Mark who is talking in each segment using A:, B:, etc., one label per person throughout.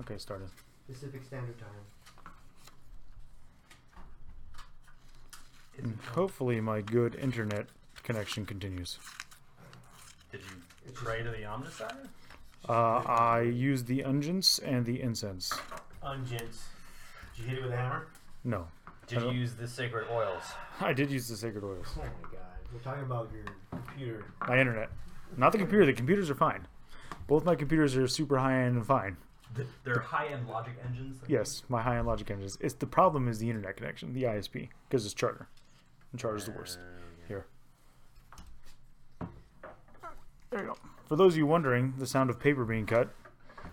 A: Okay, started.
B: Pacific Standard Time.
A: And hopefully, my good internet connection continues.
C: Did you
B: It's
C: pray to the Omnisire?
A: Uh, I used the unguents and the incense.
B: Unguents. Did you hit it with a hammer?
A: No,
C: Did you
A: don't-
C: use the sacred oils?
A: I did use the sacred oils.
B: Oh my god. We're talking about your computer.
A: My internet, not the computer. The computers are fine. Both my computers are super high end and fine.
C: They're high-end logic engines.
A: Yes, my high end logic engines. It's the problem is the internet connection, the ISP, because it's Charter, and Charter's the worst. Here. There you go. For those of you wondering, the sound of paper being cut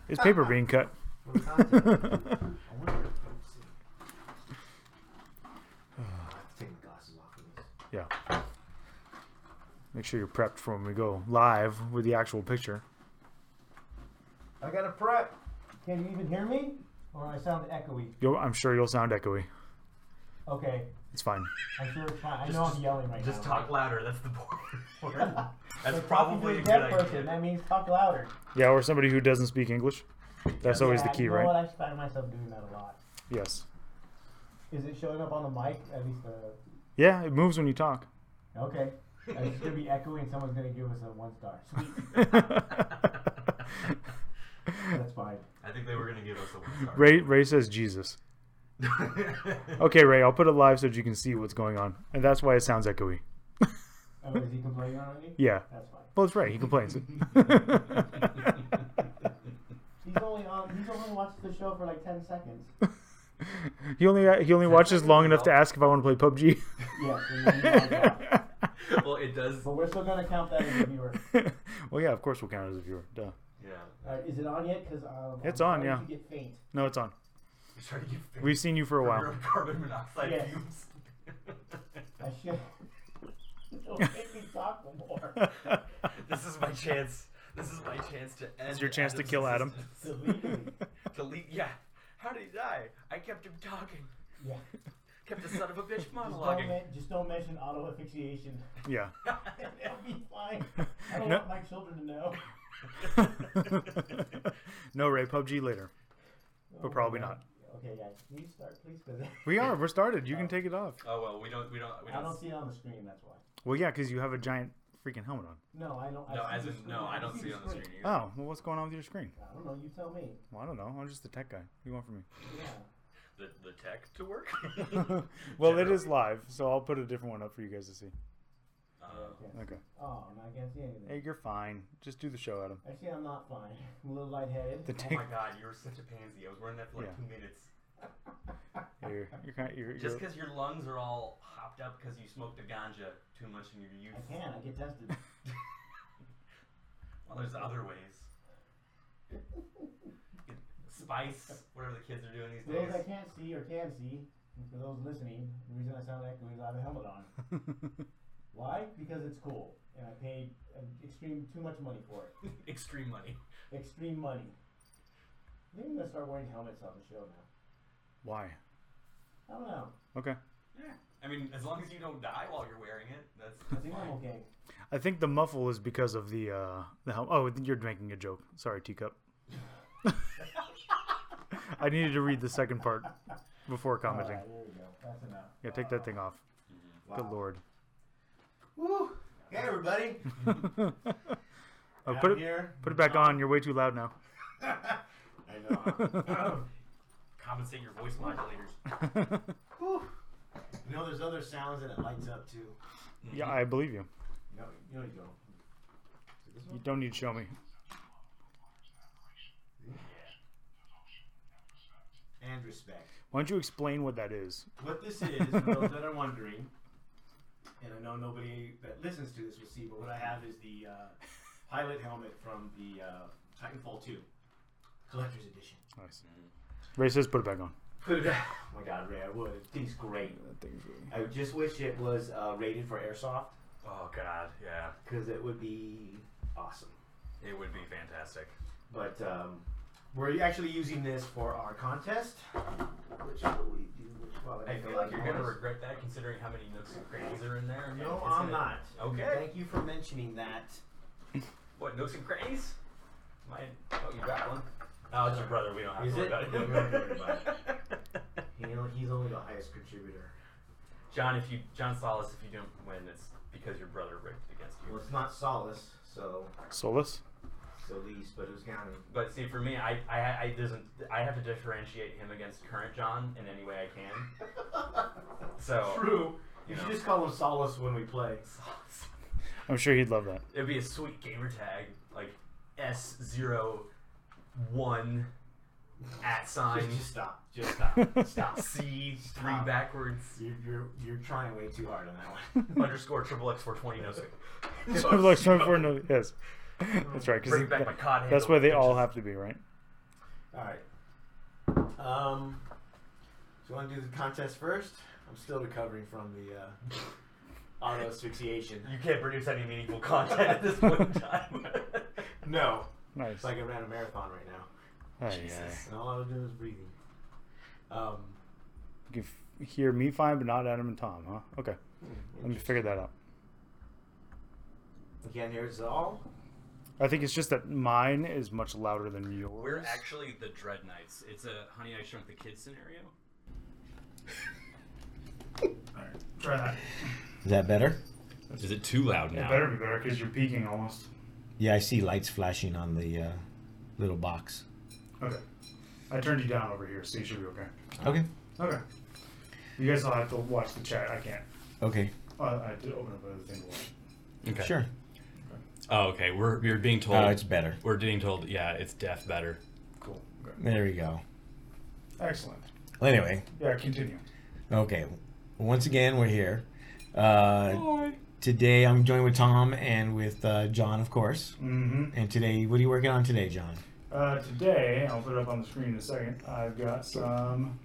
A: is paper being cut.
B: What content? I wonder if folks see. I have to take my glasses off of this.
A: Yeah. Make sure you're prepped for when we go live with the actual picture.
B: I got a prep. Can you even hear me? Or I sound echoey.
A: You'll, I'm sure you'll sound echoey.
B: Okay.
A: It's fine.
B: I'm sure it's fine. I
C: Just-
B: know I'm yelling right
C: Just
B: now.
C: talk louder. That's the point. That's
B: But
C: probably a
B: talking
C: good
B: to deaf person,
C: idea.
B: That means talk louder.
A: Yeah, or somebody who doesn't speak English. That's always the
B: Yeah,
A: key,
B: you know
A: right?
B: What? I find myself doing that a lot.
A: Yes.
B: Is it showing up on the mic? At least the
A: Yeah, it moves when you talk.
B: Okay. Uh, It's gonna be echoing. Someone's gonna give us a one star. Sweet. That's fine.
C: I think they were gonna give us a one
A: Ray, Ray says Jesus. Okay, Ray, I'll put it live so that you can see what's going on. And that's why it sounds echoey.
B: Oh, is he complaining already?
A: Yeah.
B: That's fine.
A: Well, it's Ray. He complains.
B: He's only on. He's only watched the show for like ten seconds.
A: he only he only watches long enough to ask if I want to play PUBG.
B: Yes. and then he logs out.
C: well, it does.
B: but we're still gonna count that as a viewer.
A: well, yeah, of course we'll count it as a viewer. Duh.
C: Yeah.
B: All right, Uh, is it on yet? Because um,
A: It's
B: I'm
A: on,
B: starting
A: yeah.
B: To get faint.
A: No, it's on.
C: You're trying to get fixed
A: We've seen you for a
C: your
A: while.
C: own carbon monoxide
B: Yeah.
C: fumes.
B: I should. Don't make me talk no more.
C: this is my chance. This is my chance to end.
A: your chance to
C: Adam's
A: kill Adam.
C: existence.
B: Delete me.
C: to leave. Yeah. How did he die? I kept him talking.
B: Yeah.
C: Kept the son of a bitch
B: Just don't,
C: monologuing.
B: men- just don't mention auto asphyxiation.
A: yeah.
B: It'll be fine.
C: Oh.
B: I don't
A: No.
B: want my children to know.
A: no, Ray. PUBG later.
B: Oh my
A: probably
B: God.
A: not.
B: Okay, guys, can you start, please? 'Cause
A: We are. We're started. You can take it off.
C: Oh well, we don't. We don't. We
B: I
C: don't.
B: don't see it on the screen. That's why.
A: Well, yeah, because you have a giant freaking helmet on.
B: No, I don't. I
C: no,
B: see
C: as
B: the
C: in,
B: screen.
C: no, I don't see
B: the
C: it on the screen. either.
A: Oh, well, what's going on with your screen?
B: I don't know. You tell me.
A: Well, I don't know. I'm just the tech guy. What do you want from me?
B: Yeah.
C: The, the tech to work.
A: well, it is live, so I'll put a different one up for you guys to see.
C: Uh,
B: Okay.
A: Okay.
B: Oh, no, I can't see anything.
A: Hey, you're fine. Just do the show, Adam.
B: Actually, I'm not fine. I'm a little lightheaded.
A: The
C: oh
A: tech.
C: my god, you were such a pansy. I was running that for like
A: Yeah.
C: two minutes.
A: you're, you're kind of, you're,
C: Just
A: you're-
C: because your lungs are all hopped up because you smoked a ganja too much in your youth.
B: I can. I get tested.
C: Well, there's other ways. Spice, whatever the kids are doing
B: For
C: these
B: those I
C: days.
B: can't see or can see, and for those listening, the reason I sound like is I have a helmet on. Why? Because it's cool, and I paid uh, extreme too much money for it.
C: Extreme money.
B: Extreme money. I think I'm gonna start wearing helmets on the show now.
A: Why?
B: I don't know.
A: Okay.
C: Yeah. I mean, as long as you don't die while you're wearing it, that's,
B: I
C: that's
B: think I'm
C: fine.
B: okay.
A: I think the muffle is because of the uh the helmet. Oh, you're making a joke. Sorry, teacup. I needed to read the second part before commenting.
B: Alright, there we go. That's enough.
A: Yeah, take that thing off. Good lord.
B: Woo! Hey everybody!
A: Oh, put it
B: I'm here.
A: put it back on. You're way too loud now.
B: I know. Oh.
C: Compensate your voice modulators.
B: Woo. You know, there's other sounds that it lights up too.
A: Yeah,
C: Mm-hmm.
A: I believe you.
B: No, you know you don't. Is it this
A: You
B: one?
A: don't need to show me.
B: And respect.
A: Why don't you explain what that is?
B: What this is, for those that are wondering, and I know nobody that listens to this will see, but what I have is the uh, pilot helmet from the uh, Titanfall 2 Collector's Edition.
A: Nice. Ray says put it back on.
B: Put it out. Oh my god, Ray, I would. Thing's great.
A: That thing's really.
B: I just wish it was uh, rated for airsoft
C: Oh god, yeah.
B: because it would be awesome.
C: It would be fantastic.
B: But um, we're actually using this for our contest. Which will we do? Which well,
C: I
B: make a
C: feel
B: lot
C: like
B: of
C: you're gonna
B: noise.
C: regret that considering how many nooks and crannies are in there.
B: No,
C: It's
B: I'm
C: gonna-
B: not.
C: Okay.
B: Thank you for mentioning that.
C: What, nooks and crannies? Mine. Oh, you got one.
D: Oh, it's your brother. We don't have
E: Is
D: to worry
E: it?
D: about
E: We
D: him.
E: don't have to worry about He only, he's only the highest contributor.
D: John, if you John Solace, if you don't win, it's because your brother rigged against you.
E: Well, it's not Solace, so
A: Solus?
E: Solis, but it was Ganon.
D: But see, for me, I I, I doesn't I have to differentiate him against current John in any way I can. So
E: True. You
D: You
E: should
D: know.
E: just call him Solace when we play.
D: Solace.
A: I'm sure he'd love that.
D: It'd be a sweet gamer tag, like S zero one at sign
E: Just, just stop. Just stop. Stop.
D: C three
E: Stop.
D: backwards
E: You're, you're, you're trying way too hard on that one.
D: underscore triple x four twenty no six.
A: Triple X twenty four no yes. That's right,
D: Bring
A: because
D: back my cod
A: that's
D: handle,
A: why they all
D: bitches.
A: have to be, right?
E: All right. Um, do you want to do the contest first? I'm still recovering from the uh, auto asphyxiation.
D: You can't produce any meaningful content at this point in time.
E: No,
A: Nice.
E: it's like I ran a marathon right now,
A: Ay, ay.
D: Jesus.
E: and all I was doing was breathing. Um,
A: You can f- hear me fine, but not Adam and Tom, huh? Okay. Let me
E: interesting.
A: figure that out.
E: you can't hear us at all.
A: I think it's just that mine is much louder than yours.
D: We're actually the Dread Knights. It's a Honey I Shrunk the Kids scenario.
A: Try that.
B: Is that better?
D: Is it too loud now?
A: be better because you're peaking almost.
B: Yeah, I see lights flashing on the uh, little box.
A: Okay. I turned you down over here, so you should be okay.
E: Uh-huh.
B: Okay.
A: Okay. You guys all have to watch the chat. I can't.
B: Okay.
A: Uh, I have to open up another thing to watch.
C: Okay.
B: Sure.
C: Oh, okay. We're we're being told.
B: Oh, it's better.
C: we're being told. Yeah, it's deaf better.
A: Cool. Okay.
B: There we go.
A: Excellent.
B: Well, anyway,
A: Yeah, continue.
B: okay. Once again, we're here. Uh, today, I'm joined with Tom and with uh, John, of course.
A: Mm-hmm.
B: And today, what are you working on today, John?
A: Uh, today, I'll put it up on the screen in a second. I've got some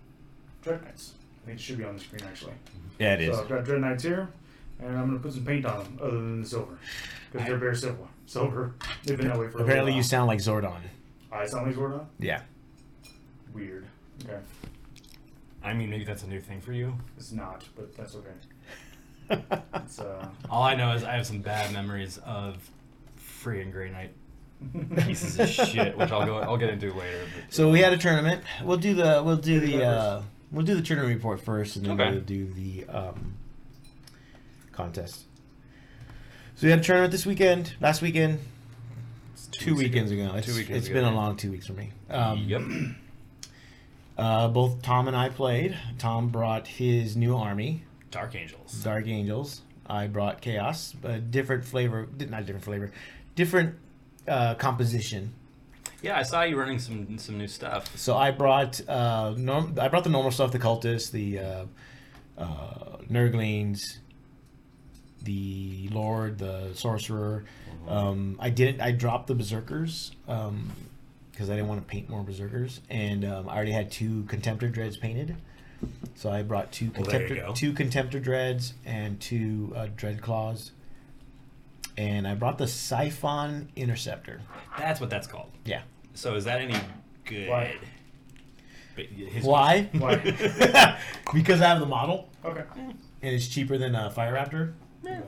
A: Dread Knights. I think it should be on the screen actually.
B: Yeah, it
A: So I've got Dread Knights here, and I'm gonna put some paint on them other than the silver, because they're bare silver. Silver. They've been that way for.
B: Apparently,
A: a little
B: you sound like Zordon.
A: while. I sound like Zordon.
B: Yeah.
A: Weird. Okay,
C: I mean, maybe that's a new thing for you.
A: it's not, but that's okay. It's uh.
C: All I know is I have some bad memories of Free and Grey Knight pieces of shit, which I'll go. I'll get into later. but-
B: So we had a tournament. We'll do the we'll do the uh, we'll do the tournament report first, and then
C: Okay.
B: we'll do the um, contest. So we had a tournament this weekend, last weekend,
C: It's
B: two,
C: weeks
B: weekends ago. It's,
C: Two weekends
B: it's
C: ago.
B: been a long two weeks for me. Um,
C: yep.
B: Uh, both Tom and I played. Tom brought his new army,
C: Dark Angels.
B: Dark Angels. I brought Chaos, a different flavor, not different flavor, different uh, composition.
C: Yeah, I saw you running some some new stuff.
B: So I brought uh, norm- I brought the normal stuff, the cultists, the uh, uh, Nurglings, the Lord, the Sorcerer.
C: Mm-hmm.
B: Um, I didn't. I dropped the Berserkers because I didn't want to paint more Berserkers, and um, I already had two Contemptor Dreads painted. So I brought two
C: Well, there you
B: Contemptor,
C: go.
B: two Contemptor Dreads and two uh, Dread Claws, and I brought the Siphon Interceptor.
C: That's what that's called.
B: Yeah.
C: So is that any good?
A: Why?
C: But his-
B: Why?
A: Why?
B: because I have the model.
A: Okay.
B: and it's cheaper than a Fire Raptor.
A: Okay.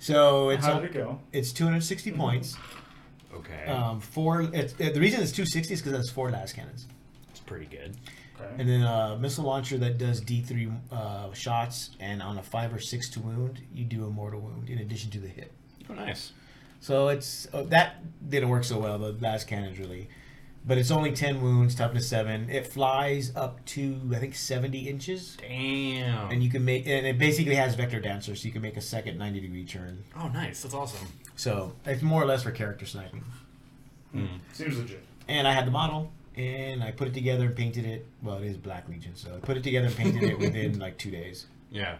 B: So it's
A: How did it go? Mm-hmm.
B: it's 260 points.
C: Okay.
B: Um, four. It's, it, the reason it's 260 is because that's four las cannons,
C: it's pretty good.
A: Okay.
B: and then a missile launcher that does D3 uh, shots, and on a five or six to wound, you do a mortal wound in addition to the hit.
C: Oh, nice.
B: So it's oh, that didn't work so well. The last cannons really, but it's only 10 wounds, toughness seven. It flies up to I think 70 inches.
C: Damn.
B: And you can make, and it basically has vector dancer, so you can make a second 90 degree turn.
C: oh, nice. That's awesome.
B: So it's more or less for character sniping.
A: Seems legit.
B: And I had the model, and I put it together and painted it. Well, it is Black Legion, so I put it together and painted it within like two days.
C: Yeah.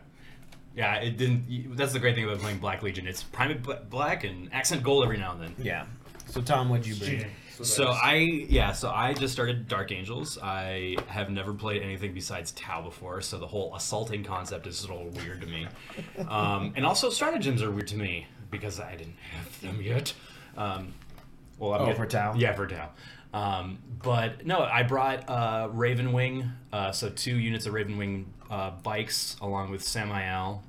C: Yeah, it didn't. you- That's the great thing about playing Black Legion. It's primate bl- black and accent gold every now and then.
B: Yeah. So Tom, what'd you bring?
A: Cheating. that
C: So
A: is-
C: I yeah, so I just started Dark Angels. I have never played anything besides Tau before, so the whole assaulting concept is a little weird to me. Um, and also stratagems are weird to me because I didn't have them yet. Um, well, I'm
B: Oh,
C: get-
B: for Tau?
C: Yeah, for Tau. Um, but no, I brought uh, Raven Wing, uh, so two units of Raven Wing uh, bikes along with Samael,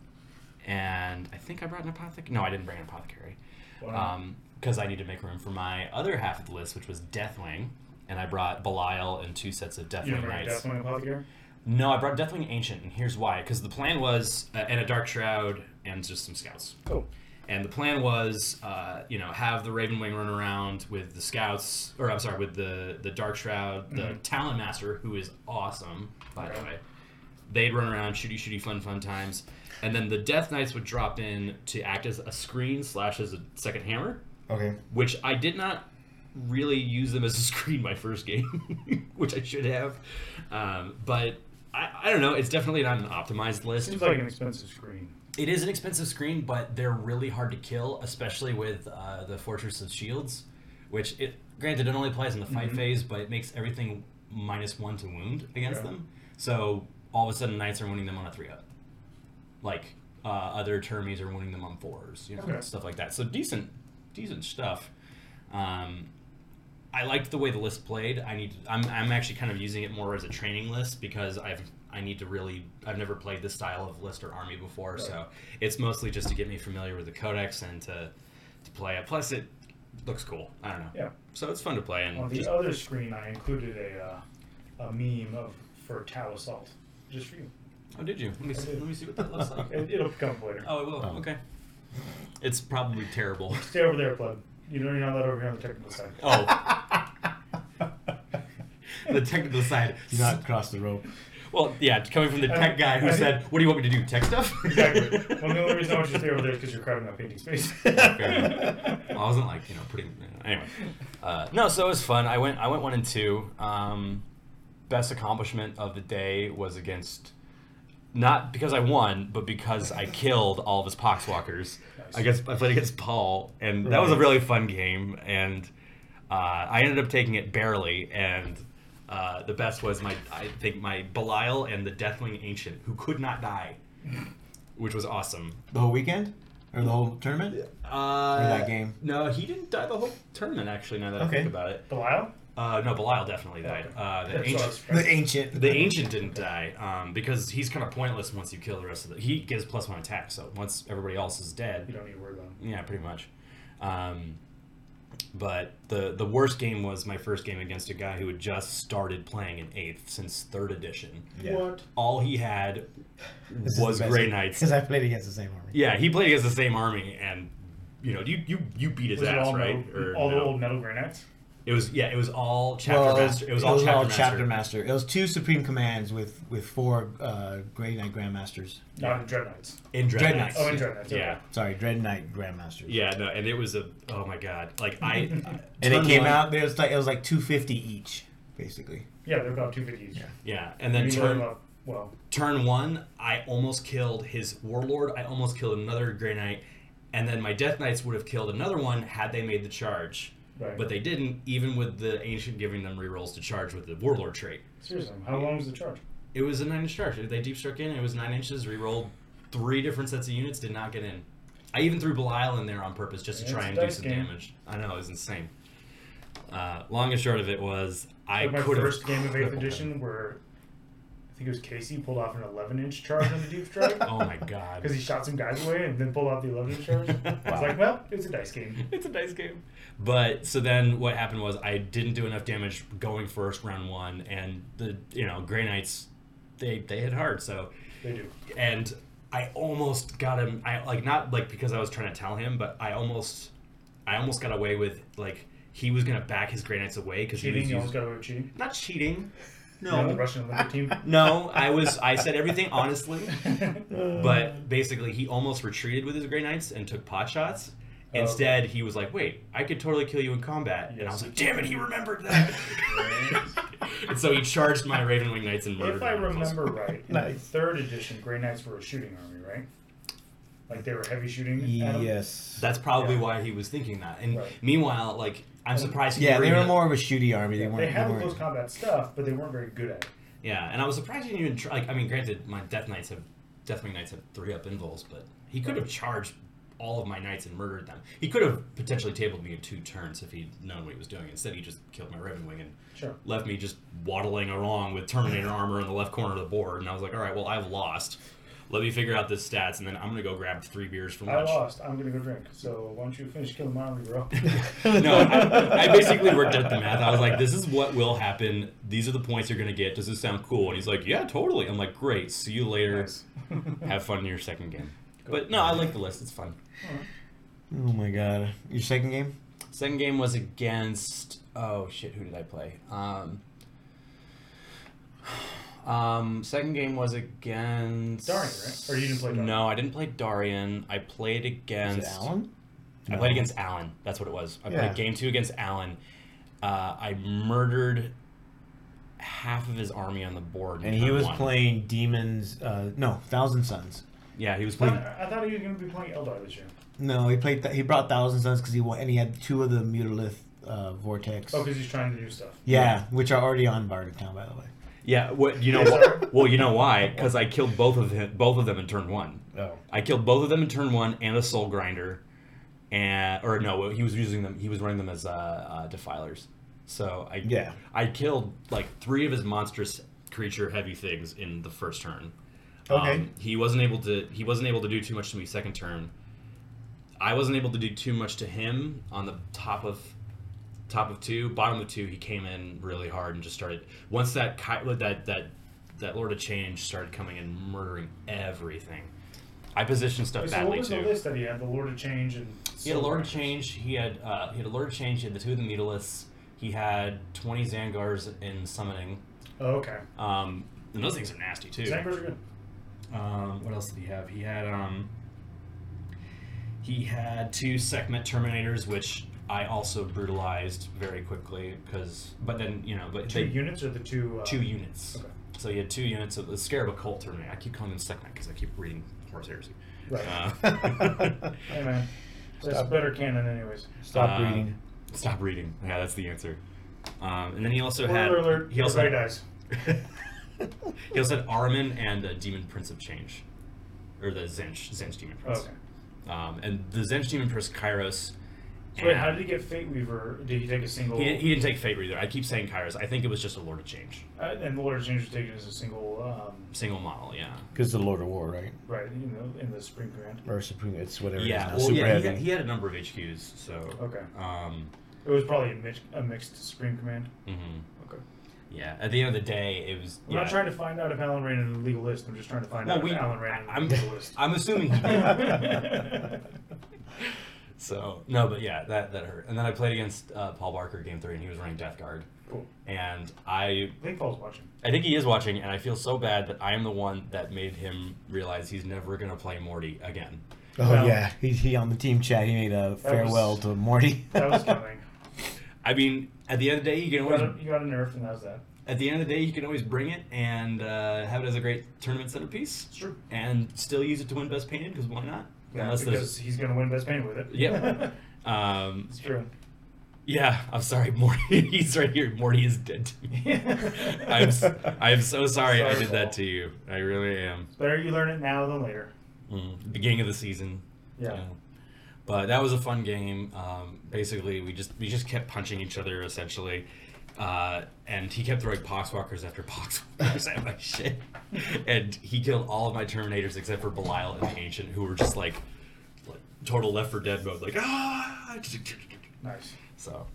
C: and I think I brought an apothecary. No, I didn't bring an apothecary
A: Wow.
C: um, because I need to make room for my other half of the list, which was Deathwing. and I brought Belial and two sets of
A: You
C: Deathwing
A: remember
C: Knights.
A: Deathwing Apothecary?
C: No, I brought Deathwing Ancient, and here's why. Because the plan was, uh, and a Dark Shroud, and just some scouts.
A: Oh,
C: And the plan was, uh, you know, have the Ravenwing run around with the scouts, or I'm sorry, with the the Dark Shroud, the
A: Mm-hmm.
C: Talent Master, who is awesome, by the way. They'd run around, shooty, shooty, fun, fun times, and then the Death Knights would drop in to act as a screen slash as a second hammer,
B: Okay.
C: which I did not really use them as a screen my first game, which I should have. Um, but I, I don't know. It's definitely not an optimized list.
A: seems like an expensive screen.
C: It is an expensive screen, but they're really hard to kill, especially with uh, the Fortress of Shields, which it granted it only applies in the fight
A: Mm-hmm.
C: phase, but it makes everything minus one to wound against
A: Yeah.
C: them. So all of a sudden, knights are winning them on a three up, like uh, other termies are winning them on fours, you know,
A: Okay.
C: stuff like that. So decent, decent stuff. Um, I liked the way the list played. I need. I'm, I'm actually kind of using it more as a training list because I've I need to really. I've never played this style of list or army before, so it's mostly just to get me familiar with the codex and to to play it. Plus, it looks cool. I don't know.
A: Yeah.
C: So it's fun to play and
A: On the
C: just-
A: other screen, I included a uh, a meme of for Tau Assault, just for you.
C: oh, did you? Let me see, let me see what that looks like.
A: It, it'll come up later.
C: Oh, it will.
B: Oh.
C: Okay. It's probably terrible.
A: Stay over there, plug. You know you're not allowed over here on the technical side.
C: Oh, the technical side.
B: Do not cross the rope.
C: Well, yeah, coming from the
A: I-
C: tech guy who
A: Uh, I-
C: said, "What do you want me to do? Tech stuff?"
A: Exactly. well, the only reason I want you to stay over there is because you're crowding up painting space.
C: Fair Well, I wasn't like you know putting anyway. Uh, no, so it was fun. I went I went one and two. Um, best accomplishment of the day was against not because I won, but because I killed all of his poxwalkers. I guess I played against Paul, and that was a
B: Right.
C: really fun game. And uh, I ended up taking it barely. And uh, the best was my I think my Belial and the Deathwing Ancient, who could not die, which was awesome.
B: The whole weekend or the whole tournament?
C: Uh,
B: that game?
C: No, he didn't die the whole tournament. Actually, now that I
B: Okay.
C: think about it,
A: Belial?
C: uh, no, Belial definitely died. Uh, the
A: That's what I was
C: ancient,
A: trying-
B: The ancient.
C: the ancient didn't die um, because he's kind of pointless once you kill the rest of the. He gives plus one attack, so once everybody else is
A: You
C: dead,
A: don't need to worry about him.
C: yeah, pretty much. Um, but the the worst game was my first game against a guy who had just started playing in eighth since third edition.
B: Yeah.
E: What?
C: All he had was Grey Knights.
B: Because I played against the same army.
C: Yeah, he played against the same army, and you know, you you you beat his
A: Was it
C: ass,
A: all
C: right?
A: metal,
C: Or
A: all the
C: no?
A: old metal granites?
C: It was yeah, it was all chapter
B: Well,
C: master. It was all chapter master.
B: master. It was two supreme commands with with four uh, Grey Knight grandmasters.
A: No, yeah. dreadnoughts.
C: in Dread
B: Dreadnoughts.
C: Knights.
A: Oh, and dreadnoughts. okay.
C: Yeah,
B: Sorry, Dread Knight grandmasters.
C: yeah, no, and it was a oh my god, like I, I
B: And it
C: turn
B: came
C: one-
B: out. It was like it was like two fifty each, basically.
A: Yeah, they're about 250 each.
B: Yeah.
C: Yeah, and
A: You
C: then
A: know
C: turn
A: about- well,
C: turn one, I almost killed his warlord. I almost killed another Grey Knight, and then my Death Knights would have killed another one had they made the charge.
A: Right.
C: But they didn't, even with the ancient giving them rerolls to charge with the warlord trait.
A: seriously, how long was the charge?
C: It was a nine inch charge. They deep struck in. It was nine inches. Rerolled three different sets of units. Did not get in. I even threw Belial in there on purpose just to
A: It's
C: try
A: a
C: and do
A: dice
C: some
A: game.
C: damage. I know it was insane. Uh, long and short of it was I
A: Like my
C: could have
A: first game of 8th edition where I think it was Casey pulled off an 11 inch charge on the deep strike.
C: Oh my god!
A: Because he shot some guys away and then pulled off the 11 inch charge. I was like, well, it's a dice game.
C: it's a dice game. But so then what happened was I didn't do enough damage going first round one, and the you know Grey Knights, they they hit hard. So
A: They do.
C: and I almost got him. I like not like because I was trying to tell him, but I almost, I almost got away with like he was gonna back his Grey Knights away because he
A: Cheating,
C: was
A: you almost
C: using,
A: got away with cheating.
C: not cheating.
A: You're on the
C: No,
A: Russian Olympic team.
C: no, I was I said everything honestly,
B: Uh,
C: but basically he almost retreated with his Grey Knights and took pot shots.
A: Oh.
C: Instead, he was like, "Wait, I could totally kill you in combat," and I was like, "Damn it, he remembered that." and so he charged my Ravenwing Knights and murdered.
A: If I
C: them.
A: remember right, in the
B: Nice.
A: third edition, Grey Knights were a shooting army, right? Like they were heavy shooting. at 'em?
B: yes.
C: That's probably
A: Yeah.
C: why he was thinking that. And
A: Right.
C: meanwhile, like I'm surprised. He
B: yeah, they
C: even-
B: were more of a shooty army. They weren't.
A: They had
B: weren't-
A: close combat stuff, but they weren't very good at it.
C: Yeah, and I was surprised he didn't even try. Like, I mean, granted, my Death Knights have Deathwing Knights have three up invols, but he could have charged all of my knights and murdered them. He could have potentially tabled me in two turns if he'd known what he was doing. Instead, he just killed my Ravenwing and
A: Sure.
C: left me just waddling along with Terminator armor in the left corner of the board. And I was like, all right, well, I've lost. Let me figure out the stats, and then I'm gonna go grab three beers from
A: I
C: lunch.
A: lost. I'm gonna go drink. So why don't you finish killing Marley, bro?
C: No, I, I basically worked out the math. I was like, "This is what will happen. These are the points you're gonna get. Does this sound cool?" And he's like, "Yeah, totally." I'm like, "Great. See you later. Have fun in your second game." But no, I like the list. It's fun.
B: Oh my god. Your second game?
C: Second game was against oh shit, who did I play? Um, um second game was against
A: Darian, right? Or you didn't play Darian?
C: No, I didn't play Darian. I played
B: Is
C: against
B: it Alan?
C: I played against Allen. That's what it was. I
B: Yeah.
C: played game two against Allen. Uh, I murdered half of his army on the board. in
B: And he
C: turn
B: was
C: one.
B: playing Demons. Uh, no, Thousand Suns.
C: Yeah, he was
A: I,
C: playing.
A: I thought he was gonna be playing Eldar this year.
B: No, he played. Th- he brought Thousand Suns because he won, and he had two of the Mutalith uh, Vortex.
A: Oh, because he's trying to do stuff.
B: Yeah, which are already on Bardic Town, by the way.
C: Yeah, what you know?
A: Yes, sir.
C: What, well, you know why? Because I killed both of him, both of them in turn one.
B: Oh.
C: I killed both of them in turn one and a soul grinder, and or no, he was using them. He was running them as uh, uh, defilers. So I
B: Yeah.
C: I killed like three of his monstrous creature heavy things in the first turn.
B: Okay.
C: Um, he wasn't able to. He wasn't able to do too much to me second turn. I wasn't able to do too much to him on the top of top of two, bottom of two. He came in really hard and just started. Once that ki- that that that Lord of Change started coming in, murdering everything. I positioned stuff
A: Wait, so what
C: badly
A: was the
C: too.
A: list that he had? The Lord of Change and
C: He had a Lord of Change. He had uh, he had a Lord of Change. He had the two of the Metalists. He had twenty Zangars in summoning.
A: Oh, okay.
C: Um, and those things are nasty too.
A: Zangers are good.
C: Um, what else did he have? He had um, he had two segment terminators, which I also brutalized very quickly because. But then you know, but
A: Two
C: they
A: units or the two. Uh,
C: two units.
A: Okay.
C: So he had two units of the Scarab Occult Terminator. I keep calling them segment because I keep reading Horse Heresy.
A: Right.
C: Uh,
A: Hey man, that's
B: Stop.
A: better canon, anyways.
B: Stop
C: Uh,
B: reading.
C: Stop reading. Yeah, that's the answer. Um, and then he also had
A: Spoiler alert.
C: he also
A: everybody dies.
C: he also had Armin and a Demon Prince of Change, or the Zench Zench Demon Prince.
A: Okay.
C: Um, and the Zench Demon Prince Kairos.
A: So wait,
C: and-
A: how did he get Fate Weaver? Did he take a single?
C: He, he didn't take Fate Reader. I keep saying Kairos. I think it was just a Lord of Change
A: uh, and the Lord of Change was taken as a single, um,
C: single model. Yeah.
B: Because the Lord of War, right?
A: right? You know, in the Spring Grand.
B: Or Supreme. It's whatever
C: Yeah.
B: it is now.
C: Well,
B: Super
C: yeah. He
B: heavy.
C: had, he had a number of HQs. So.
A: Okay.
C: Um.
A: It was probably a, mix, a mixed Supreme Command.
C: mhm.
A: Okay.
C: Yeah. At the end of the day, it was.
A: I'm not trying to find out if Alan ran in the legal list. I'm just trying to find
C: No,
A: out
C: we.
A: if Alan ran in
C: I, am
A: the legal list.
C: I'm assuming he did.
A: okay.
C: so no, but yeah, that that hurt. And then I played against uh, Paul Barker game three, and he was running Death Guard.
A: Cool.
C: And
A: I
C: I
A: think Paul's watching.
C: I think he is watching, and I feel so bad that I am the one that made him realize he's never gonna play Morty again.
B: Oh
A: Well-
B: yeah, he, he on the team chat. He made a farewell
A: was-
B: to Morty.
A: That was coming.
C: I mean, at the end of the day, you can
A: You
C: always
A: got, a, you got a nerf, and that was that.
C: at the end of the day, you can always bring it and uh, have it as a great tournament centerpiece,
A: It's true.
C: and still use it to win best painted because why not?
A: Yeah,
C: Unless
A: because
C: there's
A: he's going to win Best Pain with it.
C: Yep. um,
A: it's true.
C: yeah, I'm sorry, Morty. He's right here. Morty is dead to me. I'm s- I'm so sorry I
A: Sorry,
C: did that
A: Paul.
C: to you. I really am.
A: Better you learn it now than later.
C: Mm, beginning of the season.
A: Yeah.
C: you know. But that was a fun game. Um, basically, we just we just kept punching each other essentially, uh, and he kept throwing poxwalkers after poxwalkers at my shit, and he killed all of my Terminators except for Belial and the Ancient, who were just like, like total Left for Dead mode, like ah.
A: Nice.
C: So,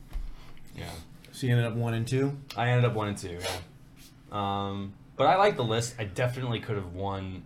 C: yeah,
B: so you ended up one and two.
C: I ended up one and two. Yeah. Um, but I like the list. I definitely could have won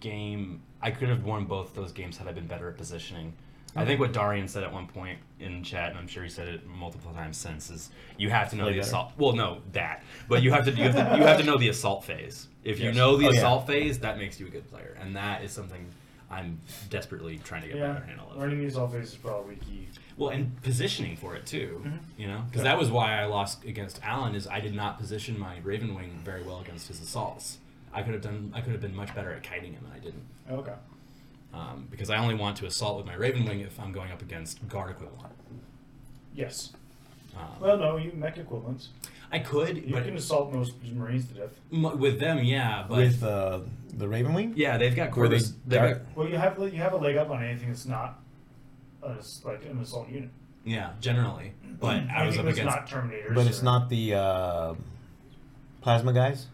C: game. I could have won both those games had I been better at positioning. I think what Darian said at one point in chat, and I'm sure he said it multiple times since, is you have to know
B: Play
C: the
B: better.
C: assault. Well, no, that, but you have to you have to, you have to know the assault phase. If you know the
B: Oh, yeah.
C: assault phase, that makes you a good player, and that is something I'm desperately trying to get
A: Yeah.
C: better handle of.
A: Learning these all phases is probably key.
C: Well, and positioning for it too, you know, because that was why I lost against Allen. Is I did not position my Raven Wing very well against his assaults. I could have done. I could have been much better at kiting him, and I didn't,
A: Okay.
C: um, because I only want to assault with my Raven Wing if I'm going up against guard equivalent.
A: Yes.
C: Um,
A: Well, no, you mech equivalents.
C: I could,
A: You
C: but
A: can assault most Marines to death.
C: m- with them, yeah, but
B: With uh, the Raven Wing.
C: yeah, they've got
B: Were they
C: corvus. they've got-
B: dark?
A: Well, you have you have a leg up on anything that's not a, like an assault unit.
C: yeah, generally, but I was
A: Mm-hmm. Anything
C: up
A: that's
C: against
A: not Terminators.
B: But it's
A: or-
B: not the uh, plasma guys.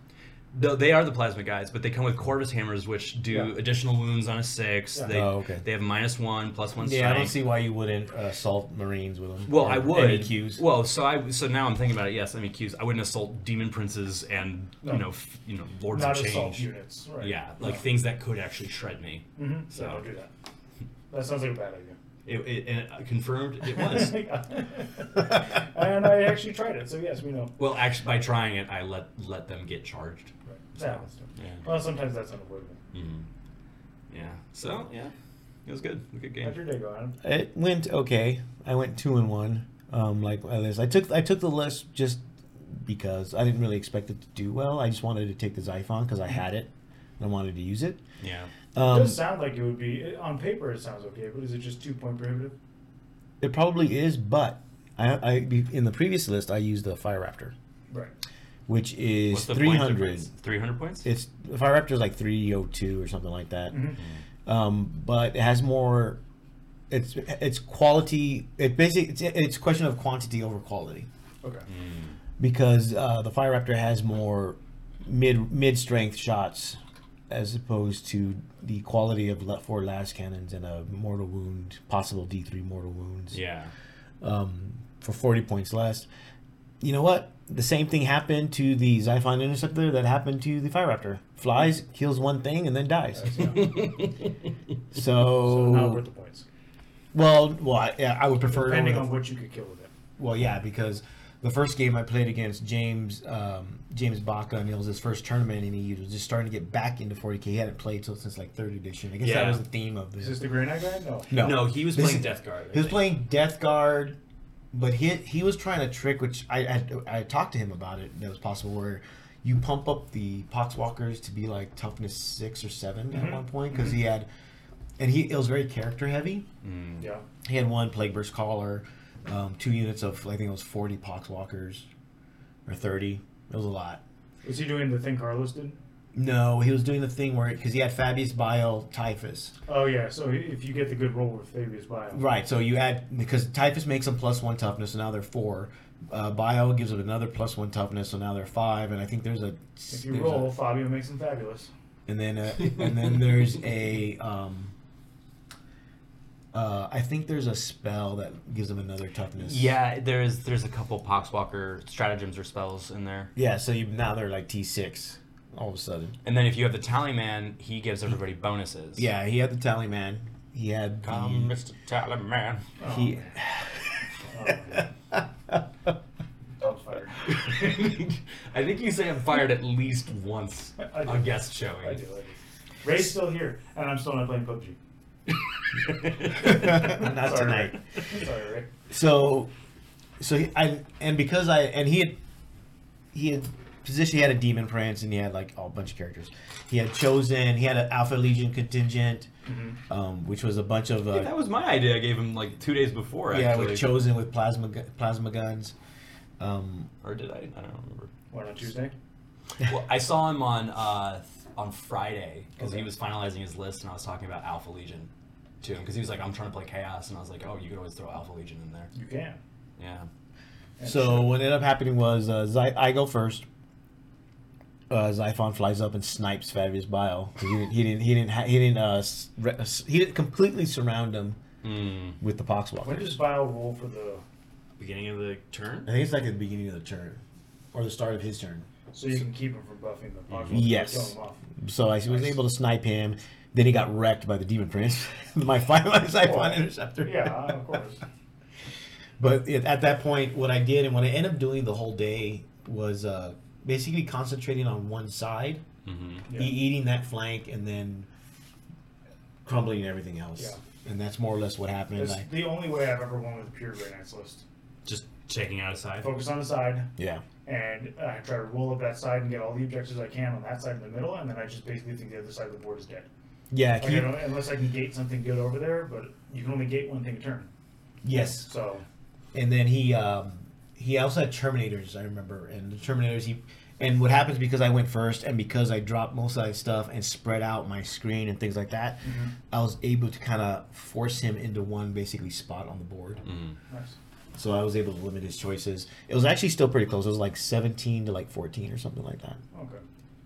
C: Though they are the plasma guys, but they come with Corvus hammers, which do
A: Yeah.
C: additional wounds on a six. They,
B: Oh, okay.
C: they have minus one, plus one.
B: Yeah, I don't
C: strength.
B: see why you wouldn't uh, assault Marines with them.
C: Well,
B: or E
C: I would.
B: MEQs.
C: Well, so I so now I'm thinking about it. Yes, MEQs. I wouldn't assault demon princes and you
A: No.
C: know f- you know lords
A: Not
C: of
A: assault
C: change.
A: units. Right.
C: Yeah, like things that could actually shred me.
A: hmm So
C: So-
A: don't do that. That sounds like a bad idea.
C: It, it, and it confirmed it was.
A: and I actually tried it, so yes, we know.
C: well, actually, by trying it, I let let them get charged.
A: Right. Yeah, let's do it.
C: Yeah.
A: Well, sometimes that's unavoidable.
C: Mhm. Yeah. So yeah, it was good. It was a Good
A: How'd your
C: game.
A: day go, Adam?
B: It went okay. I went two and one, um, like others. I took I took the list just because I didn't really expect it to do well. I just wanted to take the Xiphon because I had it and I wanted to use it.
C: Yeah.
A: it
B: Um,
A: does sound like it would be it- on paper. It sounds okay, but is it just two point prohibitive?
B: it probably is, but I, I in the previous list I used the Fire Raptor,
A: Right.
B: which is
C: What's the
B: three hundred.
C: Three hundred points. Mm.
B: It's the Fire Raptor is like three oh two or something like
C: Mm-hmm.
B: that.
A: Mhm.
B: um, but it has more. It's it's quality. It basically it's it's a question of quantity over quality
A: Okay.
C: Mm.
B: because uh, the Fire Raptor has more mid mid strength shots as opposed to the quality of le- four last cannons and a mortal wound possible D three mortal wounds
C: yeah.
B: um, for forty points less. You know what? The same thing happened to the Xiphon Interceptor that happened to the Fire Raptor. Flies, kills one thing, and then dies. So,
A: So not worth the points,
B: well, well, I, yeah, I would prefer.
A: depending on what you could kill with it.
B: Well, yeah, because the first game I played against James um, James Baca, and it was his first tournament, and he was just starting to get back into 40k. He hadn't played till since like third edition. I guess that
C: Yeah.
B: was the theme of
A: Is this
B: this.
A: the Grey Knight guy? No.
B: No,
C: No, he was
B: This
C: playing
B: is-
C: Death Guard. I
B: He was
C: think.
B: playing Death Guard, but he he was trying a trick, which I I, I talked to him about it. That was possible where. You pump up the Poxwalkers to be like toughness six or 7 at
A: Mhm.
B: one point because he had, and he it was very character heavy.
C: Mm.
A: Yeah.
B: He had one plague burst collar, um, two units of I think it was forty poxwalkers, or thirty. It was a lot.
A: Was he doing the thing Carlos did?
B: No, he was doing the thing where because he had Fabius Bile Typhus.
A: Oh yeah. So i- if you get the good roll with Fabius Bio.
B: Right. So you add because Typhus makes them plus one toughness, so now they're four. Uh, Bile gives them another plus one toughness, so now they're five. And I think there's a
A: If you
B: there's a-
A: roll, Fabio makes him fabulous.
B: and then uh, and then there's a um. Uh, I think there's a spell that gives them another toughness.
C: Yeah, there's there's a couple poxwalker stratagems or spells in there.
B: Yeah. So you now they're like T six all of a sudden.
C: And then if you have the Tallyman, he gives everybody bonuses.
B: Yeah, he had the tally man. He had the-
C: Come, Mr. Tallyman.
A: Oh,
B: he.
A: man. Oh, man. I'm fired.
C: I think you say I'm fired at least once
A: I do.
C: on guest
A: I
C: showing.
A: do. I do. Ray's still here, and I'm still not playing PUBG.
B: Not
A: Sorry, Ray.
B: tonight.
A: Sorry, Ray.
B: So, so he, I and because I and he had he had position he had a demon prince and he had like a bunch of characters. He had chosen. He had an Alpha Legion contingent,
A: Mm-hmm.
B: um, which was a bunch of uh,
C: Yeah, that was my idea. I gave him like two days before.
B: yeah,
C: actually.
B: with chosen with plasma gu- plasma guns. Um,
C: or did I? I don't remember.
A: What on Tuesday?
C: well, I saw him on uh, th- on Friday because
A: Okay.
C: he was finalizing his list, and I was talking about Alpha Legion to him because he was like, "I'm trying to play Chaos," and I was like, "Oh, you could always throw Alpha Legion in there."
A: You can.
C: Yeah.
A: And
B: So what ended up happening was uh, Zy- I go first. Uh, Xiphon flies up and snipes Fabius Bile. He didn't. He didn't. He didn't. Ha- he didn't. Uh, s- re- uh, s- he didn't completely surround him
C: Mm.
B: with the poxwalker.
A: When does Bio roll for the?
C: Beginning of the
B: I
C: turn.
B: think it's like at the beginning of the turn, or the start of his turn.
A: So you can keep him from buffing the pox.
B: Yes.
A: Kill him off.
B: So I was able to snipe him. Then he got wrecked by the demon prince, my final Xiphon interceptor.
A: Yeah, of course.
B: But it, at that point, what I did and what I ended up doing the whole day was uh, basically concentrating on one side.
C: Mm-hmm.
A: Yeah.
B: e- eating that flank and then crumbling everything else.
A: Yeah.
B: And that's more or less what happened.
A: That's
B: Like,
A: the only way I've ever won with a pure Grey Knights list.
C: Just checking out a side.
A: Focus on the side,
B: yeah.
A: and I try to roll up that side and get all the objectives I can on that side in the middle, and then I just basically think the other side of the board is dead.
B: Yeah.
A: Like, I
B: keep-
A: don't- unless I can gate something good over there, but you can only gate one thing a turn.
B: yes.
A: So
B: And then he um, he also had Terminators, I remember. And the Terminators, he. And what happens because I went first and because I dropped most of that stuff and spread out my screen and things like that,
A: Mm-hmm.
B: I was able to kind of force him into one basically spot on the board.
C: Mm-hmm.
A: nice.
B: So I was able to limit his choices. It was actually still pretty close. It was like 17 to like 14 or something like that.
A: Okay.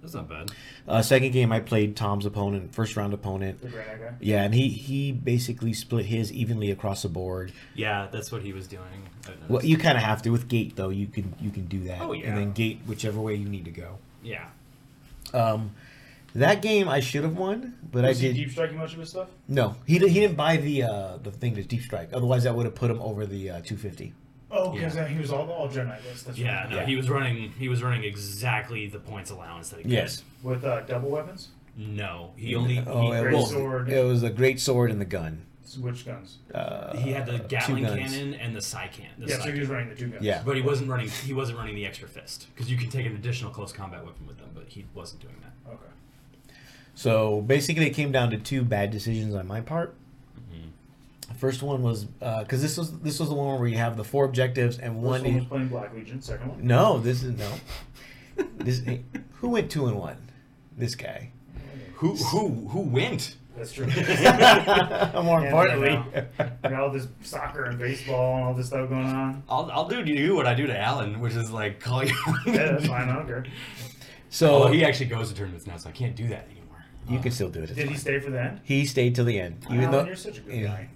C: That's not bad.
B: Uh, second game, I played Tom's opponent, first round opponent.
A: The Granite guy.
B: Yeah, and he he basically split his evenly across the board.
C: Yeah, that's what he was doing. I noticed.
B: Well, you kind of have to with gate though. You can you can do that.
C: Oh, yeah.
B: And then gate whichever way you need to go.
C: yeah.
B: Um, that game I should have won, but I
A: Was he
B: did.
A: deep striking much of his stuff?
B: No, he did, he didn't buy the uh, the thing to deep strike. Otherwise, that would have put him over the uh, two fifty.
A: Oh,
C: Yeah.
A: because he was all, all Jedi. That's, that's
C: Yeah,
A: right.
C: no,
B: Yeah.
C: he was running. He was running exactly the points allowance that he
B: Yes.
A: With uh, double weapons?
C: could. No, he only.
B: Oh,
C: he,
B: it
A: great
B: was,
A: sword.
B: it was the great sword and the gun.
A: Which guns?
B: Uh,
C: he had the
B: two
C: Gatling
B: guns.
C: cannon and the Psy can. The
A: yeah,
C: Psy
A: so he was
C: can.
A: running the two guns.
B: Yeah.
C: But he wasn't running. He wasn't running the extra fist because you can take an additional close combat weapon with them. But he wasn't doing that.
A: Okay.
B: So basically, it came down to two bad decisions on my part. Mm-hmm. The first one was because this was this was the one where you have the four objectives and
A: First
B: one.
A: one
B: is-
A: was playing Black Legion. Second one.
B: no, this is no. this eh, who went two and one? This guy.
C: Who who who went?
A: That's true.
B: More
A: Yeah,
B: importantly,
A: Got all this soccer and baseball and all this stuff going on.
C: I'll, I'll do to you what I do to Alan, which is like call you.
A: Yeah, that's fine. I don't care.
B: so
A: Oh,
C: Although he actually goes to tournaments now, so I can't do that anymore. Uh,
B: you can still do it. it's
A: Did he
B: fine.
A: stay for the end?
B: He stayed till the end,
A: Wow,
B: even though
A: you're such a good
B: yeah.
A: guy.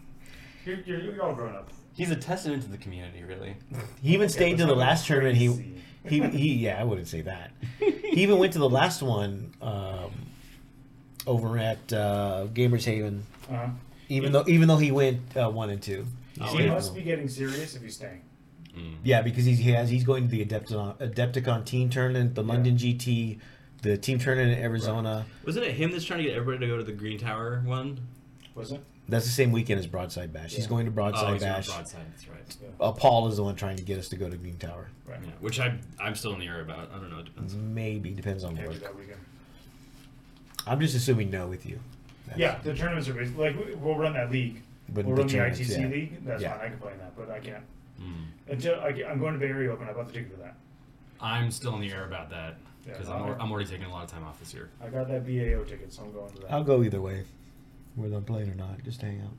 A: You're, you're, you're all grown up.
C: He's a testament to the community, really.
B: he even stayed to the last tournament. He
A: Crazy.
B: he he. Yeah, I wouldn't say that. he even went to the last one um, over at uh, Gamers Haven.
A: Uh-huh.
B: Even though even though he went uh, one and two.
C: Oh,
A: he
C: yeah.
A: must be getting serious if he's staying.
C: Mm.
B: Yeah, because he's, he has he's going to the Adepticon, Adepticon team tournament, the London GT, the team tournament in Arizona.
C: Wasn't it him that's trying to get everybody to go to the Green Tower one?
A: Was it?
B: That's the same weekend as Broadside Bash. He's
A: Yeah.
B: going to Broadside
C: oh, he's
B: Bash.
C: on broadside. That's right.
B: Uh, Paul is the one trying to get us to go to Green Tower.
A: Right.
C: Yeah, which I I'm still in the air about. I don't know. It depends.
B: Maybe depends on
A: Yeah, it
B: work.
A: was that weekend.
B: I'm just assuming no with you. That's-
A: Yeah, the tournaments are basically like we- we'll run that league.
B: But
A: we'll
B: the
A: run the
B: tournaments,
A: ITC
B: yeah.
A: league. That's
B: Yeah.
A: fine. I can play in that, but I can't
C: Mm.
A: until I, get- I'm going to Bay Area Open. I bought the ticket for that.
C: I'm still in the air about that
A: Yeah,
C: because
A: no,
C: I'm, al-
A: I-
C: I'm already taking a lot of time off this year.
A: I got that BAO ticket, so I'm going to that.
B: I'll go either way, whether I'm playing or not. Just hang out.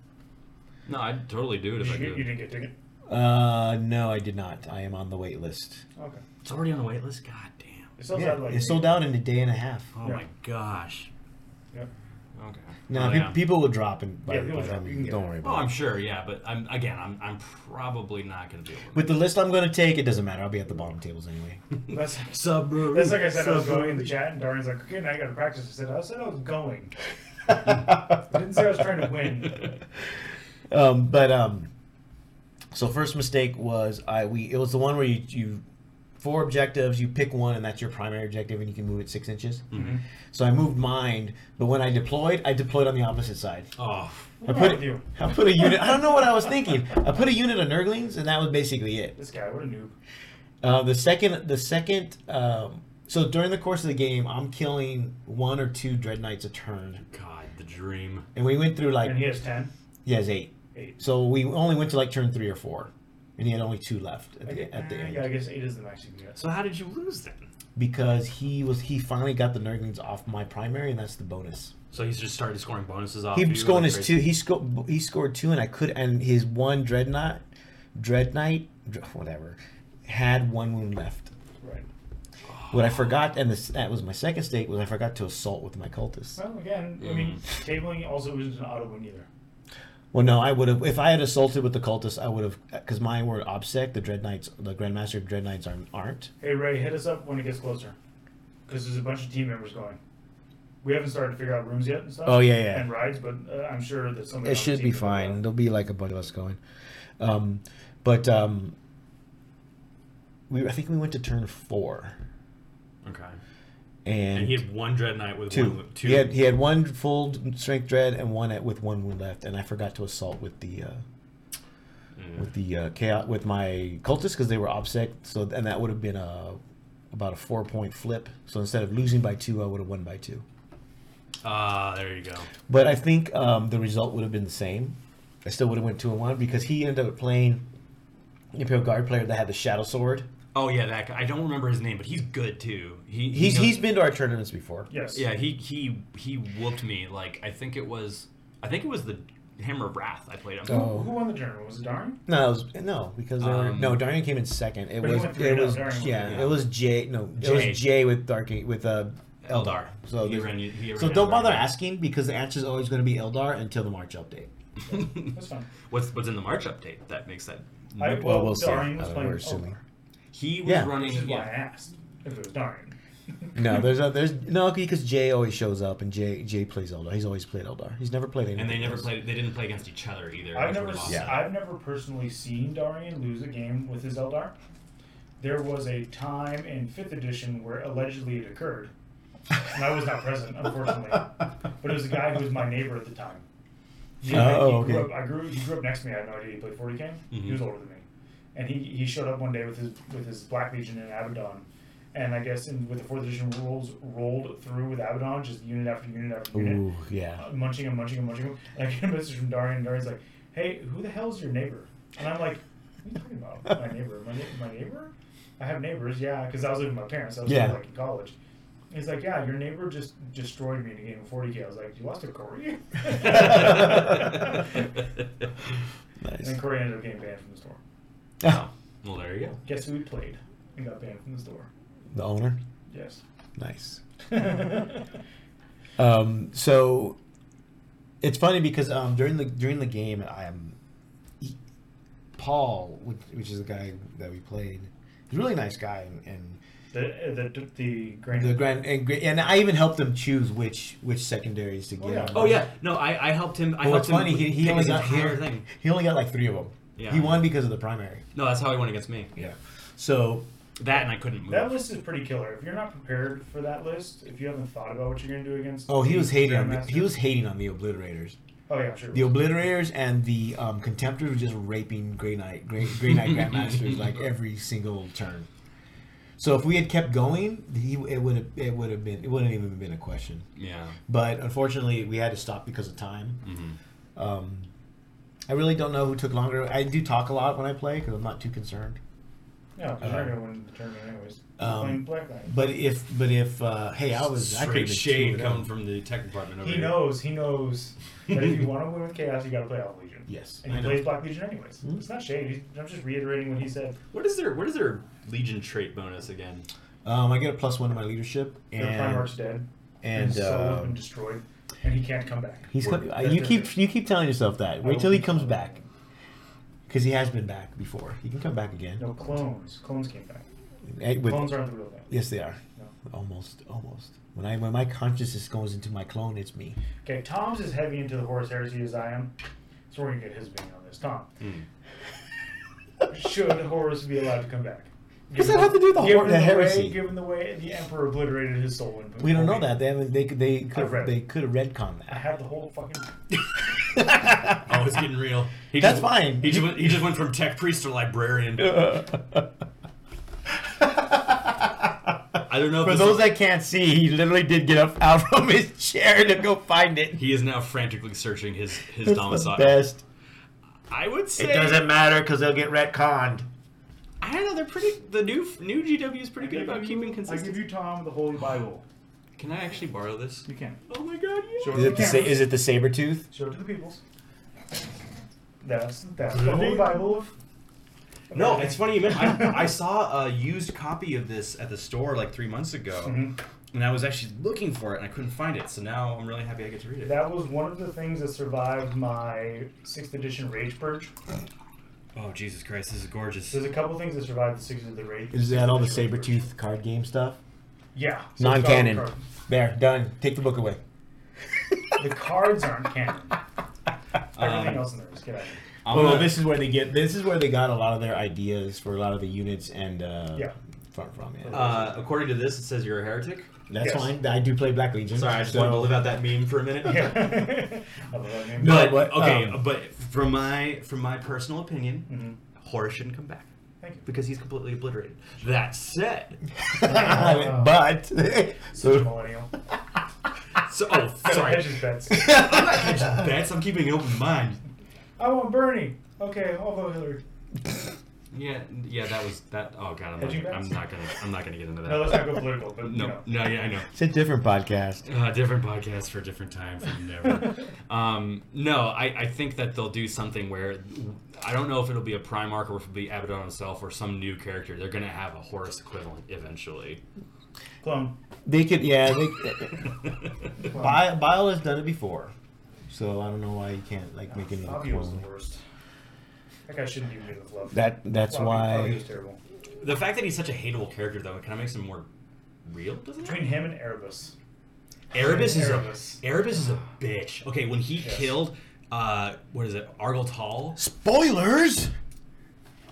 C: No, I'd totally do it
A: Did
C: if
A: you,
C: I
A: get, you
C: could.
A: didn't get a ticket.
B: Uh, no, I did not. I am on the wait list.
A: Okay.
C: It's already on the wait list. God damn.
A: It sells
B: yeah,
A: out like
B: it's sold out in a day and a half.
C: Oh
A: Yeah.
C: my gosh.
A: Yep.
C: Okay.
B: No,
C: oh,
B: pe-
C: yeah.
B: people will drop and buy
A: Yeah,
B: it,
A: people
B: but
A: drop.
B: I mean,
A: You can get
B: don't
A: it.
B: worry about
C: Oh,
B: it.
C: I'm sure. Yeah, but I'm again. I'm I'm probably not going to be able. to
B: With the list I'm going to take, it doesn't matter. I'll be at the bottom tables anyway.
A: That's,
C: sub.
A: that's like I said. I was going in the chat, and Darren's like, "Okay, now I got to practice." I said, "I said I was going. I didn't say I was trying to win."
B: um, but um, so first mistake was I we it was the one where you you four objectives you pick one and that's your primary objective and you can move it six inches.
A: Mm-hmm.
B: So Mm-hmm. I moved mine, but when I deployed, I deployed on the opposite side.
C: Oh,
B: I
A: wrong
B: put
A: with you?
B: I put a unit. I don't know what I was thinking. I put a unit on Nurglings, and that was basically it.
A: This guy, what a noob.
B: Uh, the second, the second. Um, so during the course of the game, I'm killing one or two Dread Knights a turn,
C: God, the dream.
B: and we went through like
A: And he has ten,
B: he has eight.
A: eight.
B: So we only went to like turn three or four, and he had only two left at the, at the
A: Ah,
B: end
A: Yeah, I guess eight is the max you can get.
C: So how did you lose then?
B: because he was he finally got the Nurglings off my primary, and that's the bonus.
C: So he's just started scoring bonuses off.
B: he
C: you,
B: scored
C: like
B: his
C: crazy?
B: two. He scored he scored two, and I could and his one dreadnought, dread knight, dr- whatever, had one wound left.
A: Right.
C: Oh,
B: What I forgot, and this that was my second stake, was I forgot to assault with my cultists.
A: Well, again, I mean,
C: Mm.
A: tabling also isn't an auto win either.
B: Well, no, I would have if I had assaulted with the cultists, I would have because mine were obsec. The dread knights, the grandmaster dread knights aren't aren't.
A: Hey Ray, hit us up when it gets closer, because there's a bunch of team members going. We haven't started to figure out rooms yet and stuff.
B: Oh, yeah, yeah.
A: And rides, but uh, I'm sure that somebody.
B: It
A: on the
B: should
A: team
B: be
A: can figure it
B: fine.
A: out.
B: There'll be like a bunch of us going. Um, but um, we I think we went to turn four,
C: Okay.
B: and,
C: And he had one dread knight with
B: two.
C: one two.
B: He had he had one full strength dread and one at, with one wound left, and I forgot to assault with the. Uh,
C: Mm.
B: with the uh, chaos with my cultists because they were obsec so and that would have been a about a four point flip so instead of losing by two i would have won by two
C: Ah, there you go.
B: But I think um, the result would have been the same. I still would have went two and one because he ended up playing the Imperial Guard player that had the Shadow Sword.
C: Oh yeah, that guy. I don't remember his name, but he's good too. He, he
B: He's
C: knows-
B: he's been to our tournaments before.
A: Yes.
C: yeah he he he whooped me like I think it was I think it was the Hammer of Wrath I played him.
A: Who,
B: Oh.
A: who won the tournament? Was it Darn?
B: No, it was, no, because they were,
C: Um,
B: no, Darian came in second. It
A: But he
B: was
A: went three oh.
B: it
A: to
B: was
A: Darian.
B: yeah,
C: Yeah.
B: it was Jay. No, it
C: Jay.
B: was Jay with Dark with uh, Eldar. So,
C: He
B: there's-
C: ran- oh he
B: so
C: ran
B: don't
C: Eldar.
B: bother asking because the answer is always going to be Eldar until the March update.
A: That's fine.
C: What's what's in the March update that makes that?
A: I,
B: Well, we'll see.
A: Darian
B: I
A: was
B: mean,
A: playing
B: we're
A: Ultima,
B: assuming.
C: He was
B: Yeah.
A: Which is
C: running.
A: why I
C: Yeah.
A: asked if it was Darian.
B: No, there's a, there's no because Jay always shows up and Jay Jay plays Eldar. He's always played Eldar. He's never played.
C: And they
B: anything
C: never
B: else.
C: played. They didn't play against each other either.
A: I've
C: which
A: never,
C: would've
A: s
C: lost.
B: Yeah.
A: have never personally seen Darian lose a game with his Eldar. There was a time in fifth edition where allegedly it occurred, and I was not present, unfortunately. But it was a guy who was my neighbor at the time. He-
B: Oh,
A: he grew
B: okay. Mm-hmm.
A: up- I grew. He grew up next to me. I had no idea he played 40k.
C: Mhm.
A: He was older than me, and he, he showed up one day with his with his Black Legion in Abaddon, and I guess in, with the fourth edition rules rolled through with Abaddon, just unit after unit after unit
B: Ooh, yeah.
A: uh, munching and munching and munching. him. And I get a message from Darian, and Darian's like, "Hey, who the hell's your neighbor?" And I'm like, "What are you talking about? My neighbor? My, nei- my neighbor? I have neighbors, yeah, because I was living with my parents. I was
B: Yeah.
A: still, like in college." And He's like, "Yeah, your neighbor just destroyed me in a game of 40k." I was like, "You lost to Corey?" and
B: Nice.
A: then Corey ended up getting banned from the store.
C: Oh, well, there you go.
A: Guess who we played and got banned from the store?
B: the owner.
A: Yes.
B: Nice.
A: yeah,
B: Um, so it's funny because um, during the during the game, I'm he, Paul, which, which is the guy that we played. He's a really nice guy, and,
A: the the the
B: and
A: grand.
B: the grand and, gra- and I even helped him choose which which secondaries to get.
A: Oh, yeah.
B: on.
C: Oh yeah, no, I, I helped him. I
B: Well, what's
C: helped
B: funny,
C: him
B: he, he
C: pick
B: only
C: his
B: got
C: entire
B: here.
C: thing.
B: He only got like three of them.
C: Yeah.
B: He won because of the primary.
C: No, that's how he won against me.
B: Yeah. So
C: That and I couldn't move.
A: That list is pretty killer. If you're not prepared for that list, if you haven't thought about what you're gonna do against,
B: oh, he
A: the
B: was hating. On the,
A: Grandmaster-
B: he was hating on the obliterators.
A: Oh yeah, sure.
B: The obliterators and the um, contemptors were just raping Grey Knight, Grey, Grey Knight Grandmasters like every single turn. So if we had kept going, he it would have it would have been it wouldn't even been a question.
C: Yeah. Mm-hmm.
B: But unfortunately, we had to stop because of time. Um, I really don't know who took longer. I do talk a lot when I play because I'm not too concerned.
A: no, because you're
B: um,
A: not gonna win the tournament anyways. You're
B: um,
A: playing Black Knight.
B: But if but if uh, hey, I was I could've been
C: Straight shade
B: screwed
C: coming
B: up.
C: from the tech department over
A: he
C: here.
A: knows. He knows that if you want to win with Chaos, you got to play Alpha Legion.
B: Yes,
A: And he
B: I know.
A: plays Black Legion anyways.
B: Hmm?
A: It's not shade. He's, I'm just reiterating what he said.
C: What is their What is their Legion trait bonus again?
B: Um, I get a plus one to my leadership
A: Your
B: and
A: Primarch's dead.
B: and
A: his soul has
B: um,
A: been destroyed, and he can't come back.
B: He's
C: Word.
B: com- uh, you
A: That's
B: keep
A: different.
B: you keep telling yourself that.
A: I
B: Wait
A: will
B: till he
A: keep
B: comes
A: telling
B: back, because he has been back before. He can come back again.
A: No clones. Clones came back.
B: Eh, with-
A: clones aren't the real thing.
B: yes, they are.
A: No.
B: Almost, almost. When I when my consciousness goes into my clone, it's me.
A: Okay, Tom's as heavy into the horse heresy as I am, so we're gonna get his opinion on this. Tom, should Horus be allowed to come back?
B: What does that have to do with the
A: given
B: hor- the heresy?
A: Way, given the way the Emperor obliterated his soul. In
B: We don't know that. They haven't. They could. They could.
A: I've read it.
B: They could have redcon
A: I
B: that.
A: have the whole fucking.
C: Oh, it's getting real. He
B: That's
C: just,
B: fine.
C: He just, went- he just went from tech priest to librarian. I don't know. If
B: For
C: this
B: those
C: is-
B: that can't see, he literally did get up out from his chair to go find it.
C: he is now frantically searching his his
B: It's the
C: domicile.
B: best.
C: I would say
B: It doesn't matter because they'll get retconned.
C: I don't know. They're pretty. The new new GW is pretty good about keeping
A: I give
C: consistency.
A: you Tom the Holy Bible.
C: Can I actually borrow this?
A: You can
C: Oh my god! Yeah.
A: Sure.
B: Is it the, sa- is it the saber tooth?
A: show it to the peoples. That's that's the Holy Bible. Of,
C: No, it's funny you mentioned. I, I saw a used copy of this at the store like three months ago,
A: Mhm.
C: and I was actually looking for it and I couldn't find it. So now I'm really happy I get to read it.
A: That was one of the things that survived my sixth edition Rage Purge.
C: oh Jesus Christ! This is gorgeous.
A: There's a couple things that survived the sixth of the Rage.
B: Is that all the
A: sixth edition
B: saber
A: Rage Purge.
B: tooth card game stuff?
A: Yeah. so it's
B: Non canon.
A: all the cards.
B: There, done. Take the book away.
A: The cards aren't canon.
B: Uh.
A: Everything
C: Um,
A: else in there is canon.
C: I'm
B: Oh, well,
C: gonna-
B: this is where they get. This is where they got a lot of their ideas for a lot of the units and uh,
A: Yeah.
B: front from. Yeah.
C: uh, according to this, it says you're a heretic.
B: That's
A: yes.
B: fine. I do play Black Legion.
C: Sorry, I just
B: so-
C: wanted to live out that meme for a minute.
A: Yeah. I love that name.
B: No,
C: But
B: but,
C: okay,
B: um,
C: but from my from my personal opinion,
A: Mhm.
C: Horace shouldn't come back
A: Thank you.
C: because he's completely obliterated. That said,
B: but
A: Such a
B: so,
A: millennial.
C: so oh
A: Sorry.
C: sorry,
A: Hedges bets.
C: I'm not catching bets. I'm keeping an open mind.
A: I want Bernie. Okay, I'll vote Hillary.
C: Yeah, yeah, that was that. Oh god, I'm,
A: Hedging
C: not, I'm
A: bets?
C: not gonna I'm not gonna get into that.
A: No, let's not go political, but you
C: no,
A: know.
C: no, yeah, I know.
B: it's a different podcast.
C: Uh, different podcast for a different time for never. um, no, I, I think that they'll do something where I don't know if it'll be a Primarch or if it'll be Abaddon himself or some new character. They're gonna have a Horus equivalent eventually.
A: Clone.
B: They could, yeah. They, Bile, Bile has done it before, so I don't know why you can't like make another
A: Fabio was the
B: clone.
A: worst. That guy shouldn't even be with Love.
B: That that's
A: Fabio- Fabio
B: why.
A: was terrible.
C: The fact that he's such a hateable character, though, it kind of makes him more real, doesn't
A: Between
C: it?
A: him and Erebus.
C: Erebus is
A: Erebus.
C: a Erebus is a bitch. Okay, when he
A: Yes.
C: killed, uh, what is it, Argyle Tall?
B: Spoilers.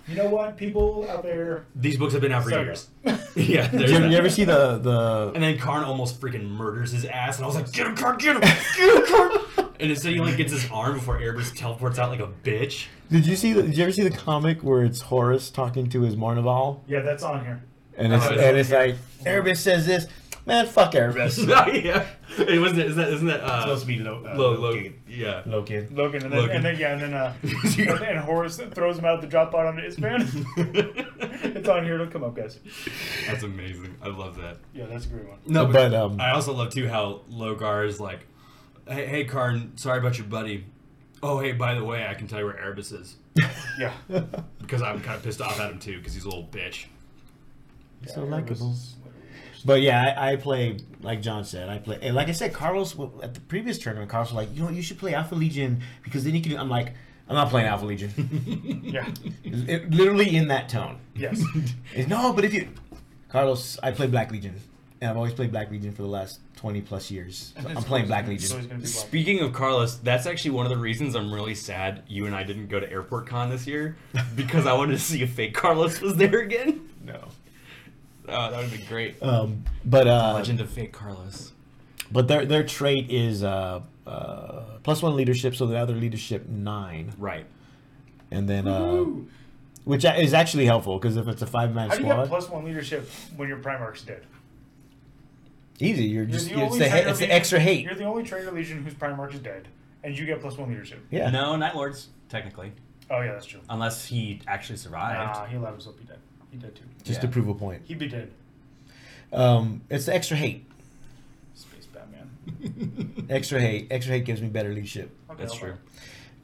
A: You know what, people out there?
C: These books have been out for
A: Suck
C: years.
A: it.
C: yeah,
B: Did
C: there's
B: you, ever-
C: that.
B: you ever see the the?
C: And then Karn almost freaking murders his ass, and I was like, "Get him, Karn! Get him! Get him, Karn!" and instead, he like gets his arm before Erebus teleports out like a bitch.
B: Did you see? The, did you ever see the comic where it's Horus talking to his Marnival,
A: Yeah, that's on here.
B: and it's
C: Oh, yeah.
B: and it's like Erebus says this, man, fuck Erebus.
C: yeah, it wasn't. Isn't that? Isn't that uh,
B: supposed to be Lo- uh,
C: Lo- Lo-
B: Loki.
C: Yeah.
B: Loki.
A: Logan, and then,
C: Logan.
A: And then yeah, and then uh, and Horace throws him out the drop pod onto his man. it's on here. It'll come up, guys.
C: That's amazing. I love that.
A: Yeah, that's a great one.
C: No,
B: But, um,
C: I also love too how Logar is like, "Hey, hey, Karn, sorry about your buddy. Oh, hey, by the way, I can tell you where Erebus is
A: Yeah.
C: because I'm kind of pissed off at him too because he's a little bitch."
A: Yeah,
B: So
A: Erebus
B: likable.
A: is literally the worst.
B: But yeah, I, I play like John said. I play and like I said. Carlos w- at the previous tournament, Carlos was like, you know, what, you should play Alpha Legion because then you can. I'm like, I'm not playing Alpha Legion.
A: Yeah.
B: It- it- literally in that tone.
A: Yes.
B: It's, no, but if you, Carlos, I play Black Legion, and I've always played Black Legion for the last twenty plus years. So I'm
A: It's
B: playing
A: always
B: Black
A: gonna- it's always
B: Legion.
A: gonna be black.
C: Speaking of Carlos, that's actually one of the reasons I'm really sad you and I didn't go to Airport Con this year because I wanted to see if fake Carlos was there again.
B: No.
C: Oh, that would have been great.
B: Um, but uh,
C: Legend of fake Carlos.
B: but their their trait is uh, uh, plus one leadership, so now they're leadership nine,
C: Right.
B: and then uh, which a- is actually helpful because if it's a five man
A: How do you have
B: squad,
A: plus one leadership when your Primarch's dead?
B: easy. You're just
A: the
B: you're- it's
A: only
B: the, he-
A: traitor
B: it's the
A: legion-
B: extra hate.
A: You're the only traitor legion whose Primarch is dead, and you get plus one leadership.
B: Yeah.
C: No, Night Lords, technically.
A: Oh yeah, that's true.
C: Unless he actually survived.
A: Nah, he allowed himself to be dead. He dead too.
B: Just
C: Yeah.
B: to prove a point.
A: He'd be dead.
B: Um, it's the extra hate.
A: Space Batman.
B: Extra hate. Extra hate gives me better leadership.
A: Okay,
C: That's
A: I'll-
C: true.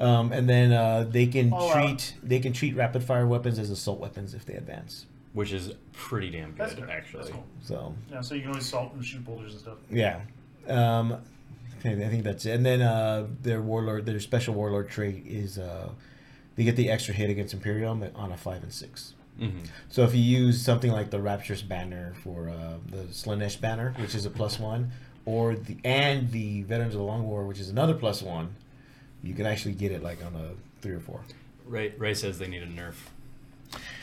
B: Um, and then uh, they can
A: All out.
B: treat they can treat rapid fire weapons as assault weapons if they advance.
C: Which is pretty damn good,
A: That's good.
C: actually.
A: That's cool.
B: So
A: Yeah, so you can only salt and shoot boulders and stuff.
B: yeah, um, I think I think that's it. And then uh, their warlord, their special warlord trait is uh, they get the extra hit against Imperium on a five and six.
C: Mhm.
B: So if you use something like the Rapturous banner for uh, the Slanesh banner, which is a plus one, or the and the Veterans of the Long War, which is another plus one, you can actually get it like on a three or four.
C: Ray, Ray says they need a nerf.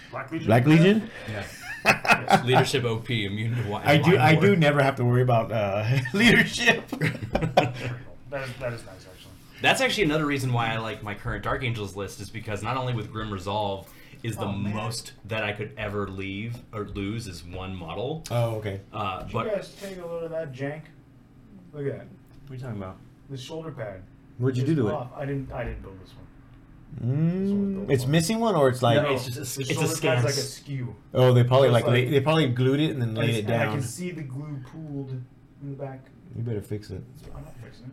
A: Black Legion.
B: Black Legion.
C: Yeah. Leadership OP, immune to wi-
B: I do.
C: wine
B: I
C: war.
B: do never have to worry about uh, leadership.
A: That is, that is nice actually.
C: That's actually another reason why I like my current Dark Angels list is because not only with Grim Resolve is the
A: Oh, man.
C: most that I could ever leave or lose is one model,
B: oh, okay.
C: uh,
A: Did you
C: but
A: guys take a load of that jank? Look at that.
B: What are you talking about?
A: The shoulder pad.
B: What'd you do
A: is
B: to it?
A: off. I didn't. I didn't build this one.
B: Mm, it's missing one, or it's like
C: No, it's just a s-
A: the
C: it's a
A: shoulder pad's
C: scam.
A: like askew.
B: oh, they probably
A: It's
B: like,
A: like-
B: la- they probably glued it and then laid
A: it's-
B: it
A: and I
B: down.
A: can see the glue pooled in the back.
B: You better fix it.
A: So I'm not fixing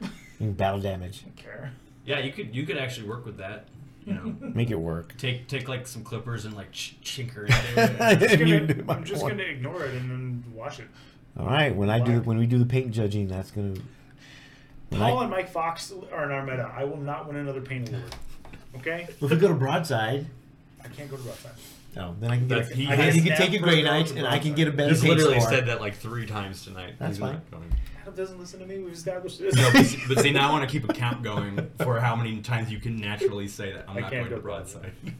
A: it.
B: You can battle damage.
A: I don't care.
C: yeah, you could you could actually work with that. You know,
B: Make it work.
C: take take like some clippers and like ch- chinker
B: it.
A: Just
B: If you
A: gonna-
B: do my
A: I'm just
B: one.
A: gonna ignore it and then wash it.
B: All right, when I do
A: Black.
B: when we do the paint judging, that's gonna. when
A: Paul
B: I-
A: and Mike Fox are in our meta. I will not win another paint award. Okay?
B: Well, if we go to broadside,
A: I can't go to Rough Time.
B: no, then I can get.
C: That's-
B: A,
C: he
B: I can,
C: has
B: he can
A: that
B: take a
A: for
B: gray
A: going
B: knight,
A: to
B: and I can
A: broadside.
B: get a better
C: He's
B: paint
C: literally
B: score.
C: said that like three times tonight.
B: That's
C: He's not
B: fine.
C: going.
A: Adam doesn't listen to me. We've established this.
C: No, but, see- but see, now I want to keep a count going for how many times you can naturally say that I'm
A: I
C: not going
A: can't
C: to
A: go
C: broadside.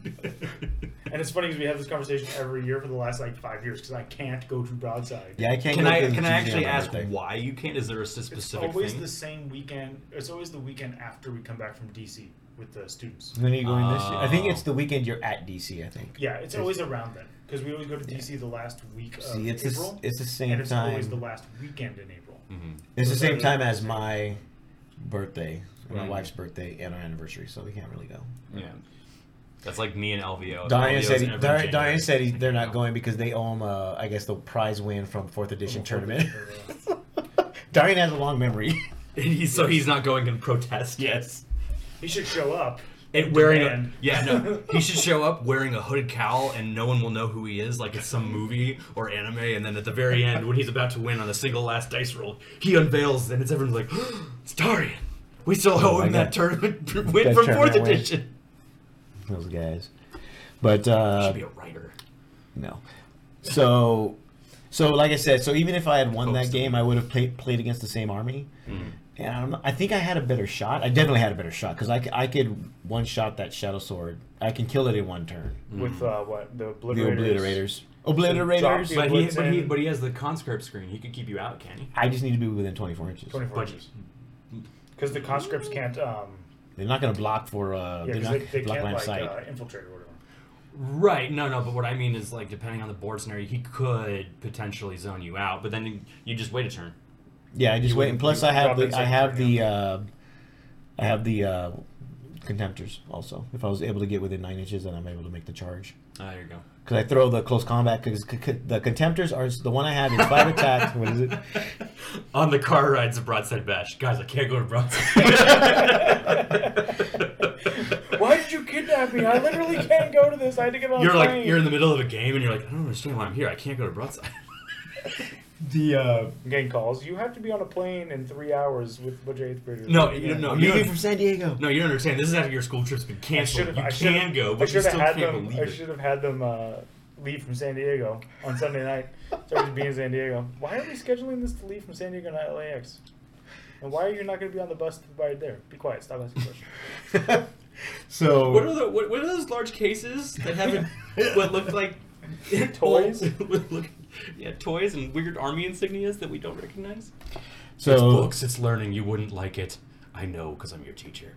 A: and it's funny because we have this conversation every year for the last like five years because I can't go to Broadside.
B: Yeah, I can't.
C: Can
B: go
C: I
B: to the
C: can
B: GG on
C: I actually
B: my
C: ask
B: birthday.
C: why you can't? Is there a
A: It's
C: specific
A: always
C: thing?
A: the same weekend. It's always the weekend after we come back from DC with the students.
B: When are you going this year? I think
C: Oh.
B: it's the weekend you're at DC. I think.
A: Yeah, it's always around then because we always go to DC the last week of
B: See, it's the s-
A: April.
B: it's the same
A: and it's always
B: time.
A: the last weekend in April.
C: Mhm.
B: It's the
A: So
B: same
A: that-
B: time as my birthday, my
C: Right.
B: wife's birthday, and our anniversary, so we can't really go.
C: Yeah. That's like me and LVO.
B: Diane
C: LVO's
B: said, he, Diane,
C: every January.
B: Diane said he, they're not
C: Yeah.
B: going because they owe him, uh, I guess, the prize win from fourth edition
A: From the
B: tournament.
A: fourth
B: Diane has a long memory.
C: He's- so he's not going in protest.
B: Yes.
A: He should show up.
C: And wearing a,
A: Demand.
C: yeah, no, he should show up wearing a hooded cowl, and no one will know who he is, like it's some movie or anime. And then at the very end, when he's about to win on the single last dice roll, he unveils, and it's everyone's like, "It's Darian. We still owe
B: my
C: him that tournament
B: Oh,
C: win
B: That
C: from
B: tournament
C: fourth
B: win.
C: edition."
B: Those guys. But uh,
C: should be a writer.
B: no. So, so like I said, so even if I had won
C: Hope
B: that
C: so.
B: game, I would have played played against the same army.
C: Mm.
B: And I'm, I think I had a better shot. I definitely had a better shot because I, c- I could one shot that shadow sword. I can kill it in one turn.
A: with uh, what the obliterators.
B: Mm. The obliterators.
A: Drop
B: Obliterators.
A: you.
C: But he,
A: Woods
C: but he,
B: uh,
A: and-
C: but he has the conscript screen. He could keep you out, can he?
B: I just need to be within 24 inches.
A: Twenty-four
C: Budget.
A: inches. Because the conscripts can't. Um,
B: They're not going to block for.
A: yeah,
B: Uh, they're
A: 'cause
B: not
A: they, they
B: block
A: can't
B: line of
A: like
B: sight.
A: uh, infiltrate or whatever.
C: Right. No, no. But what I mean is, like, depending on the board scenario, he could potentially zone you out. But then you, you just wait a turn.
B: yeah, I just
A: you
B: wait.
A: would-
B: And plus,
A: you
B: I have
A: drop
B: the
A: in
B: I have
A: second
B: the uh, I have the uh, contemptors also. If I was able to get within nine inches, then I'm able to make the charge.
C: Ah, there you go.
B: Because I throw the close combat. Because c- c- the contemptors are the one I have is five attacks. What is it?
C: On the car rides to Broadside Bash, guys. I can't go to Broadside.
A: Why did you kidnap me? I literally can't go to this. I had to get on.
C: You're
A: a
C: like
A: plane.
C: you're in the middle of a game, and you're like, I don't understand why I'm here. I can't go to Broadside.
B: The uh,
A: I'm getting calls. You have to be on a plane in three hours with bunch of eighth graders.
C: No, you no,
B: I'm
C: you
B: leaving
C: don't,
B: from San Diego.
C: no, you don't understand. This is after your school trip's been
A: I should
C: canceled.
A: have.
C: You
A: I should
C: can
A: have,
C: go,
A: I
C: but you
A: should have
C: still
A: had
C: can't
A: them,
C: believe
A: I
C: it.
A: should have had them uh, leave from San Diego on Sunday night. So I could be in San Diego. Why are we scheduling this to leave from San Diego to LAX? And why are you not going to be on the bus to ride there? Be quiet. Stop asking questions.
B: so
C: What are the what, what are those large cases that have what look like
A: Toys?
C: What look- yeah, toys and weird army insignias that we don't recognize.
B: so
C: it's books. It's learning. You wouldn't like it. I know because I'm your teacher.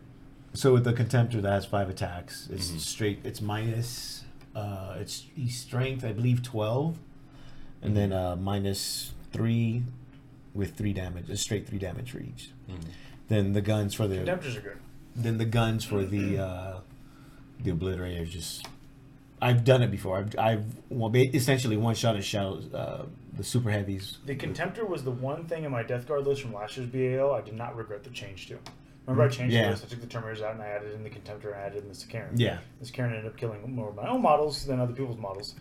B: So with the contemptor that has five attacks, it's
C: Mm-hmm.
B: straight. It's minus. Uh, it's he's strength, I believe, twelve, and then
C: Mm-hmm.
B: uh, minus three, with three damage, a straight three damage for each. Then the guns for the
A: Tempters are good.
B: then the guns for the
C: Mm-hmm.
B: uh, the obliterators. Just I've done it before. I've I've well, ba- essentially one shot at shadows. Uh, the super heavies.
A: The Contemptor was the one thing in my Death Guard list from last year's BAO I did not regret the change to. Remember, I
C: Mm,
A: changed
B: Yeah.
A: the list. I took the Terminators out and I added in the Contemptor and I added in the Sakaran.
B: Yeah.
A: This Karen ended up killing more of my own models than other people's models.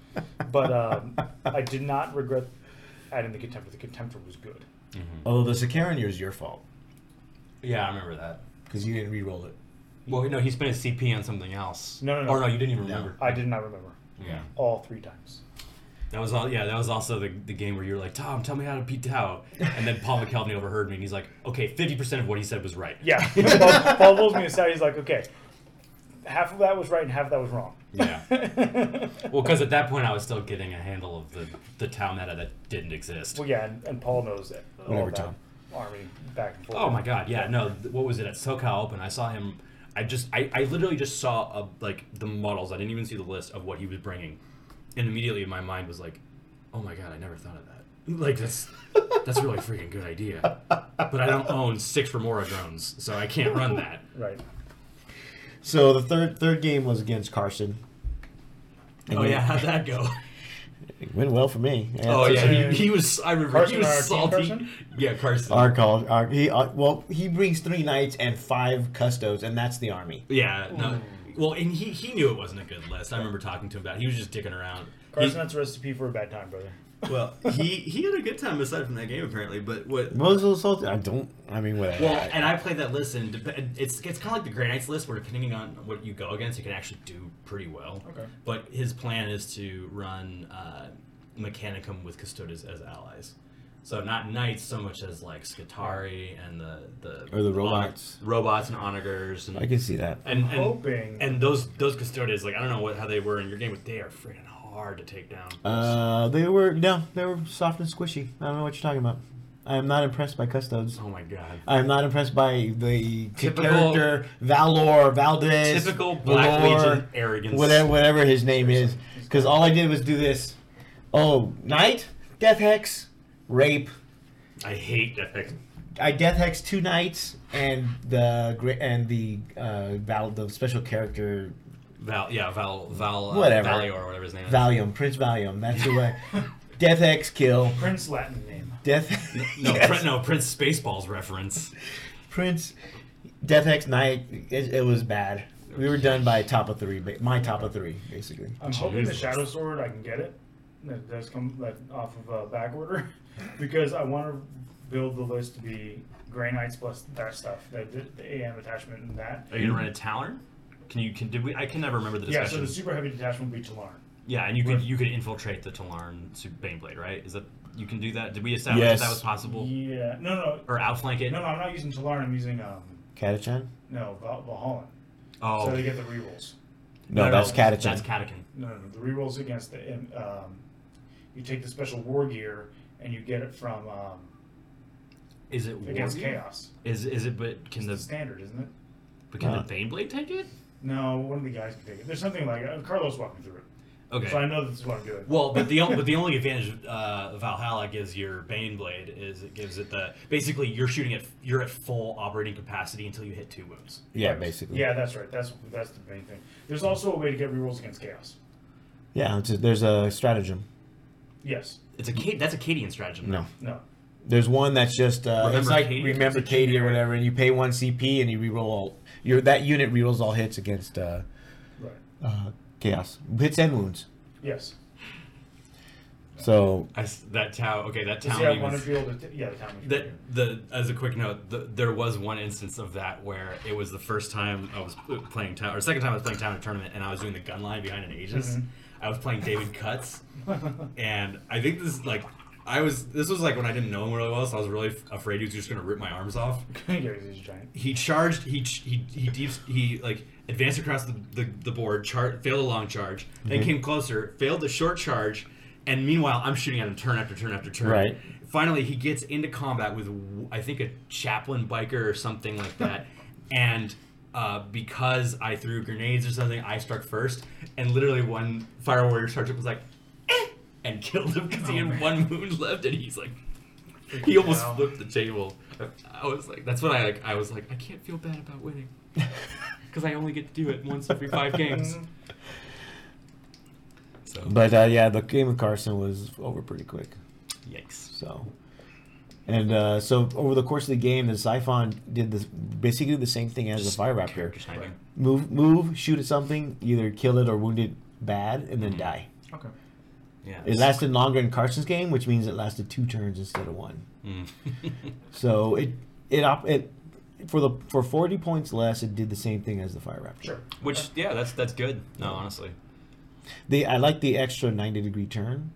A: But
C: uh,
A: um, I did not regret adding the Contemptor. The Contemptor was good.
B: Although the Sakaran year is your fault
C: Yeah, I remember that.
B: because you didn't re-roll it.
C: Well, no, he spent his CP on something else.
A: No, no, no.
C: Or no, you didn't even remember.
A: I did not remember.
C: Yeah,
A: All three times.
C: that was all. Yeah, that was also the, the game where you were like, Tom, tell me how to beat Tao, and then Paul McKelvey overheard me, and he's like, okay, fifty percent of what he said was right.
A: Yeah. Paul, Paul pulls me aside. He's like, okay, half of that was right and half of that was wrong.
C: Yeah. well, because at that point I was still getting a handle of the the town meta that didn't exist.
A: Well, yeah, and, and Paul knows that. all
B: Whatever,
A: that
B: Tom.
A: Army back and forth.
C: Oh my god, yeah, no. th- What was it at SoCal Open? I saw him. I just, I, I literally just saw uh like the models. I didn't even see the list of what he was bringing, and immediately my mind was like, oh my god, I never thought of that. Like that's that's really a freaking good idea. But I don't own six Remora drones, so I can't run that.
A: Right.
B: So the third third game was against Carson. And
C: Oh
B: we-
C: yeah, how'd that go?
B: It went well for me.
C: Oh
B: it's-
C: yeah, he, he was. I remember
A: Carson,
C: he was
A: our team
C: salty.
A: person?
C: Yeah, Carson.
B: Our call. Our, he uh, well, he brings three knights and five custodes, and that's the army.
C: Yeah, no.
A: Oh.
C: Well, and he, he knew it wasn't a good list. I remember talking to him about. It. He was just dicking around.
A: Carson, that's a recipe for a bad time, brother.
C: well, he he had a good time aside from that game apparently. But what?
B: Moses assaulted. I don't. I mean, whatever.
C: Well, and I played that list, and dep- it's it's kind of like the Grey Knights list, where depending on what you go against, you can actually do pretty well.
A: Okay.
C: But his plan is to run uh, Mechanicum with Custodes as allies. So not knights so much as like Skatari and the the
B: Or the robots.
C: robots and onagers and
B: I can see that.
C: and, and
A: Hoping.
C: and those those custodians like I don't know what how they were in your game, but they are freaking hard to take down.
B: Uh, they were no, they were soft and squishy. I don't know what you're talking about. I am not impressed by custodes.
C: oh my god.
B: I am not impressed by the
C: Typical-
B: character Valor Valdez.
C: Typical Black
B: Valor,
C: Legion arrogance.
B: whatever whatever his name is. Because all I did was do this. Oh, knight, death hex, rape.
C: I hate that pick.
B: I death hex two knights and the gra- and the uh, val the special character
C: Val yeah, Val Val uh,
B: Whatever.
C: Valior or whatever his name is.
B: Valium Prince Valium. That's who I death hex kill
A: Prince Latin name.
B: death.
C: no,
B: Yes.
C: Prin- no, Prince Spaceballs reference.
B: Prince death hex knight. It, it was bad. We were done by top of three. ba- My top of three, basically.
A: I'm hoping the
C: Jesus.
A: Shadow Sword I can get it. That does come like, off of uh, back order because I want to build the list to be Grey Knights plus that stuff, the, the, the AM attachment and that.
C: Are you gonna run a Talon? Can you can did we? I can never remember the
A: Yeah,
C: discussion.
A: so the super heavy detachment would be Talarn.
C: Yeah, and you could
A: Right.
C: you could infiltrate the Talarn Super Baneblade, right? Is that you can do that? Did we establish
B: Yes.
C: that was possible?
A: Yeah, no, no,
C: Or outflank it?
A: no, no. I'm not using Talarn. I'm using um,
B: Catachan?
A: no Val- Valhalla.
C: Oh,
A: So they get the rerolls.
B: No, that's Catachan.
C: That's Catachin.
A: No, no, no, the rerolls against the and, um, you take the special war gear and you get it from um,
C: Is it
A: against
C: Warrior?
A: chaos.
C: Is is it? But can
A: It's the
C: the
A: standard, isn't it?
C: but can
B: Uh.
C: the Baneblade take it?
A: No, one of the guys can take it. There's something like uh, Carlos walked me through it.
C: Okay.
A: So I know this is what I'm doing.
F: Well, but the on- but the only advantage uh, Valhalla gives your Baneblade is it gives it the basically you're shooting at you're at full operating capacity until you hit two wounds.
B: Yeah, basically.
A: Yeah, that's right. That's that's the main thing. There's also a way to get rerolls against chaos.
B: Yeah, it's a- there's a stratagem.
A: Yes.
C: it's a Ca- that's a Cadian stratagem. though.
B: No.
A: No.
B: There's one that's just uh, it's
C: Remember
B: like
C: Katie?
B: remember
C: It's a
B: Katie or whatever, and you pay one CP and you reroll all your that unit rerolls all hits against uh,
A: Right.
B: uh, chaos hits and wounds.
A: Yes.
B: So
C: I s that Tau. Okay, that
A: Does
C: Tau.
A: he have
C: even-
A: one to be able to? T- yeah, the town.
C: that the as a quick note, the, there was one instance of that where it was the first time I was playing town, or second time I was playing town in a tournament, and I was doing the gun line behind an Aegis.
A: Mhm.
C: I was playing David Cuts, and I think this is like I was this was like when I didn't know him really well, so I was really f- afraid he was just gonna rip my arms off.
A: yeah, he's a giant.
C: He charged. He ch- he he deep, he like advanced across the the, the board. Char- failed a long charge, then came closer, failed the short charge, and meanwhile I'm shooting at him turn after turn after turn.
B: Right.
C: Finally, he gets into combat with w- I think a chaplain biker or something like that, and. Uh, because I threw grenades or something, I struck first, and literally one fire warrior charged up was like, "Eh," and killed him because he had one wound left, and he's like, he almost
A: hell.
C: flipped the table. I was like, that's what I like. I was like, I can't feel bad about winning because I only get to do it once every five games. So
B: But uh, yeah, the game with Carson was over pretty quick.
C: yikes.
B: So, and uh, so over the course of the game, the Siphon did this, basically the same thing as the Fire Raptor:
C: Timing.
B: move, move, shoot at something, either kill it or wound it bad, and then die.
A: Okay.
C: Mm-hmm. Yeah.
B: It lasted longer in Carson's game, which means it lasted two turns instead of one.
C: Mm.
B: So it it op- it for the for forty points less, it did the same thing as the Fire Raptor.
A: Sure.
C: Which yeah, that's that's good. No, honestly,
B: The I like the extra ninety degree turn.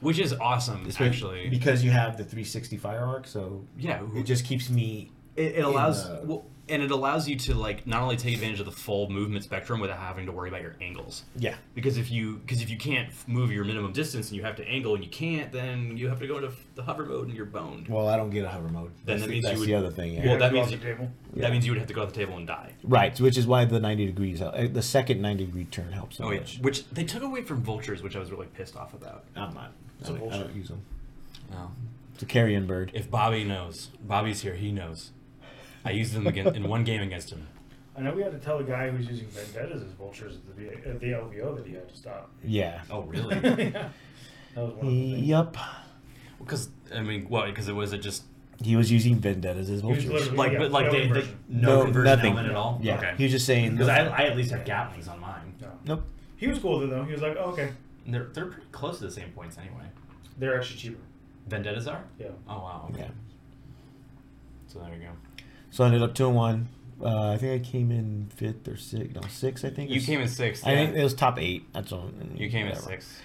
C: which is awesome
B: This way-
C: Mm, actually.
B: because you have the three sixty fire arc, so
C: yeah, who-
B: it just keeps me.
C: it, it allows
B: the-
C: well, and it allows you to like not only take advantage of the full movement spectrum without having to worry about your angles.
B: Yeah,
C: Because if you because if you can't f- move your minimum distance and you have to angle and you can't, then you have to go into f- the hover mode and you're boned.
B: well, I don't get a hover mode.
C: Then
B: That's,
C: that
B: the-
C: means you
B: that's
C: would-
B: the other thing. Yeah.
C: Well, that
A: Go off
C: means
A: the table.
B: Yeah.
C: That means you would have to go off the table and die.
B: right, which is why the ninety degrees, uh, the second ninety degree turn helps so
C: Oh yeah,
B: much.
C: which they took away from vultures, which I was really pissed off about.
B: I'm not. I
A: a
B: don't, I
A: vulture.
B: don't use them.
C: No.
B: It's a carrion bird.
C: If Bobby knows, Bobby's here. He knows. I used them again in one game against him.
A: I know we had to tell a guy who's using vendettas as vultures at the, V- at the LVO that he had to stop.
B: Yeah.
C: Oh really?
A: yeah. That was one of the things.
B: Yup.
C: Because I mean, what? Because it was it just
B: He was using vendettas
A: was
B: as vultures.
A: literally-
C: like
A: Yeah,
C: but like
A: no
C: they, they
A: conversion.
C: no,
B: No,
C: conversion
B: nothing.
C: element at all.
B: Yeah. He
C: Okay.
B: was just saying.
C: Because I, I at least have gaplings on mine.
A: No.
B: nope.
A: He was cool with it though. He was like, oh, okay,
C: And they're they're pretty close to the same points anyway.
A: they're actually cheaper.
C: Vendettas are.
A: Yeah.
C: Oh wow. Okay.
B: Yeah.
C: So there you go.
B: So I ended up two and one. Uh, I think I came in fifth or sixth. No, six. I think or
C: You
B: s-
C: came in sixth.
B: I think
C: yeah.
B: it was top eight. That's all.
C: You came in
B: Mm, whatever.
C: sixth.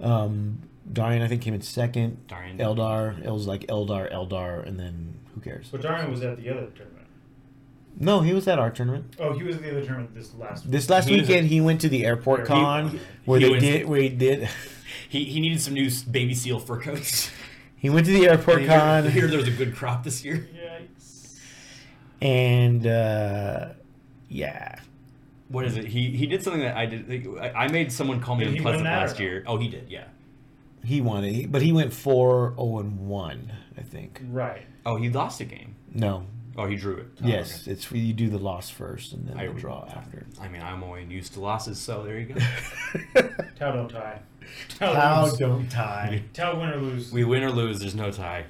B: Um, Darian, I think, came in second.
C: Darian.
B: Eldar. It was like Eldar, Eldar, and then who cares?
A: But Darian was at the other tournament.
B: No, he was at our tournament.
A: Oh, he was at the other tournament this last.
B: This last
C: He was
B: weekend, he went to the airport
A: He-
B: con where
C: he
B: they
C: was-
B: did. Where he did.
C: He he needed some new s- baby seal fur coats.
B: he went to the airport
C: I
B: con
C: hear there's a good crop this year.
A: Yikes.
B: and uh, yeah,
C: What is it? He he did something that I did. like, I I made someone call me
A: Did he win
C: unpleasant
A: that or
C: last
A: no?
C: year. Oh, he did. Yeah.
B: he won it. He- But he went four zero and one. I think.
A: Right.
C: Oh, he lost a game.
B: No.
C: Oh, he drew it. Oh,
B: yes, it's you do the loss first and then
C: I
B: the
C: re-
B: draw after.
C: okay. I mean, I'm only used to losses, so there you go.
A: Tao don't tie. Tao, lose.
B: don't tie.
A: Tao win or lose.
C: we win or lose. There's no tie.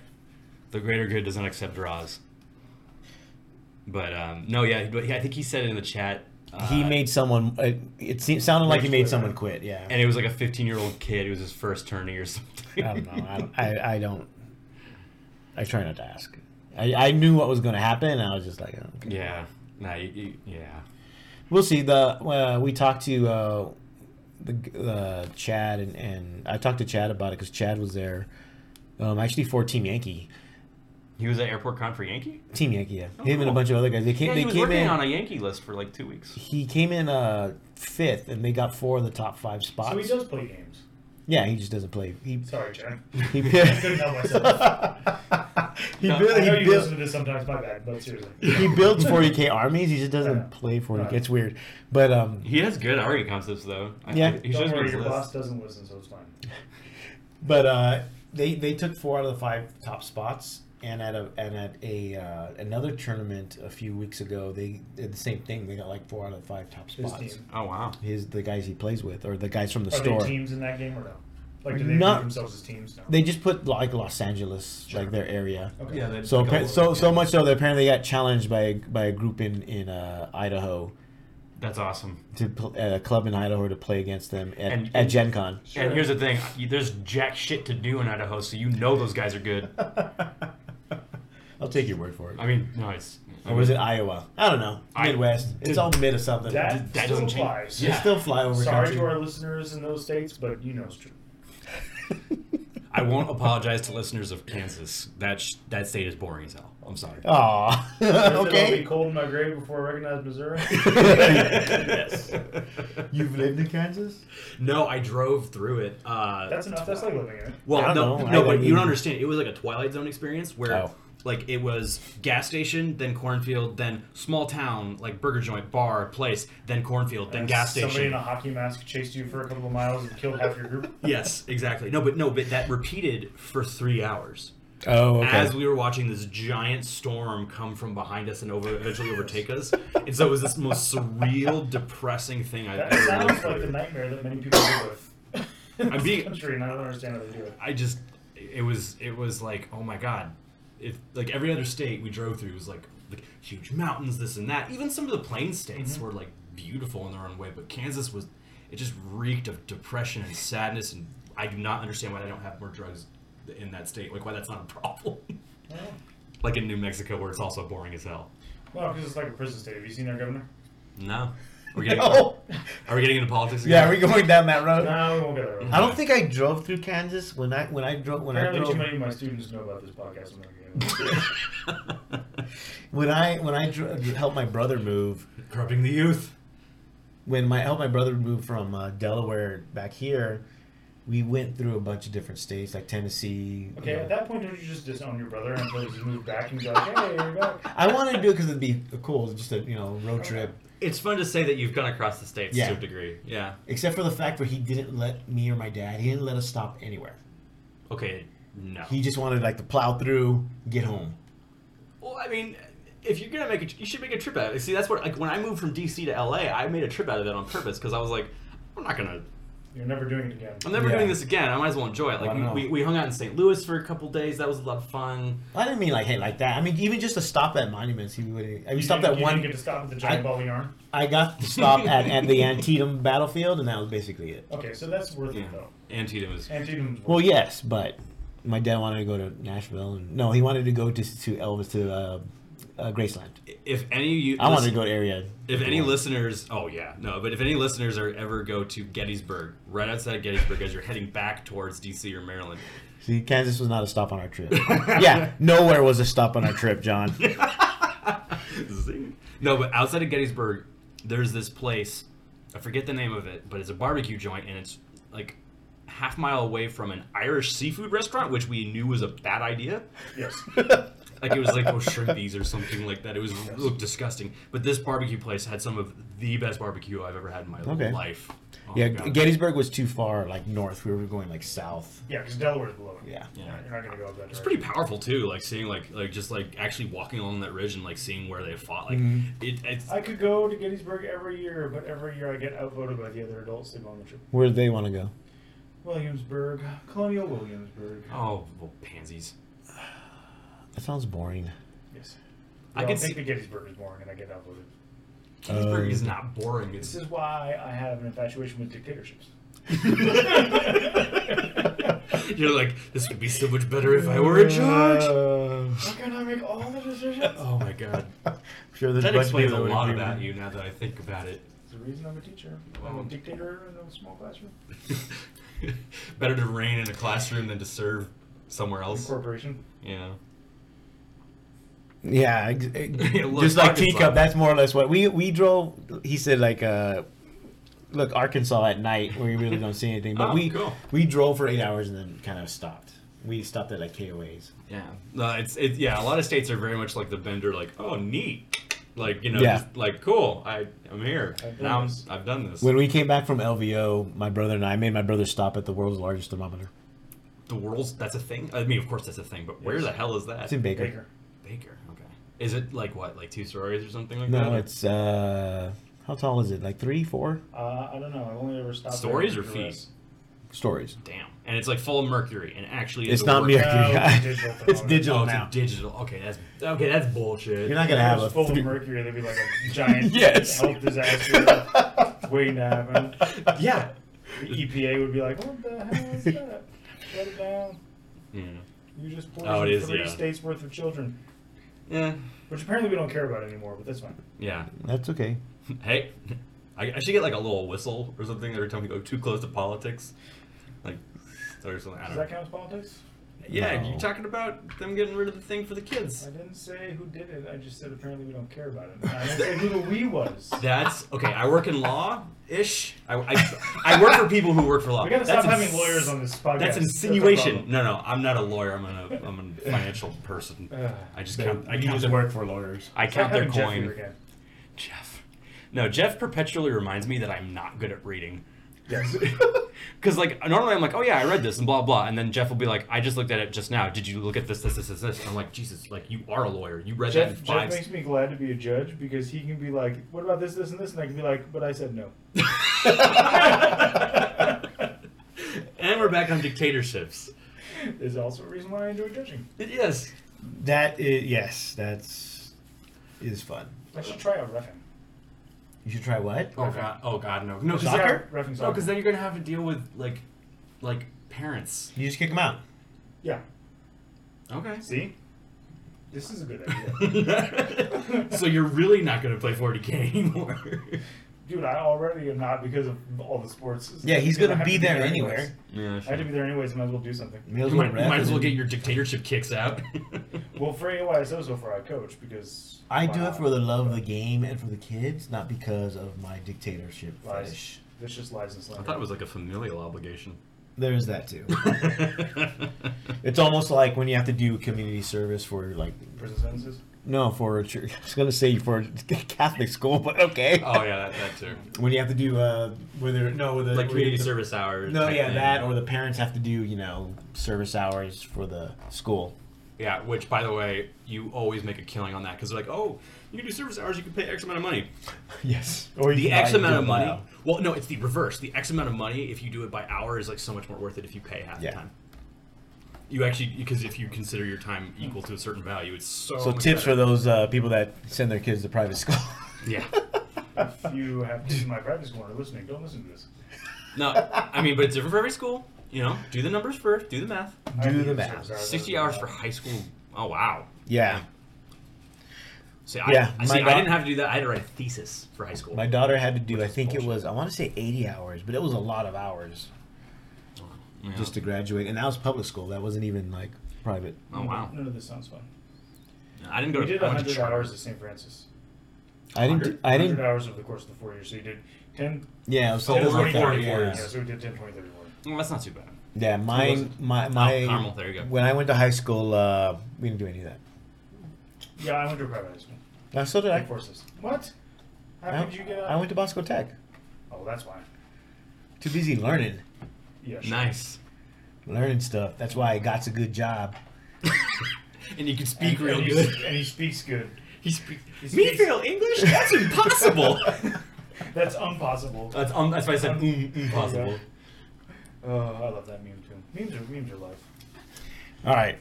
C: The greater good doesn't accept draws. But um, no, yeah. But he- I think he said in the chat
B: he made someone. It, it seemed, sounded like he made someone quit. Yeah.
C: and it was like a 15 year old kid. It was his first tourney or something.
B: I don't know. I don't. I, I, don't, I try not to ask. I, I knew what was going to happen. And I was just like, oh, okay.
C: Yeah. Nah, you, you- yeah.
B: we'll see. The uh, we talked to uh, the uh, Chad and, and I talked to Chad about it because Chad was there. Um, actually, for Team Yankee,
C: He was at Airport Con for Yankee.
B: Team Yankee, yeah,
C: Oh,
B: him and a
C: cool.
B: bunch of other guys. They came.
C: Yeah,
B: they
C: he was
B: came
C: working
B: in.
C: on a Yankee list for like two weeks.
B: he came in uh, fifth, and they got four of the top five spots.
A: So he does play games.
B: yeah, he just doesn't play. He
A: Sorry, Chad.
B: he
A: couldn't help myself.
B: he,
C: No,
B: build,
A: I know
B: he,
A: you
B: build,
A: listen to this sometimes. My bad, but seriously.
B: he E builds 40k armies. He just
A: Yeah.
B: doesn't play 40k.
A: Right.
B: It's weird, but um,
C: He has good Ari concepts though. I-
B: Yeah.
C: I- he
A: Don't
C: shows me
A: worry,
C: his
A: your
C: list.
A: boss doesn't listen, so it's fine.
B: but uh, they they took four out of the five top spots. And at a and at a uh, another tournament a few weeks ago, they did the same thing. They got like four out of the five top
A: His
B: spots.
A: team.
C: Oh wow.
B: His the guys he plays with, or the guys from the
A: Are
B: store.
A: they teams in that game or no? Like, do they
B: Not-
A: view themselves as teams now?
B: They just put like Los Angeles, like their area.
A: okay.
F: Yeah, that's
B: So
F: like a
B: appa-
F: lower-
B: so so
F: yeah.
B: much so that apparently they got challenged by by a group in in uh, Idaho
C: That's awesome.
B: to pl- uh, a club in Idaho to play against them at,
C: And-
B: at Gen Con.
C: And here's the thing: you- there's jack shit to do in Idaho, so you know those guys are good.
B: I'll take your word for it.
C: I mean, no, it's
B: Or was it Iowa? I don't know.
C: I-
B: Midwest. it's all mid or something.
A: that,
C: that
A: still
C: doesn't change.
A: applies.
B: It's still flyover
A: Sorry to
B: country.
A: our listeners in those states, but you know it's true.
C: I won't apologize to listeners of Kansas. That sh- that state is boring as hell. I'm sorry.
B: Aw.
A: Is it I'll Be
B: okay.
A: cold in my grave before I recognize Missouri.
C: Yes.
B: You've lived in Kansas?
F: No, I drove through it. Uh,
A: That's enough. That's like living in it.
B: I
F: Well,
B: don't
F: no,
B: know. I
F: no, but
B: wouldn't
F: you
B: even-
F: don't understand. It was like a Twilight Zone experience where,
B: Oh.
F: like, it was gas station, then cornfield, then small town, like burger joint, bar, place, then cornfield, then gas
A: Somebody in
F: station.
A: a hockey mask chased you for a couple of miles and killed half your group.
F: Yes, exactly. No, but no, but that repeated for three hours
B: Oh, okay.
F: as we were watching this giant storm come from behind us and over eventually overtake us. And so it was this most surreal, depressing thing I've
A: That
F: ever lived
A: sounds like the
F: through.
A: nightmare that many people live with. in this
C: being-
A: country, and I don't understand how they do it.
C: I just it was it was like oh my god, if like every other state we drove through was like like huge mountains this and that. Even some of the plain states were like beautiful in their own way, but Kansas was it just reeked of depression and sadness, and I do not understand why they don't have more drugs in that state. Like why that's not a problem.
A: Well,
C: like in New Mexico where it's also boring as hell.
A: Well, because it's like a prison state. Have you seen our governor?
C: No. We're getting,
B: No.
C: Are we getting into politics again?
B: Yeah, we're going down that road.
A: No, we won't get there.
B: I don't think I drove through Kansas when I when I drove when I
A: Apparently, too
B: drove
A: many of my students know about this podcast. I'm not gonna
B: when I when I dro- helped my brother move
C: corrupting the youth.
B: when my helped my brother move from uh, Delaware back here, we went through a bunch of different states like Tennessee.
A: okay,
B: uh,
A: at that point, don't you just disown your brother until he's moved back and be like, "Hey, you're back."
B: I wanted to do it because it'd be cool, just a you know road trip.
C: It's fun to say that you've gone across the states
B: Yeah.
C: to a degree. Yeah.
B: Except for the fact where he didn't let me or my dad, he didn't let us stop anywhere.
C: Okay. No.
B: He just wanted like to plow through, get home.
F: Well, I mean, if you're gonna make a, you should make a trip out of it. See, that's what like when I moved from DC to LA, I made a trip out of it on purpose because I was like, I'm not gonna,
A: You're never doing it again.
F: I'm never
B: Yeah.
F: doing this again. I might as well enjoy it.
B: Why
F: Like
B: not?
F: we, we, we hung out in St. Louis for a couple days. That was a lot of fun.
B: I didn't mean like hey like that. I mean even just to stop at monuments, he would. I mean,
A: You
B: stop
A: didn't-
B: that
A: you
B: one.
A: didn't get to stop at the giant
B: I-
A: ball of yarn.
B: I got to stop at, at the Antietam battlefield, and that was basically it.
A: Okay, so that's worth
C: Yeah.
A: it though.
C: Antietam is.
A: Antietam's
B: Well, yes, but my dad wanted to go to Nashville, and no, he wanted to go to to Elvis to uh, uh, Graceland.
C: If any you,
B: I wanted to go to area.
C: If any listeners, oh yeah, no, but if any listeners are ever go to Gettysburg, right outside of Gettysburg, as you're heading back towards DC or Maryland,
B: See, Kansas was not a stop on our trip. yeah, nowhere was a stop on our trip, John.
C: Oh, Zing. no, but outside of Gettysburg, there's this place. I forget the name of it, but it's a barbecue joint, and it's like half mile away from an Irish seafood restaurant, which we knew was a bad idea.
A: yes.
C: Like it was like oh shrimpies or something like that. It was it looked disgusting. But this barbecue place had some of the best barbecue I've ever had in my
B: Okay.
C: life. Oh my
B: Yeah,
C: God.
B: Gettysburg was too far, like north. We were going like south.
A: Yeah, because Delaware's below it.
B: Yeah.
A: You're not- you're not gonna go up that.
C: It's pretty powerful too, like seeing like like just like actually walking along that ridge and like seeing where they fought. Like
B: Mm-hmm.
C: it, it's
A: I could go to Gettysburg every year, but every year I get outvoted by the other adults that go on the trip.
B: Where did they want to go?
A: Williamsburg, Colonial Williamsburg.
C: oh well, pansies.
B: Uh, That sounds boring.
A: Yes.
C: I
A: I
C: can
A: think
C: see-
A: the Gettysburg is boring, and I get outvoted.
C: Kingsbury is not boring. It's
A: This is why I have an infatuation with dictatorships.
C: you're like this would be so much better if I were in charge.
A: How can I make all the decisions?
C: Oh my god,
B: sure, there's
C: that
B: a bunch of
C: explains a
B: people that would
C: lot
B: agree with
C: about you now that I think about it.
A: It's the reason I'm a teacher. I'm
C: Oh.
A: a dictator in a small classroom.
C: better to reign in a classroom than to serve somewhere else.
A: Corporation.
C: You know.
B: Yeah, ex- ex-
C: Yeah, look,
B: just like
C: Arkansas.
B: teacup. That's more or less what we we drove. He said like, uh, look, Arkansas at night where you really don't see anything. But
C: Oh,
B: we
C: cool.
B: we drove for eight hours and then kind of stopped. We stopped at like KOAs.
C: Yeah, no, Uh, it's it, yeah. A lot of states are very much like the bender, like oh neat, like you know,
B: Yeah.
C: just like cool. I I'm here.
A: I've done
C: now I'm,
A: this.
C: I've done this.
B: When we came back from LVO, my brother and I I made my brother stop at the world's largest thermometer.
C: the world's that's a thing. I mean, of course that's a thing, but where the hell is that?
B: It's in Baker.
A: Baker.
C: Baker. Okay. Is it like what, like two stories or something like that?
B: No, it's uh, how tall is it? Like three, four
A: Uh, I don't know. I've only ever stopped.
C: Stories
A: there
C: or
A: in
C: feet?
A: dress.
B: stories.
C: damn. And it's like full of mercury, and actually is
B: It's
C: a
B: not
C: work-
B: mercury.
A: it's a digital
B: it's
A: thermometer.
B: digital
C: Oh, it's
B: now.
C: a digital. Okay, that's okay. That's bullshit.
B: You're not gonna
A: If it
B: have
A: was
B: a
A: full
B: three-
A: of mercury. There'd be like a giant
B: Yes.
A: health disaster waiting to happen.
C: yeah.
A: The EPA would be like, "What the hell is that? Shut it down!
C: Yeah.
A: You just poisoned
C: Oh, it is,
A: three
C: yeah.
A: states worth of children."
C: Yeah.
A: Which apparently we don't care about anymore, but that's fine.
C: Yeah.
B: That's okay.
C: Hey, I, I should get like a little whistle or something every time we go too close to politics, like or something.
A: Does
C: I don't
A: that
C: know.
A: count as politics?
C: Yeah,
B: No.
C: you're talking about them getting rid of the thing for the
A: I
C: kids.
A: didn't say who did it. I just said apparently we don't care about it. I didn't say who the we was.
C: That's okay. I work in law ish. I, I, I work for people who work for law.
A: We gotta
C: That's
A: stop having
C: ins-
A: lawyers on this podcast.
C: That's insinuation. no, no, I'm not a lawyer. I'm a I'm a financial person.
A: Ugh.
C: I just count. I
B: You
C: count
B: just
C: their,
B: work for lawyers.
C: I
A: It's like
C: count their
A: having Jeff
C: coin.
A: here again.
C: Jeff. No, Jeff perpetually reminds me that I'm not good at reading.
A: Yes.
C: Because like normally I'm like, oh yeah, I read this and blah blah, and then Jeff will be like, I just looked at it just now. Did you look at this this this this? this? And I'm like, Jesus, like you are a lawyer. You read that in
A: Jeff, Jeff
C: five.
A: makes me glad to be a judge because he can be like, "What about this, this, and this?" and I can be like, "But I said no."
C: and we're back on dictatorships.
A: Is also a reason why I enjoy judging.
C: Yes.
B: That is yes. That's is fun.
A: I should try out refing.
B: You should try what?
C: Oh god. Oh god. No. No. 'cause-
A: Just
B: Soccer?
A: Yeah, refing soccer.
C: No, because then you're gonna have to deal with like, like parents.
B: You just kick them out.
A: yeah.
C: Okay.
A: See, this is a good idea,
C: so you're really not gonna play 40k anymore.
A: dude. I already am not because of all the sports.
B: Yeah, he's
A: Because I
B: gonna
A: have
B: be
A: to
B: there
A: anyways.
B: anywhere.
C: Yeah.
A: I have to be there anyways. Might as well do something.
B: Might,
C: You might, you might as well get your dictatorship kicks out.
A: Well, for AYSO so far, I coach because
B: I
A: why
B: do it
A: not?
B: for the love of the game and for the kids, not because of my dictatorship
A: Lies.
B: fetish.
A: This just lies and
C: I
A: slander.
C: thought it was like a familial obligation. Oh,
B: There is that too. it's almost like when you have to do community service for like
A: prison sentences.
B: no for a church. I was gonna say for a Catholic school, but okay.
C: Oh yeah, that, that too.
B: When you have to do uh, whether no whether
C: Like community
B: whether-
C: service hours.
B: No,
C: type
B: yeah,
C: thing.
B: that or the parents have to do you know service hours for the school.
C: yeah. Which, by the way, you always make a killing on that because they're like, oh, you can do service hours, you can pay X amount of money.
B: Yes.
A: Or
C: The X amount of
B: don't
C: money.
B: allow.
C: Well, no, it's the reverse. The X amount of money, if you do it by hour, is like so much more worth it if you pay half
B: Yeah.
C: the time. You actually because if you consider your time equal to a certain value, it's so.
B: So
C: much
B: tips for
C: better.
B: those uh, people that send their kids to private school.
C: Yeah.
A: If you have kids in my private school and are listening, don't listen to this.
C: No, I mean, but it's different for every school. You know, do the numbers first, do the math.
A: I
B: Do
A: have to
B: the
A: use
B: math.
A: service hours.
C: Sixty hours for high school. Oh wow.
B: yeah.
C: See, I,
B: Yeah,
C: I, see,
B: my
C: I
B: doc-
C: didn't have to do that. I had to write a thesis for high school.
B: My daughter had to do, I think it was, I want to say 80 hours, but it was a lot of hours
C: Yeah.
B: just to graduate. And that was public school. That wasn't even like private.
C: oh wow.
A: None of this sounds fun.
C: I didn't go
A: We
C: to.
A: did
C: I went to
A: 100
C: charter.
A: hours at St. Francis.
B: I didn't, I
A: 100
B: didn't,
A: hours over the course of the four years. So you did 10,
B: yeah, it was
C: Oh,
B: something like
C: 40,
B: that,
C: 40,
B: yeah.
A: yeah, so we did 10, 20, 31.
C: Well, that's not too bad.
B: Yeah, mine, my, my,
C: Oh, Carmel, there you go.
B: when I went to high school, uh, we didn't do any of that.
A: Yeah, I went to a private high school.
B: Now, so did
A: Air
B: I.
A: Forces. What? How
B: I,
A: did you get out?
B: I went to Bosco Tech.
A: oh, that's why.
B: Too busy learning,
A: Yeah, sure.
C: Nice.
B: learning stuff. That's why I got a good job.
C: And you can speak
A: And-
C: real
A: and
C: good.
A: He, and he speaks good.
C: He speaks.
A: speaks-
C: Me real English? That's impossible.
A: That's impossible.
B: Uh,
C: that's um, that's why I said
A: Um,
C: um, impossible.
A: Oh, I love that meme too. Memes are memes are life.
B: All right.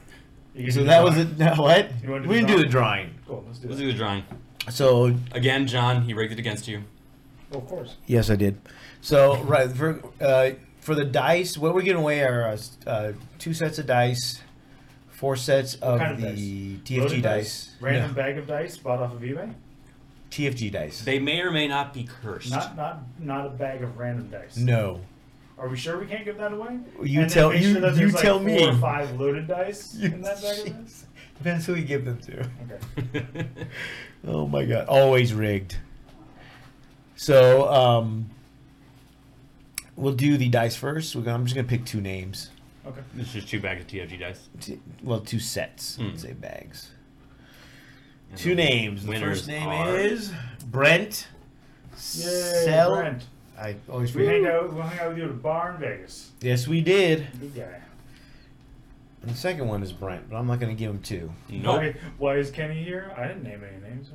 A: You can
B: So
A: do
B: that
A: the
B: was
A: drawing.
B: it. No, what?
A: You wanna do
B: We
A: the
B: didn't do the drawing.
A: Cool, let's do
C: Let's
A: that.
C: do the drawing.
B: So
C: Again, John, he rigged it against you.
A: Well, Oh, of course.
B: yes, I did. So right for uh, for the dice, what we're giving away are uh, s- uh, two sets of dice, four sets of
A: kind of
B: the
A: Loaded
B: TFG dice,
A: Random
B: No,
A: bag of dice bought off of eBay.
B: TFG dice.
C: They may or may not be cursed.
A: Not not not a bag of random dice.
B: No,
A: Are we sure we can't give that away?
B: You
A: And then
B: tell-
A: make
B: you-
A: that
B: you
A: there's, like,
B: tell
A: four
B: me.
A: or five loaded dice in that bag of dice.
B: depends who you give them to.
A: Okay.
B: Oh my god, always rigged. So um, we'll do the dice first. We're gonna, I'm just gonna pick two names.
A: Okay.
C: It's just two bags of TFG dice.
B: T- well, two sets.
C: Mm.
B: Say bags.
C: And
B: Two
C: the
B: names. The
C: winners
B: first name
C: are-
B: is Brent.
A: Yay,
B: Sel-
A: Brent.
B: I always
A: We hang
B: forget.
A: out. We hung out with you at a bar in Vegas.
B: Yes, we did.
A: Good guy.
B: And the second one is Brent, but I'm not gonna give him two.
C: Nope.
A: Why, why is Kenny here? I didn't name any names.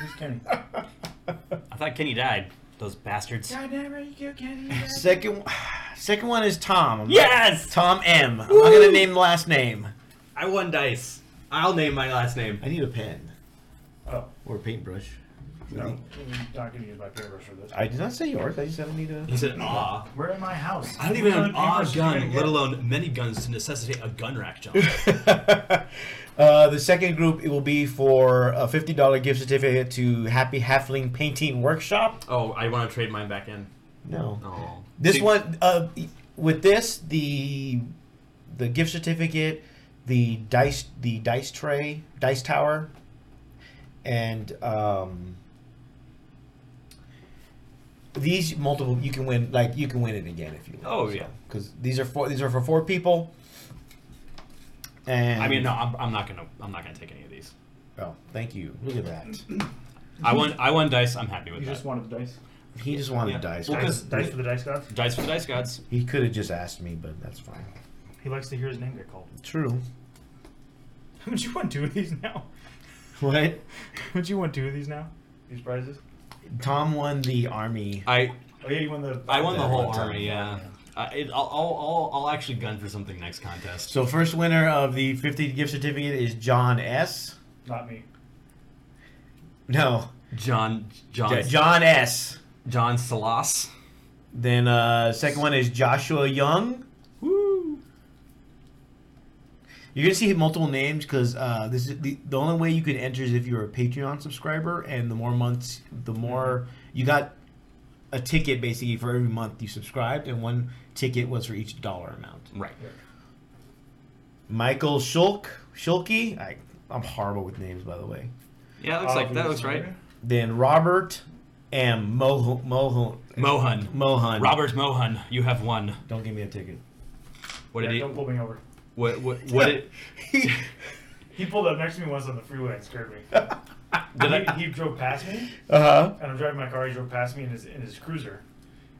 A: Who's Kenny? God
C: I thought Kenny died. Those bastards.
A: damn it, you killed Kenny.
B: Second, second one is Tom. I'm not-
C: Yes!
B: Tom M. I'm not gonna name the last name.
C: I won dice. I'll name my last name.
B: I need a pen
A: Oh,
B: or a paintbrush.
A: no. I'm not going to use my paintbrush for this.
B: I did not say yours. I just said I need a.
F: He said, "Ah."
A: We're in my house.
C: I don't even
A: What
C: have an
A: kind of
C: odd
A: paintbrush you gonna
C: gun,
A: get?
C: let alone many guns to necessitate a gun rack, John.
B: uh, the second group it will be for a fifty dollar gift certificate to Happy Halfling Painting Workshop.
C: oh, I want to trade mine back in.
B: No,
C: Oh.
B: this
C: See,
B: one uh, with this the the gift certificate, the dice the dice tray dice tower, and um, these multiple you can win like you can win it again if you want.
C: Oh, yeah.
B: because these are four these are for four people. And
C: I mean, uh, no, I'm, I'm not gonna. I'm not gonna take any of these.
B: Oh, thank you. Look at that.
C: I won. I won dice. I'm happy with
A: You
C: that.
A: just wanted the dice.
B: He just wanted
C: Yeah.
B: dice.
C: Well, 'cause-
A: Dice for the dice gods.
C: dice for the dice gods.
B: he could have just asked me, but that's fine.
A: He likes to hear his name get called.
B: True.
A: Haven't you won two of these now?
B: What?
A: Haven't you won two of these now? These prizes?
B: Tom won the army.
C: I
A: Oh yeah, you won the.
C: I won the
B: That
C: whole
B: one time.
C: army. Yeah. I, it, I'll, I'll, I'll I'll actually gun for something next contest.
B: So first winner of the 50 gift certificate is John S.
A: Not me.
B: No,
C: John John
B: J- John S.
C: John Salas.
B: Then uh, second one is Joshua Young.
C: Woo.
B: You're gonna see multiple names because uh, this is the, the only way you can enter is if you're a Patreon subscriber, and the more months, the more you got a ticket basically for every month you subscribed, and one ticket was for each dollar amount.
C: Right.
B: Michael Schulk, Schulke, I, I'm horrible with names by the way.
C: Yeah, it
A: Oh,
C: looks like that looks right.
B: Then Robert M. Moho, Moho,
C: Mohan.
B: Mohan.
C: Robert Mohan, you have won.
B: don't give me a ticket.
C: What
A: Yeah,
C: did he?
A: don't pull me over.
C: What what what did?
A: He pulled up next to me once on the freeway and scared me.
B: Uh-huh.
C: Did I,
A: he, he drove past me,
B: Uh huh.
A: and I'm driving my car. He drove past me in his in his cruiser,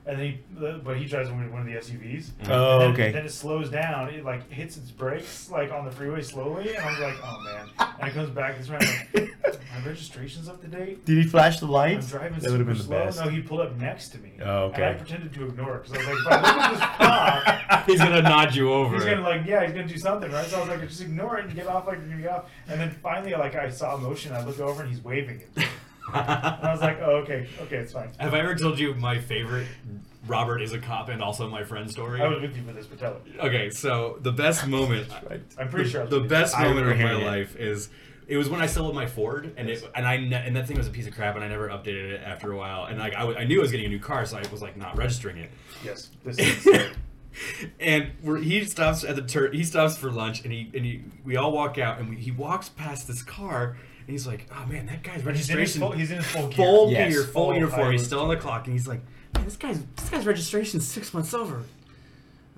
A: and then he but he drives one of one of the SUVs.
B: Oh,
A: then,
B: okay.
A: Then it slows down. It like hits its brakes like on the freeway slowly, and I'm like, oh man. And it comes back this round. Like, my registration's up to date.
B: Did he flash the
A: I'm
B: lights?
A: driving
B: that
A: super
B: would have been the
A: slow.
B: best.
A: No, he pulled up next to me.
B: Oh, okay.
A: And I pretended to ignore it because I was like, if I look at this cop,
C: he's gonna nod you over.
A: He's gonna like, yeah, he's gonna do something, right? So I was like, just ignore it and get off like you're gonna get off. And then finally, like, I saw motion. I look over and he's waving it. And I was like, oh, okay, okay, it's fine.
F: Have I ever told you my favorite Robert is a cop and also my friend story?
A: I was with you for this, but tell it.
C: Okay, so the best moment,
A: I'm pretty sure. I was
C: the
A: with
C: best
B: I
C: moment of my
B: remember hearing
C: life is it was when I sold my Ford, and it and I ne- and that thing was a piece of crap, and I never updated it after a while, and like I, w- I knew I was getting a new car, so I was like not registering it.
A: you. Yes, this is.
C: and we're, he stops at the turn. He stops for lunch, and he and he, we all walk out, and we, he walks past this car, and he's like, "Oh man, that guy's
A: He's in, his
C: registration
A: full, he's in his full gear.
C: full
B: Yes.
C: gear, full
A: Full
C: uniform. He's
A: pilot.
C: still on the clock, and he's like, "Man, this guy's this guy's registration's six months over."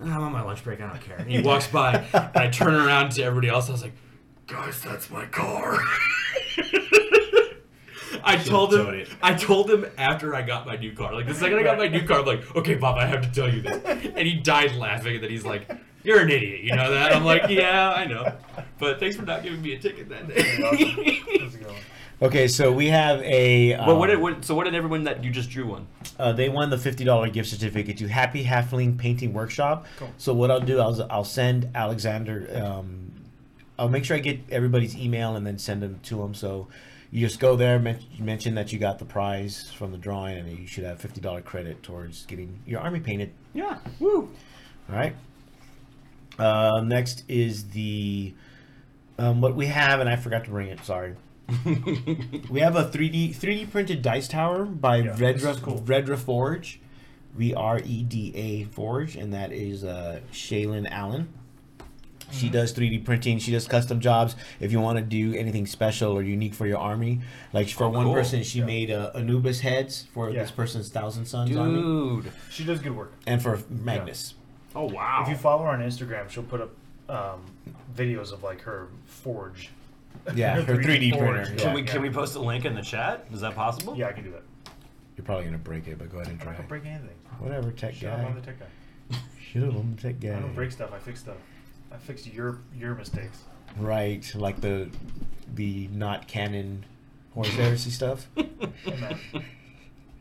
C: "Ah, I'm on my lunch break. I don't care. And he walks by. and I turn around to everybody else. I was like, "Guys, that's my car." I told him.
F: towed it.
C: I told him after I got my new car. Like the second I got my new car, I'm like, "Okay, Bob, I have to tell you this." And he died laughing. And then he's like, "You're an idiot. You know that?" I'm like, "Yeah, I know." But thanks for not giving me a ticket that day.
A: That's a good one.
B: Okay, so we have a.
C: But what
B: um,
C: did what, so what did everyone that you just drew one?
B: uh, they won the fifty dollar gift certificate to Happy Halfling Painting Workshop. So what I'll do, I'll I'll send Alexander. Um, I'll make sure I get everybody's email and then send them to him. So You just go there, men- you mention that you got the prize from the drawing, and you should have fifty dollar credit towards getting your army painted.
C: Yeah. Woo.
B: All right. Uh, next is the um, what we have, and I forgot to bring it. Sorry. we have a 3D 3D printed dice tower by
A: Yeah, this
B: Redra
A: is cool.
B: Redra Forge, V R E D A Forge, and that is uh, Shaylin Allen.
A: Mm-hmm.
B: She does 3D printing. She does custom jobs. If you want to do anything special or unique for your army, like for
C: Oh,
B: one
C: cool.
B: person, she made uh, Anubis heads for
A: Yeah.
B: this person's Thousand Sons army,
C: Dude.
A: She does good work.
B: and for Magnus.
C: Oh wow.
A: If you follow her on Instagram, she'll put up um, videos of like her forge.
B: Yeah, her 3D, printer.
A: forge.
B: yeah.
C: can we
A: yeah.
C: can we post a link in the chat? Is that possible?
A: Yeah, I can do that.
B: You're probably gonna break it, but go ahead and try
A: I don't
B: it.
A: break anything.
B: Whatever, tech
A: Shut up,
B: guy.
A: I'm the tech guy.
B: Shit up, I'm the tech guy.
A: I don't break stuff. I fix stuff. I fix your your mistakes.
B: Right, like the the not canon horse heresy stuff.
A: And that-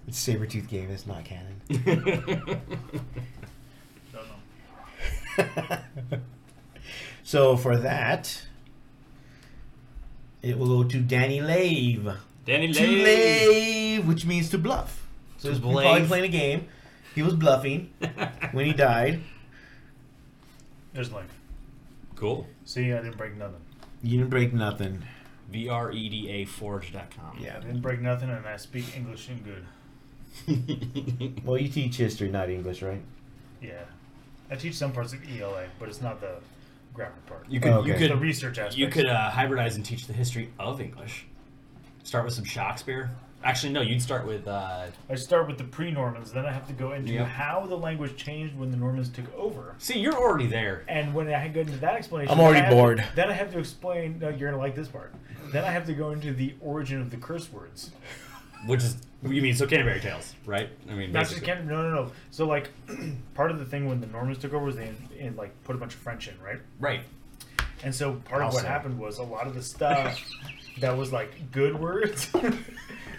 B: It's Sabretooth game, it's not canon.
A: don't know.
B: so for that, it will go to Danny Lave.
C: Danny
B: To
C: Lay.
B: lave, which means to bluff. So
C: To
B: he's probably
C: blave.
B: playing a game. He was bluffing when he died.
A: There's like,
C: Cool.
A: see, I didn't break nothing.
B: You didn't break nothing.
C: E VREDAForge.com.
A: I
B: Yeah.
A: didn't break nothing, and I speak English and good.
B: Well, you teach history, not English, right?
A: Yeah, I teach some parts of ELA, but it's not the grammar part.
C: You could
B: Okay.
C: you
A: It's the
C: could
A: research aspect.
C: you could uh, hybridize and teach the history of English. Start with some Shakespeare. Actually, no. You'd start with uh,
A: I start with the pre-Normans, then I have to go into
C: Yeah.
A: how the language changed when the Normans took over.
C: See, you're already there.
A: And when I go into that explanation,
B: I'm already
A: then I have to-
B: bored.
A: then I have to explain. No, you're gonna like this part. Then I have to go into the origin of the curse words.
C: Which is you mean so Canterbury Tales, right? I mean,
A: Not just
C: basically.
A: Canada. No, no, no. So like, part of the thing when the Normans took over was they in, in, like put a bunch of French in, right?
C: right.
A: And so part of what
B: Also.
A: happened was a lot of the stuff that was like good words,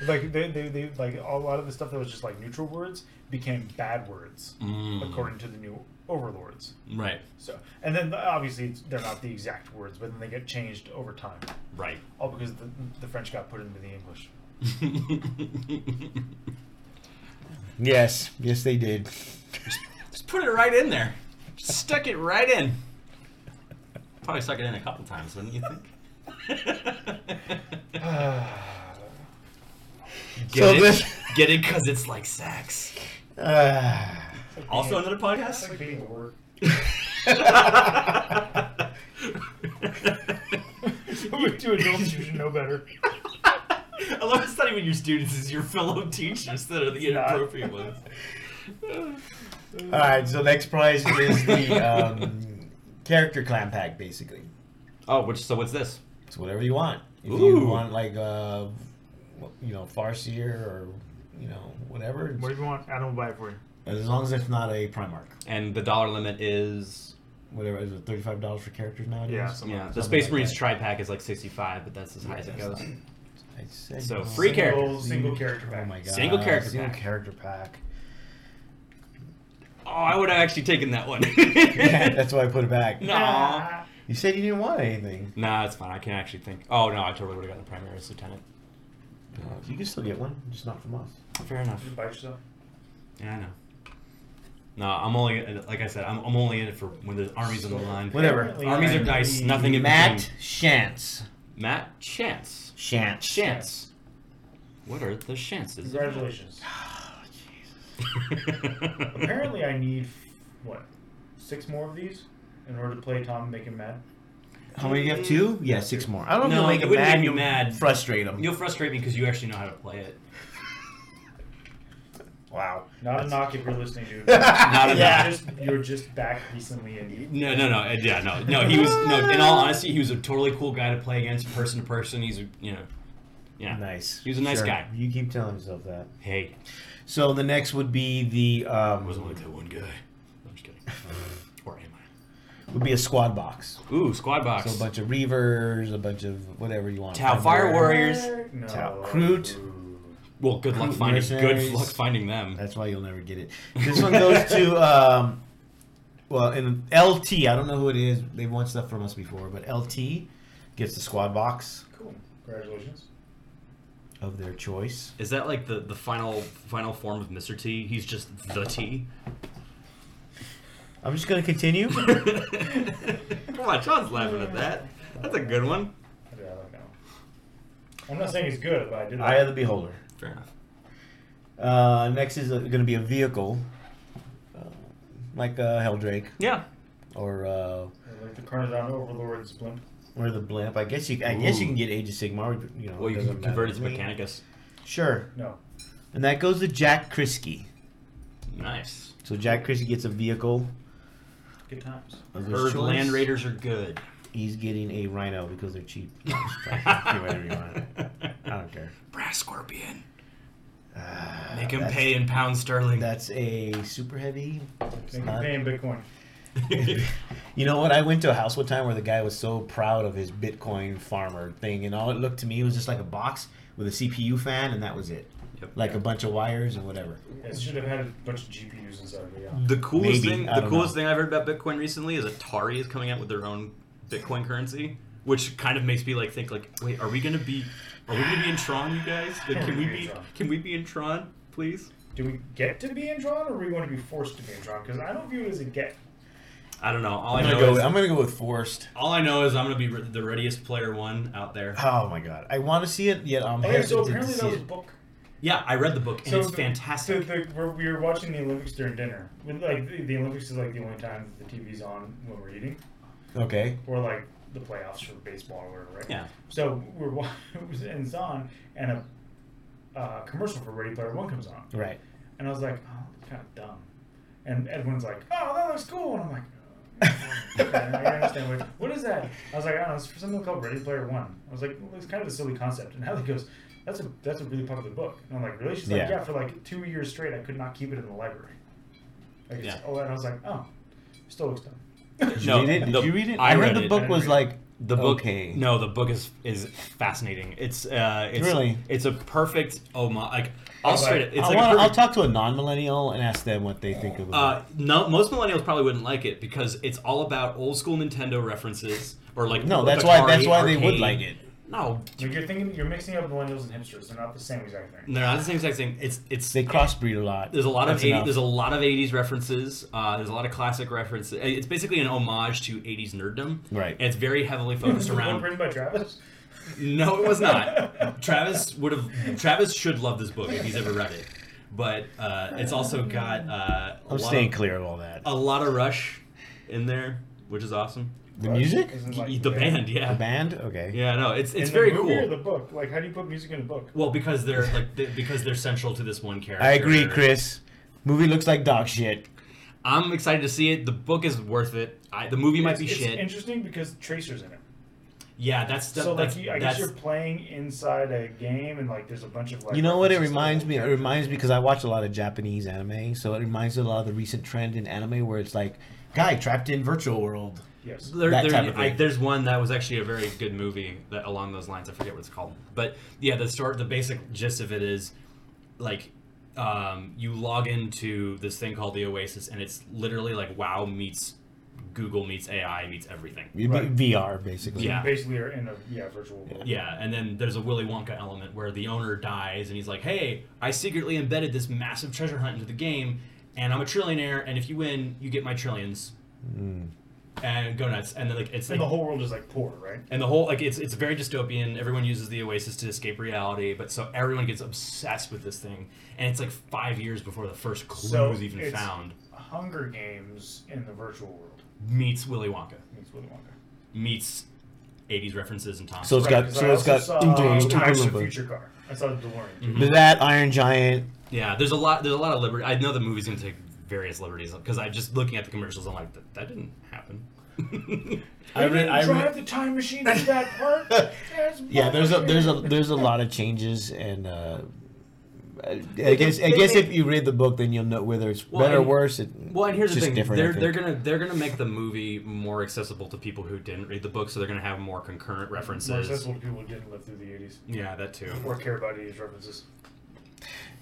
A: like they, they, they like a lot of the stuff that was just like neutral words became bad words
C: Mm,
A: according to the new overlords.
C: right.
A: So and then obviously they're not the exact words, but then they get changed over time,
C: Right.
A: all because the, the French got put into the English.
B: Yes, yes, they did.
C: just put it right in there. Just stuck it right in. Probably stuck it in a couple times, wouldn't you think? Get
B: So
C: it?
B: this-
C: Get it because it's like sex.
B: Ah.
C: Also another
A: It's
C: podcast?
A: like being at work.
C: You-
A: Two adults you should know better.
C: I love it's not even your students, it's your fellow teachers that are the
A: not.
C: inappropriate ones.
B: All right, so next prize is the um, character clan pack, basically.
C: Oh, which so what's this?
B: It's whatever you want. If you
C: Ooh.
B: want, like, uh, you know, Farseer or, you know, whatever.
A: What do you want? I don't buy it for you.
B: As long as it's not a Primarch.
C: And the dollar limit is
B: Whatever, is it $35 for characters nowadays?
A: Yeah, something
C: yeah. The
B: Something
C: Space
B: like
C: Marines
B: that.
C: tri pack is like sixty five, but that's as high as it
B: Yeah,
C: goes.
B: that's I said
C: So
B: no.
C: free
A: Single-
C: characters.
A: Single character pack.
B: Oh my god.
C: Single character
B: Single
C: pack.
B: character pack.
C: Oh, I would have actually taken that one.
B: Yeah, that's why I put it back.
C: no.
B: You said you didn't want anything.
C: Nah, it's fine. I can actually think. Oh no, I totally would have gotten the primaries lieutenant. Uh,
B: you can still get one, just not from us.
C: Fair enough.
A: You buy yourself.
C: Yeah, I know. No, I'm only like I said. I'm, I'm only in it for when the army's on the line.
B: Whatever.
A: Apparently,
C: Armies are
A: I'm
C: dice.
A: the-
C: Nothing in
B: Matt
C: between.
B: Shantz.
C: Matt Chance.
B: Shantz.
C: Chance. What are the chances?
A: Congratulations. Apparently, I need what six more of these in order to play Tom and make him mad.
B: How many do you have? Two? Yeah, six more. I don't know
C: No,
B: if you'll
C: it
B: make him
C: wouldn't
B: mad.
C: make me
B: you'll
C: mad.
B: Frustrate him.
C: You'll frustrate me because you actually know how to play it.
B: Wow.
A: Not a knock if you're listening, dude.
C: Not
A: You're
C: a knock.
A: just, you're just back recently, and you,
C: No, no, no. uh, Yeah, no, no. He was no. In all honesty, he was a totally cool guy to play against, person to person. He's a- you know, yeah.
B: Nice.
C: He was a nice
B: Sure.
C: guy.
B: You keep telling yourself that.
C: Hey,
B: So the next would be the
C: I was
B: um,
C: only that one guy. I'm just kidding. or am I?
B: would be a squad box.
C: Ooh, squad box.
B: So a bunch of reavers, a bunch of whatever you want.
C: Tau Fire Warriors.
A: no.
B: Tau Crute.
C: Well, good luck
B: Recruit
C: finding good
B: mercenaries.
C: luck finding them.
B: That's why you'll never get it. This one goes to um, well, in LT. I don't know who it is. They've won stuff from us before, but LT gets the squad box.
A: Cool. Congratulations.
B: of their choice.
C: Is that like the, the final final form of Mr. T? He's just the T.
B: I'm just going to continue.
C: Come on, John's laughing at that. That's a good one.
A: Yeah, I like that one. I'm not saying it's good, but I did.
B: Eye
A: Like
B: of the Beholder.
C: Fair enough.
B: Uh, next is going to be a vehicle, uh, like uh, Helldrake
C: Yeah.
B: or uh,
A: I like the Carnadon Overlord's blimp.
B: or the Blimp. I guess you. I guess you
C: Ooh.
B: can get Age of Sigmar. You know,
C: Well, you
B: doesn't
C: can
B: matter
C: convert it to
B: me.
C: Mechanicus.
B: Sure,
A: No,
B: and that goes to Jack Krisky.
C: Nice.
B: So Jack Krisky gets a vehicle.
A: good times.
B: Of his
C: Heard
B: choice.
C: Land Raiders are good.
B: He's getting a Rhino because they're cheap. You know, just try to do whatever you want. I don't care.
C: Brass Scorpion.
B: Uh,
C: Make him
B: that's-
C: pay in pounds sterling.
B: That's a super heavy. It's
A: They can
B: not-
A: pay in Bitcoin.
B: You know what? I went to a house one time where the guy was so proud of his Bitcoin farmer thing, and all it looked to me was just like a box with a CPU fan, and that was it.
C: Yep.
B: Like a bunch of wires and whatever.
A: Yeah, it should have had a bunch of GPUs inside of it. Yeah.
C: The coolest
B: Maybe,
C: thing,
B: I
C: the
B: don't
C: coolest
B: know.
C: thing I've heard about Bitcoin recently is Atari is coming out with their own Bitcoin currency, which kind of makes me like think like, wait, are we gonna be, are we gonna be in Tron, you guys? Like, can we be, can we be in Tron, please?
A: Do we get to be in Tron, or we want to be forced to be in Tron? Because I don't view it as a get.
C: I don't know. All I
B: I'm gonna
C: know
B: go.
C: is
B: I'm gonna go with forced.
F: All I know is I'm gonna be re- the readiest player one out there.
B: Oh my god! I want to see it, yet I'm
A: Okay, Oh, so
B: hesitant to
A: apparently that
B: see
A: was a
B: it.
A: book.
F: Yeah, I read the book and
A: So
F: it's
A: the-
F: fantastic.
A: The, the, we're, we were watching the Olympics during dinner. When, like the, the Olympics is like the only time that the TV's on when we're eating,
B: Okay.
A: or like the playoffs for baseball or whatever, right?
F: yeah,
A: So we're wa- it was and it's on, and a uh, commercial for Ready Player One comes on,
B: Right.
A: and I was like, oh, that's kind of dumb. And Edwin's like, oh, that looks cool, and I'm like. oh, Okay, I understand. What, what is that? I was like, I don't know. It's for something called Ready Player One. I was like, well, it's kind of a silly concept. And Hallie goes, that's a that's a really popular book. And I'm like, really? She's
B: Yeah.
A: like, yeah. For like two years straight, I could not keep it in the library. Like, it's-
F: Yeah.
A: Oh, and I was like, oh, still looks dumb.
B: Did
C: No,
B: you read it? Did
C: the-
B: you read it?
C: I
B: I,
C: read
B: read the
C: it.
A: I
B: book
A: didn't
B: was
A: read it.
B: like
C: the book.
B: Okay.
C: No, the book is is fascinating. It's uh, it's
B: Really?
C: it's a perfect oh my, like I'll
A: Okay.
C: straight. It's
B: I
C: like a
B: wanna,
C: perfect-
B: I'll talk to a non-millennial and ask them what they think of it.
C: Uh, no, most millennials probably wouldn't like it because it's all about old school Nintendo references or like
B: no, that's why.
C: Atari,
B: That's why they would
C: arcade.
B: like it.
C: No,
A: Like, you're thinking you're mixing up millennials and hipsters. They're not the same exact thing.
C: they're not the same exact thing. It's it's
B: They crossbreed a lot.
C: there's a lot of
B: That's
C: 80,
B: enough.
C: there's a lot of 80s references. Uh, there's a lot of classic references. It's basically an homage to 80s nerddom.
B: Right.
C: And it's very heavily focused
A: Is it the one
C: around.
A: written by Travis.
C: No, it was not. Travis would have. Travis should love this book if he's ever read it. But uh, it's also got uh, a,
B: I'm
C: lot
B: staying
C: of,
B: clear of all that.
C: a lot of Rush in there, which is awesome.
B: the music,
A: Isn't,
C: Y-
A: like,
C: the band, yeah.
B: the band. Okay.
C: Yeah, no, it's it's
A: In
C: very
A: the movie
C: cool.
A: Or the book. Like, how do you put music in a book?
F: well, because they're like they, because they're central to this one character.
B: I agree, Chris. Movie looks like dog shit.
C: I'm excited to see it. The book is worth it. I, the movie might be
A: it's,
C: shit.
A: It's interesting because Tracer's in it.
F: Yeah, that's the,
A: so like,
F: that's,
A: you, I guess
F: that's
A: you're playing inside a game, and like, there's a bunch of like.
B: You know what? It
A: references to
B: reminds
A: old
B: me. It
A: characters.
B: reminds me because I watch a lot of Japanese anime, so it reminds me a lot of the recent trend in anime where it's like guy trapped in virtual world.
A: Yes.
C: There-
B: that
C: there-
B: type of
C: I-
B: thing.
C: there's one that was actually a very good movie that along those lines. I forget what it's called, but yeah, the start, the basic gist of it is like um, you log into this thing called the Oasis, and it's literally like WoW meets Google meets AI meets everything.
B: V-
A: Right.
B: VR basically.
C: Yeah.
A: Basically, are in a yeah virtual world.
C: Yeah, and then there's a Willy Wonka element where the owner dies and he's like, "Hey, I secretly embedded this massive treasure hunt into the game, and I'm a trillionaire, and if you win, you get my trillions." And go nuts, and then like it's like
A: And the whole world is like poor, right?
C: and the whole like it's it's very dystopian. Everyone uses the Oasis to escape reality, but so everyone gets obsessed with this thing, and it's like five years before the first clue
A: So
C: is even
A: it's-
C: found.
A: Hunger Games in the virtual world
C: Meets Willy Wonka,
A: means Willy Wonka.
C: meets '80s references and Tom.
B: So it's
A: Right,
B: got.
A: 'cause
B: So
A: I
B: it's got.
A: also saw
B: Oompa
A: Back to the
B: Loompa.
A: Future car. I saw the DeLorean. too.
B: That Iron Giant.
C: yeah, there's a lot there's a lot of liberty. I know the movie's gonna take various liberties because I just looking at the commercials, I'm like that, that didn't happen.
B: I
A: They
B: read-
A: didn't
B: I
A: drive
B: read-
A: the time machine to that part. That's
B: Yeah, there's a there's a
A: bullshit.
B: there's a lot of changes and. uh I I guess I guess if you read the book, then you'll know whether it's
C: Well,
B: better or
C: and-
B: worse. It,
C: Well, and here's
B: it's
C: the
B: just
C: thing:
B: different, I
C: they're they're
B: think.
C: gonna they're gonna make the movie more accessible to people who didn't read the book, so they're gonna have more concurrent
A: More
C: references.
A: accessible to people who didn't live through the '80s
C: Yeah, that too.
A: or care about '80s references.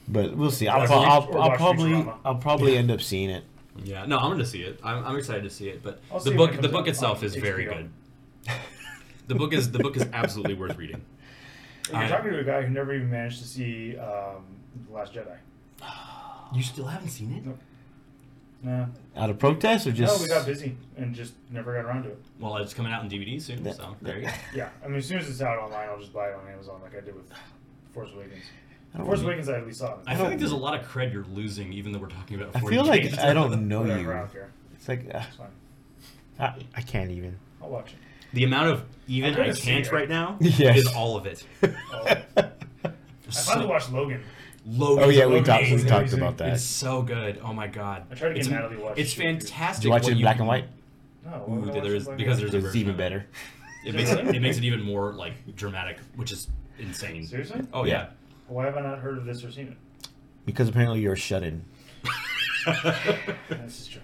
B: But we'll see. I'll,
A: Or
B: pro-
A: watch-
B: I'll,
A: or
B: I'll
A: watch
B: probably
A: Futurama.
B: I'll probably end up seeing it.
C: Yeah, no, I'm gonna see it. I'm, I'm excited to see it. But
A: I'll see
C: the
A: it
C: book
A: when it
C: the
A: comes
C: book
A: out
C: itself
A: on
C: is very
A: HBO.
C: good. the book is the book is absolutely worth reading.
A: And you're talking to a guy who never even managed to see um, The Last Jedi.
C: You still haven't seen it?
A: Nah.
B: Out of protest or just?
A: no, we got busy and just never got around to it.
C: Well, it's coming out in DVD soon, so there you go.
A: Yeah, I mean, as soon as it's out online, I'll just buy it on Amazon like I did with Force Awakens.
B: I don't
A: Force
B: know.
A: Awakens, I at least saw it.
C: I feel like there's a lot of cred you're losing, even though we're talking about.
B: I
C: 40
B: feel like
C: pages.
B: I don't know
A: Whatever,
B: you.
A: I don't care.
B: It's like uh,
A: It's fine.
B: I, I can't even.
A: I'll watch it.
C: the amount of even
A: I'm gonna
C: I
A: see
C: can't
A: it.
C: right now
B: Yes.
C: is all of it.
A: I finally watched Logan.
C: Logan.
B: Oh yeah, we talked we
A: amazing.
B: talked about
C: It's
B: that.
C: so good. Oh my god.
A: I tried to get
C: it's,
A: Natalie to watch
C: It's
A: it, too.
C: fantastic.
B: Did you watch
C: what
B: it in black and
C: can-
B: white?
A: No, why would
C: Ooh,
A: I
C: there-
A: watch
C: there's
A: Logan?
C: because there's a
B: It's
C: version
B: even
C: of it.
B: better.
C: It makes it, it makes it even more like dramatic, which is insane.
A: Seriously?
C: Oh yeah.
A: Why have I not heard of this or seen it? e-
B: Because apparently you're shut in.
A: This is true.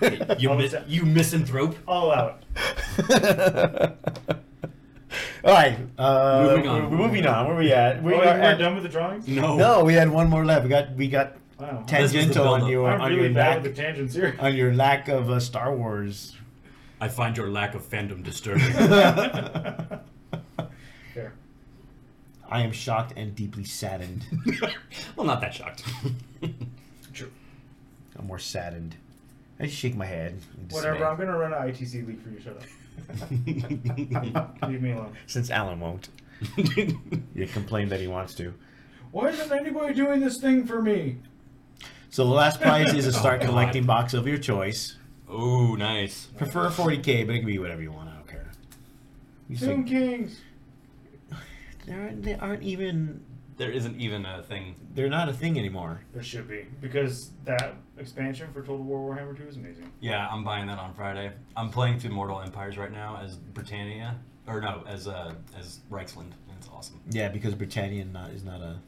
C: You
A: Oh,
C: mis-
A: it's-
C: you misanthrope.
A: I'll allow it.
B: All right, uh,
C: Moving on. Oh.
B: We're, we're moving on. Where we at? We
A: oh,
B: are
A: you we're
B: at,
A: done with the drawings?
C: No.
B: No, we had one more left. We got we got
A: Wow.
C: was the
B: tangential on
C: buildup.
B: your
A: I'm
B: on
A: really
B: your
A: bad
B: lack
A: with the tangents here.
B: on your lack of uh, Star Wars.
C: I find your lack of fandom disturbing.
A: Here.
B: I am shocked and deeply saddened.
C: well, not that shocked.
A: True.
B: I'm more saddened. I just shake my head. in dismay.
A: Whatever, I'm going to run an ITC leak for you. Shut up. Leave me alone.
B: Since Alan won't, you complain that he wants to.
A: Why isn't anybody doing this thing for me?
B: So the last prize
A: Oh,
B: is a start
C: God.
B: collecting box of your choice.
C: oh, nice.
B: Prefer 40k, but it can be whatever you want. I don't care. You
A: Tomb
B: think
A: Kings.
B: there aren't, they aren't even
C: There isn't even a thing.
B: they're not a thing anymore.
A: There should be because that expansion for Total War Warhammer 2 is amazing.
C: Yeah, I'm buying that on Friday. I'm playing through Mortal Empires right now as Britannia, or no, as uh, as Reichsland, and it's awesome.
B: Yeah, because Britannia not, is not a.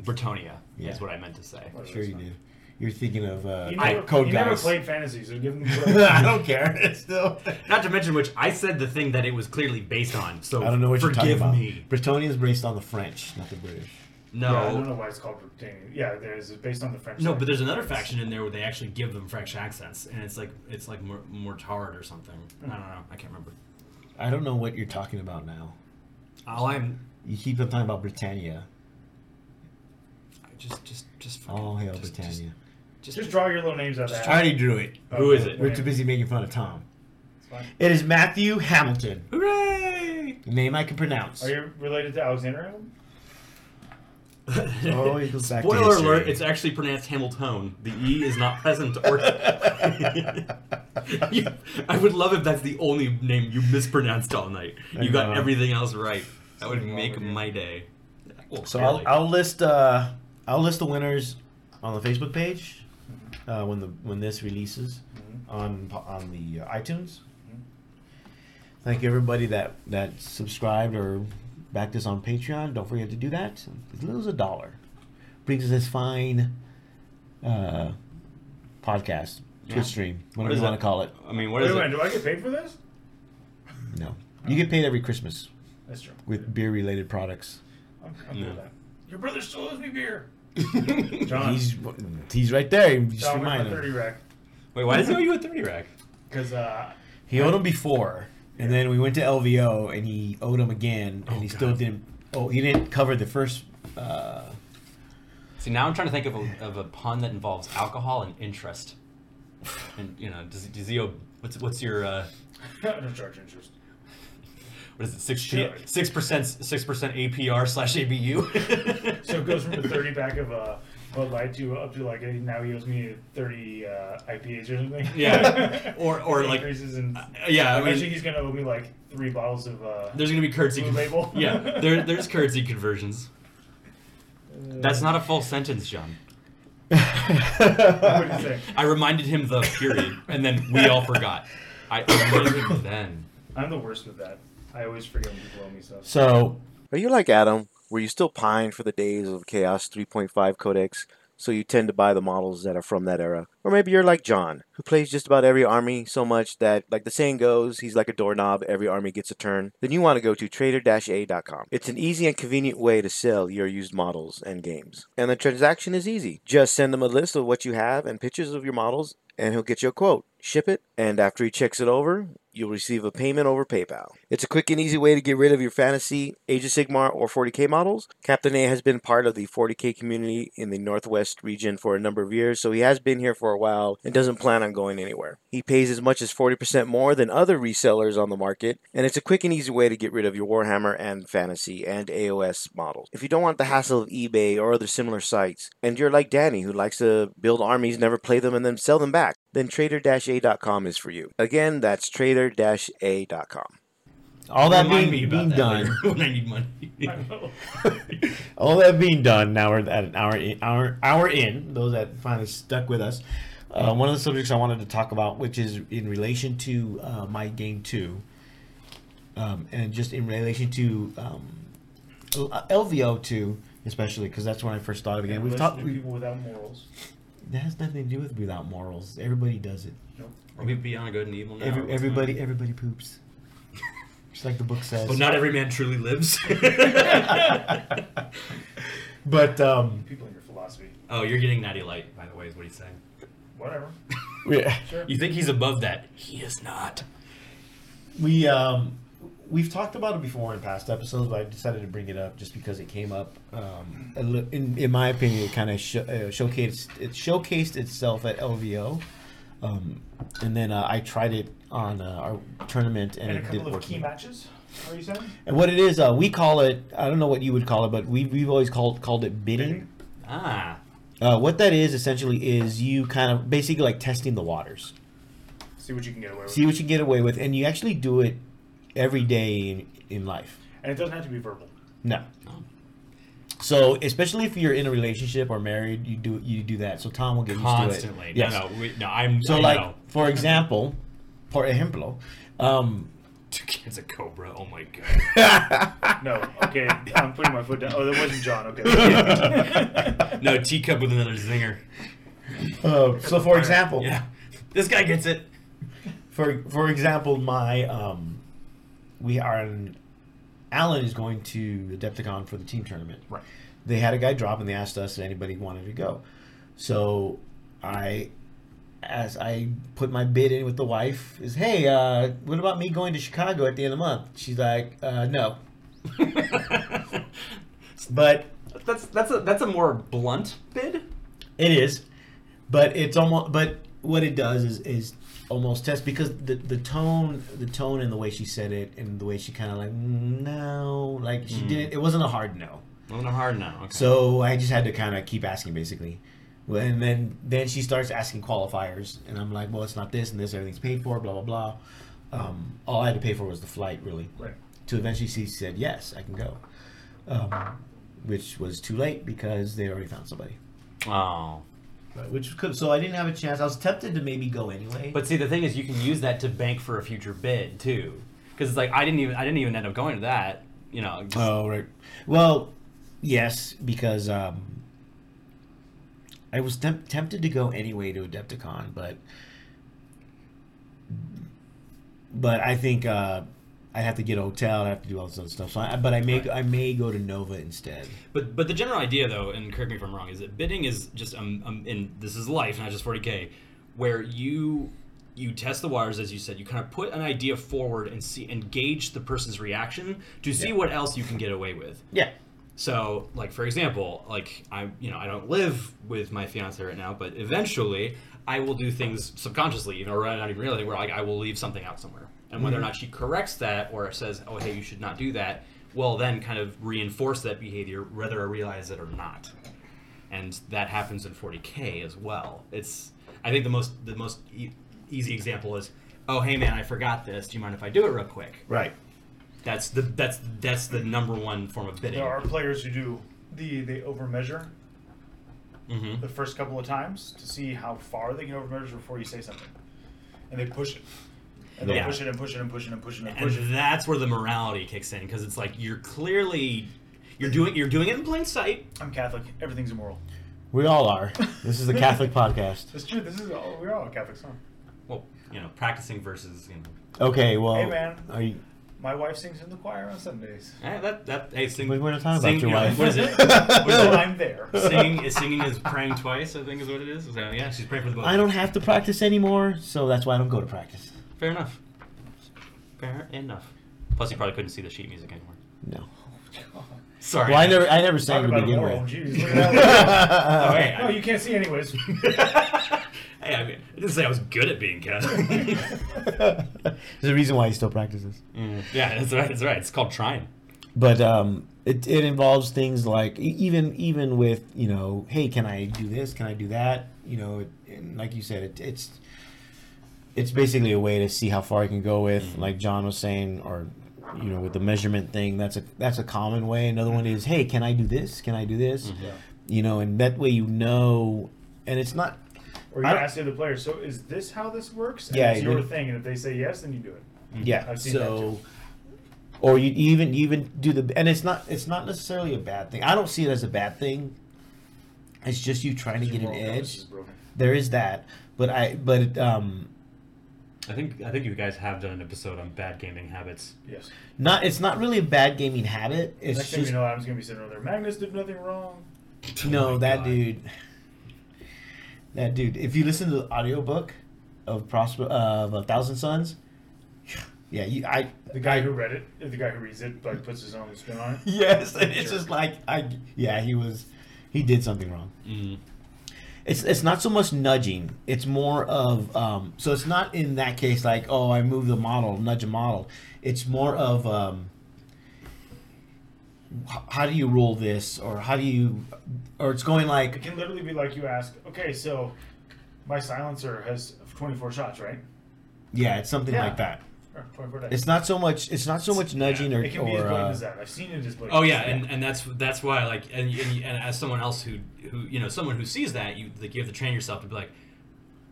C: Britannia
B: Yeah.
C: is what I meant to say.
A: Whatever,
B: Sure
A: it's
B: you
A: fine.
B: do. You're thinking of uh,
A: You
B: I-
A: never,
B: code
A: you
B: guys.
A: never played fantasy, so give them.
B: I don't care. It's still.
C: Not to mention which I said the thing that it was clearly based on. So
B: I don't know what you're talking
C: forgive
B: about.
C: me.
B: Britannia is based on the French, not the British.
C: No,
A: Yeah, I don't know why it's called Britannia. Yeah, there's it's based on the French.
C: No,
A: language.
C: but there's another faction in there where they actually give them French accents, and it's like it's like Mor- Mortard or something. I don't know. I can't remember.
B: I don't know what you're talking about now.
C: All I'm
B: You keep on talking about Britannia.
C: I just just just fucking,
B: All hail
C: just-
B: Britannia.
C: Just,
A: Just
C: just,
A: draw your little names out of that.
B: I already drew it.
C: Who is it?
A: Okay.
B: We're too busy making fun of Tom.
A: It's fine.
B: It is Matthew Hamilton.
C: hooray!
B: A name I can pronounce.
A: Are you related to Alexander? Hamilton?
B: Oh, it goes back to
C: Spoiler
B: history.
C: alert: It's actually pronounced Hamilton. The e is not present. Or You- I would love if that's the only name you mispronounced all night. You
B: know.
C: got everything else right. That would
A: Something wrong
C: make
A: with you.
C: my day. Well,
B: So I'll,
C: clearly.
B: I'll list uh, I'll list the winners on the Facebook page uh, when the when this releases on on the uh, iTunes. Thank you everybody that that subscribed or backed us on Patreon. Don't forget to do that. As little as a dollar brings us this fine uh, podcast,
C: Yeah.
B: Twitch stream, whatever
C: is
B: you want
C: that?
B: to call it.
C: I mean, what
A: Wait a
C: is it?
A: minute, do I get paid for this?
B: No, you get paid every Christmas
A: That's true.
B: with beer related products.
A: I'm, I'm good
C: No.
A: with that. Your brother still owes me beer. John.
B: He's he's right there. Just
A: John, where's
B: remind
A: my
B: him.
A: 30 rack?
C: Wait, why does he owe you a thirty rack?
A: Because uh,
B: He owed him before, and then we went to LVO, and he owed him again, and he still didn't. Oh, he didn't cover the first. Uh,
C: See, now I'm trying to think of a, of a pun that involves alcohol and interest. And you know, does, does he owe, what's what's your uh,
A: I don't charge interest.
C: what is it six
A: Should.
C: six percent six percent APR slash ABU?
A: So it goes from a 30 pack of uh, Bud Light to up to like a, now he owes me 30 uh, IPAs or something.
C: Yeah. Or- or
A: It
C: like- uh,
A: increases in.
C: yeah, I
A: Eventually,
C: mean,
A: he's gonna owe me like three bottles of. Uh,
C: there's gonna be currency.
A: Blue
C: con-
A: label.
C: yeah, there, there's currency conversions. That's not a full sentence, John.
A: what do you say?
C: I reminded him the period, and then we all forgot. I I reminded him then.
A: I'm the worst with that. I always forget when people owe me stuff.
B: so
G: Are you like Adam, where you still pine for the days of Chaos 3.5 Codex, so you tend to buy the models that are from that era? Or maybe you're like John, who plays just about every army so much that, like the saying goes, he's like a doorknob, every army gets a turn. Then you want to go to trader-a.com. It's an easy and convenient way to sell your used models and games. And the transaction is easy. Just send them a list of what you have and pictures of your models, and he'll get you a quote. ship it, and after he checks it over, you'll receive a payment over PayPal. It's a quick and easy way to get rid of your fantasy Age of Sigmar or 40k models. Captain A has been part of the 40k community in the Northwest region for a number of years, so he has been here for a while and doesn't plan on going anywhere. He pays as much as 40% more than other resellers on the market, and it's a quick and easy way to get rid of your Warhammer and fantasy and AOS models. If you don't want the hassle of eBay or other similar sites, and you're like Danny who likes to build armies, never play them, and then sell them back, then trader-a.com is for you. Again, that's trader-a.com.
B: All that being,
F: Remind me about
B: being
F: that
B: done.
F: later when I need money.
B: All that being done, now we're at an hour in, hour, hour in. Those that finally stuck with us, uh, one of the subjects I wanted to talk about, which is in relation to uh, my game two, um, and just in relation to um, L- LVO two, especially because that's when I first thought of it. And we've
A: Listen
B: talked.
A: to
B: We,
A: people without morals.
B: that has nothing to do with without morals. Everybody does it.
C: Are we beyond good and evil now?
B: Every,
C: What's
B: everybody, everybody poops. Just like the book says.
F: but not every man truly lives.
B: But, um,
A: People in your philosophy.
F: oh, you're getting natty light, by the way, is what he's saying.
A: Whatever.
B: we-
A: Sure.
F: You think he's above that? He is not.
B: we um we've talked about it before in past episodes but i decided to bring it up just because it came up um a li- in, in my opinion it kind of sho- uh, showcased it showcased itself at lvo um and then uh, i tried it on uh, our tournament and,
A: And a
B: it did
A: couple of
B: work
A: key matches. Are you saying?
B: and what it is uh we call it i don't know what you would call it but we, we've always called called it bidding
F: Ah.
B: uh, what that is essentially is you kind of basically like testing the waters
A: See what you can get away with.
B: see what you get away with and you actually do it every day in, in life
A: and it doesn't have to be verbal.
B: No. So especially if you're in a relationship or married, you do you do that. So Tom will get
F: Constantly.
B: Used to it. Yes.
F: No, no, we, no. I'm
B: So
F: I
B: like
F: know.
B: for example, for ejemplo, um,
F: two kids a cobra. Oh my god.
A: No. Okay. I'm putting my foot down. Oh, that wasn't John. Okay.
F: No teacup with another zinger.
B: uh, so for example,
F: Yeah, this guy gets it.
B: for for example, my um, we are in, Alan is going to Adepticon for the team tournament. Right. They had a guy drop and they asked us if anybody wanted to go. So I, as I put my bid in with the wife, is hey, uh, what about me going to Chicago at the end of the month? She's like, uh, no. but
C: That's that's a that's a more blunt bid.
B: it is, but it's almost. But what it does is is almost test because the the tone, the tone, and the way she said it, and the way she kind of like "Mm, no, like she did. It wasn't a hard no.
C: Wasn't hard now. Okay.
B: So I just had to kind of keep asking, basically. Well, And then then she starts asking qualifiers, and I'm like, well, it's not this and this. Everything's paid for. Blah blah blah. Um, all I had to pay for was the flight, really.
A: Right.
B: To eventually she said, yes, I can go, um, which was too late because they already found somebody.
C: Oh.
B: Right, which could, so I didn't have a chance. I was tempted to maybe go anyway.
C: But see, the thing is, you can use that to bank for a future bid too, because it's like I didn't even I didn't even end up going to that. You know. just-
B: oh right, well, yes, because um, I was temp- tempted to go anyway to Adepticon, but but I think uh, I have to get a hotel. I have to do all this other stuff. So, I, but I may I may go to Nova instead.
C: But but the general idea though, and correct me if I'm wrong, is that bidding is just um, um and this is life, not just 40k, where you you test the waters as you said. You kind of put an idea forward and see engage the person's reaction to see what else you can get away with.
B: Yeah.
C: So, like for example, like I, you know, I don't live with my fiance right now, but eventually I will do things subconsciously, you know, or not even really, where like I will leave something out somewhere, and whether
A: Mm-hmm.
C: or not she corrects that or says, "Oh, hey, you should not do that," well, then kind of reinforce that behavior, whether I realize it or not, and that happens in 40k as well. It's, I think the most the most e- easy example is, "Oh, hey man, I forgot this. Do you mind if I do it real quick?"
B: Right.
C: That's the that's that's the number one form of bidding.
A: There are players who do the they overmeasure
C: Mhm.
A: the first couple of times to see how far they can overmeasure before you say something, and they push it, and they
C: Yeah.
A: push it and push it and push it and push it and
C: and
A: push it.
C: that's where the morality kicks in because it's like you're clearly you're doing you're doing it in plain sight
A: I'm Catholic. Everything's immoral.
B: We all are. This is a Catholic podcast.
A: That's true. This is all we're all Catholics, huh?
C: well you know practicing versus you know
B: Okay. Well.
A: Hey, man.
B: Are you,
A: My wife sings in the choir on Sundays.
C: Eh, that that hey, sing,
B: We- we're not talking about
C: sing,
B: your
C: you know,
B: wife.
C: What is it?
A: So I'm there.
C: singing is singing is praying twice. I think is what it is. So, yeah, she's praying for the both.
B: I don't have to practice anymore, so that's why I don't go to practice.
C: Fair enough. Fair enough. Plus, you probably couldn't see the sheet music anymore.
B: No.
C: Sorry.
B: Well, I never, I never
A: Oh, Talk
B: sang to
A: about
B: begin
A: moral.
B: with.
A: Jeez, look at that.
C: Oh, hey,
A: No, you can't see anyways.
C: I, hey, I, mean, I didn't say I was good at being Catholic.
B: There's a reason why he still practices.
C: yeah, that's right. That's right. It's called trying.
B: but um, it, it involves things like e- even even with you know hey can i do this can i do that you know it, and like you said it, it's it's basically a way to see how far you can go with like john was saying or you know with the measurement thing that's a that's a common way another one is hey can i do this can i do this you know and that way you know and it's not
A: Or you
B: I-
A: ask the other players, so is this how this works? And
B: Yeah,
A: it's
B: you
A: your
B: do.
A: thing, and if they say yes, then you do it.
B: Yeah.
A: I've seen that
B: So, or you even you even do the and it's not it's not necessarily a bad thing. I don't see it as a bad thing. It's just you trying to get an
A: Well, no, this
B: edge.
A: is broken.
B: There is that, but I but um
C: I think I think you guys have done an episode on bad gaming habits.
A: Yes.
B: not it's not really a bad gaming habit. It's
A: Next thing
B: just
A: you know, oh Adam's gonna be sitting over there. Magnus did nothing wrong.
B: no
C: Oh my
B: that
C: God.
B: dude. That dude. If you listen to the audiobook of Prosper of A Thousand Sons, yeah, you I
A: The guy who read it, the guy who reads it, like puts his own spin on it.
B: yes, and it's
A: Sure.
B: just like I yeah he was he did something wrong.
C: Mm.
B: It's it's not so much nudging. It's more of um, so it's not in that case like oh I move the model nudge a model. It's more of um, h- how do you rule this or how do you or it's going
A: It
B: like
A: can literally be like you ask, okay, so my silencer has 24 shots, right?
B: yeah it's something
A: Yeah.
B: like that.
A: Or 24 dice.
B: It's not so much it's not so much nudging
A: it
B: or
A: can be as
B: or
A: blatant
B: uh,
A: as that. I've seen it as blatant.
C: Oh yeah,
A: as that.
C: and, and that's that's why like and, and and as someone else who who you know someone who sees that you like you have to train yourself to be like.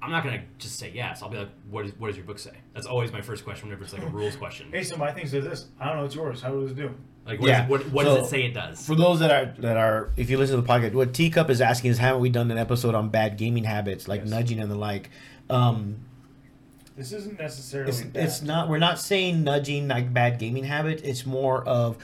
C: I'm not gonna just say yes. I'll be like, "What is what does your book say?" That's always my first question whenever it's like a rules question.
A: hey, so my thing says this. I don't know it's yours. How does it do?
C: Like, what, does
B: Yeah.
C: it, what, what
B: So-
C: does it say it does?
B: for those that are that are if you listen to the podcast what teacup is asking is haven't we done an episode on bad gaming habits like
A: Yes.
B: nudging and the like um
A: This isn't necessarily
B: it's,
A: bad.
B: it's not we're not saying nudging like bad gaming habit it's more of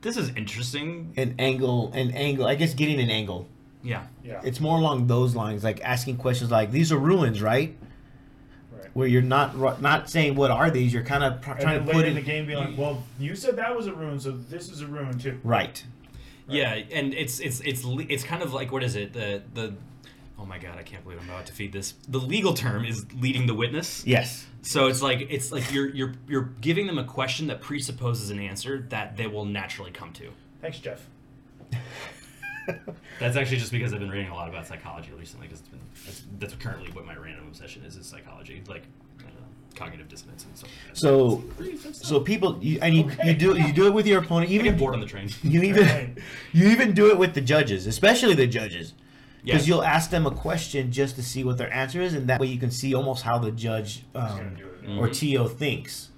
C: this is interesting.
B: an angle an angle i guess getting an angle
C: Yeah.
A: Yeah.
B: it's more along those lines like asking questions like these are ruins right
A: right.
B: where you're not ru- not saying what are these you're kind of pr- trying
A: and
B: to
A: later
B: put
A: in
B: it
A: the game, be like, well, you said that was a ruin, so this is a ruin too.
B: right
C: Yeah, and it's it's it's le- it's kind of like what is it the the oh my god I can't believe I'm about to feed this the legal term is leading the witness.
B: yes
C: So it's like it's like you're you're you're giving them a question that presupposes an answer that they will naturally come to.
A: Thanks, Jeff.
C: That's actually just because I've been reading a lot about psychology recently because it's been that's, that's currently what my random obsession is is psychology like uh, cognitive dissonance and stuff. Like
B: so
C: that.
B: so people you, and you, you do you do it with your opponent
C: I
B: even
C: get bored on the train.
B: You even
A: Right.
B: you even do it with the judges, especially the judges,
C: Yeah.
B: because you'll ask them a question just to see what their answer is, and that way you can see almost how the judge
A: gonna
B: um,
A: do it.
B: or TO thinks.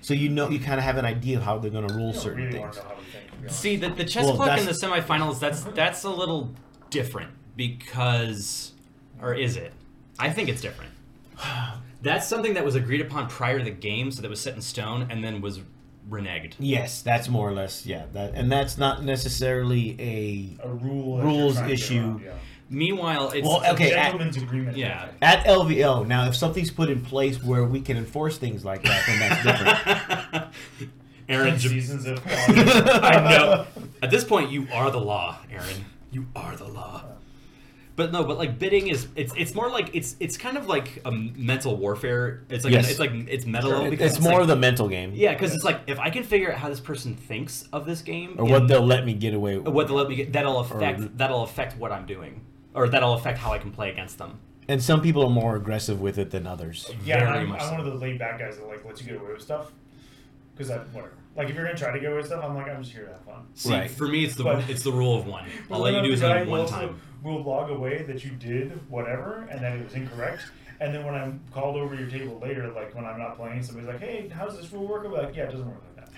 B: So you know you kind of have an idea of how they're going to rule
A: I don't
B: certain
A: really want
B: things.
A: to know how we think. To be honest.
C: See the the chess
B: Well,
C: clock in the
B: that's-
C: semifinals. That's that's a little different because, or is it? I think it's different. That's something that was agreed upon prior to the game, so that was set in stone, and then was reneged.
B: Yes, that's more or less yeah. That and that's not necessarily a
A: a rule that
B: Rules
A: you're trying to get
B: issue.
A: around, yeah.
C: Meanwhile, it's
B: Well, okay, at-
A: gentleman's agreement.
C: yeah.
B: at LVO. Now, if something's put in place where we can enforce things like that, then that's different.
A: Ten
C: Aaron, Jab-
A: seasons of
C: I know. At this point, you are the law, Aaron. You are the law. But no, but like bidding is it's it's more like it's it's kind of like a mental warfare. It's like
B: Yes.
C: it's like it's metal.
B: It-
C: because
B: it's more
C: like-
B: of the mental game,
C: Yeah, because it's like if I can figure out how this person thinks of this game,
B: or what
C: and
B: they'll let me get away. with.
C: what they'll let me get, that'll affect
B: Or-
C: that'll affect what I'm doing, or that'll affect how I can play against them.
B: and some people are more aggressive with it than others.
A: Yeah,
C: Very
A: I'm,
C: much
A: I'm
C: so.
A: one of those laid back guys that like lets you get away with stuff. Because I whatever. Like if you're gonna try to get away with stuff, I'm like I'm just here to have fun.
C: See,
B: Right.
C: for me, it's the
A: But-
C: it's the rule of one.
A: But
C: All you
A: then
C: do is
A: the guy
C: have one
A: also
C: time.
A: Will log away that you did whatever and that it was incorrect. And then when I'm called over to your table later, like when I'm not playing, somebody's like, "Hey, how's this rule work?" I'm like, "Yeah, it doesn't work like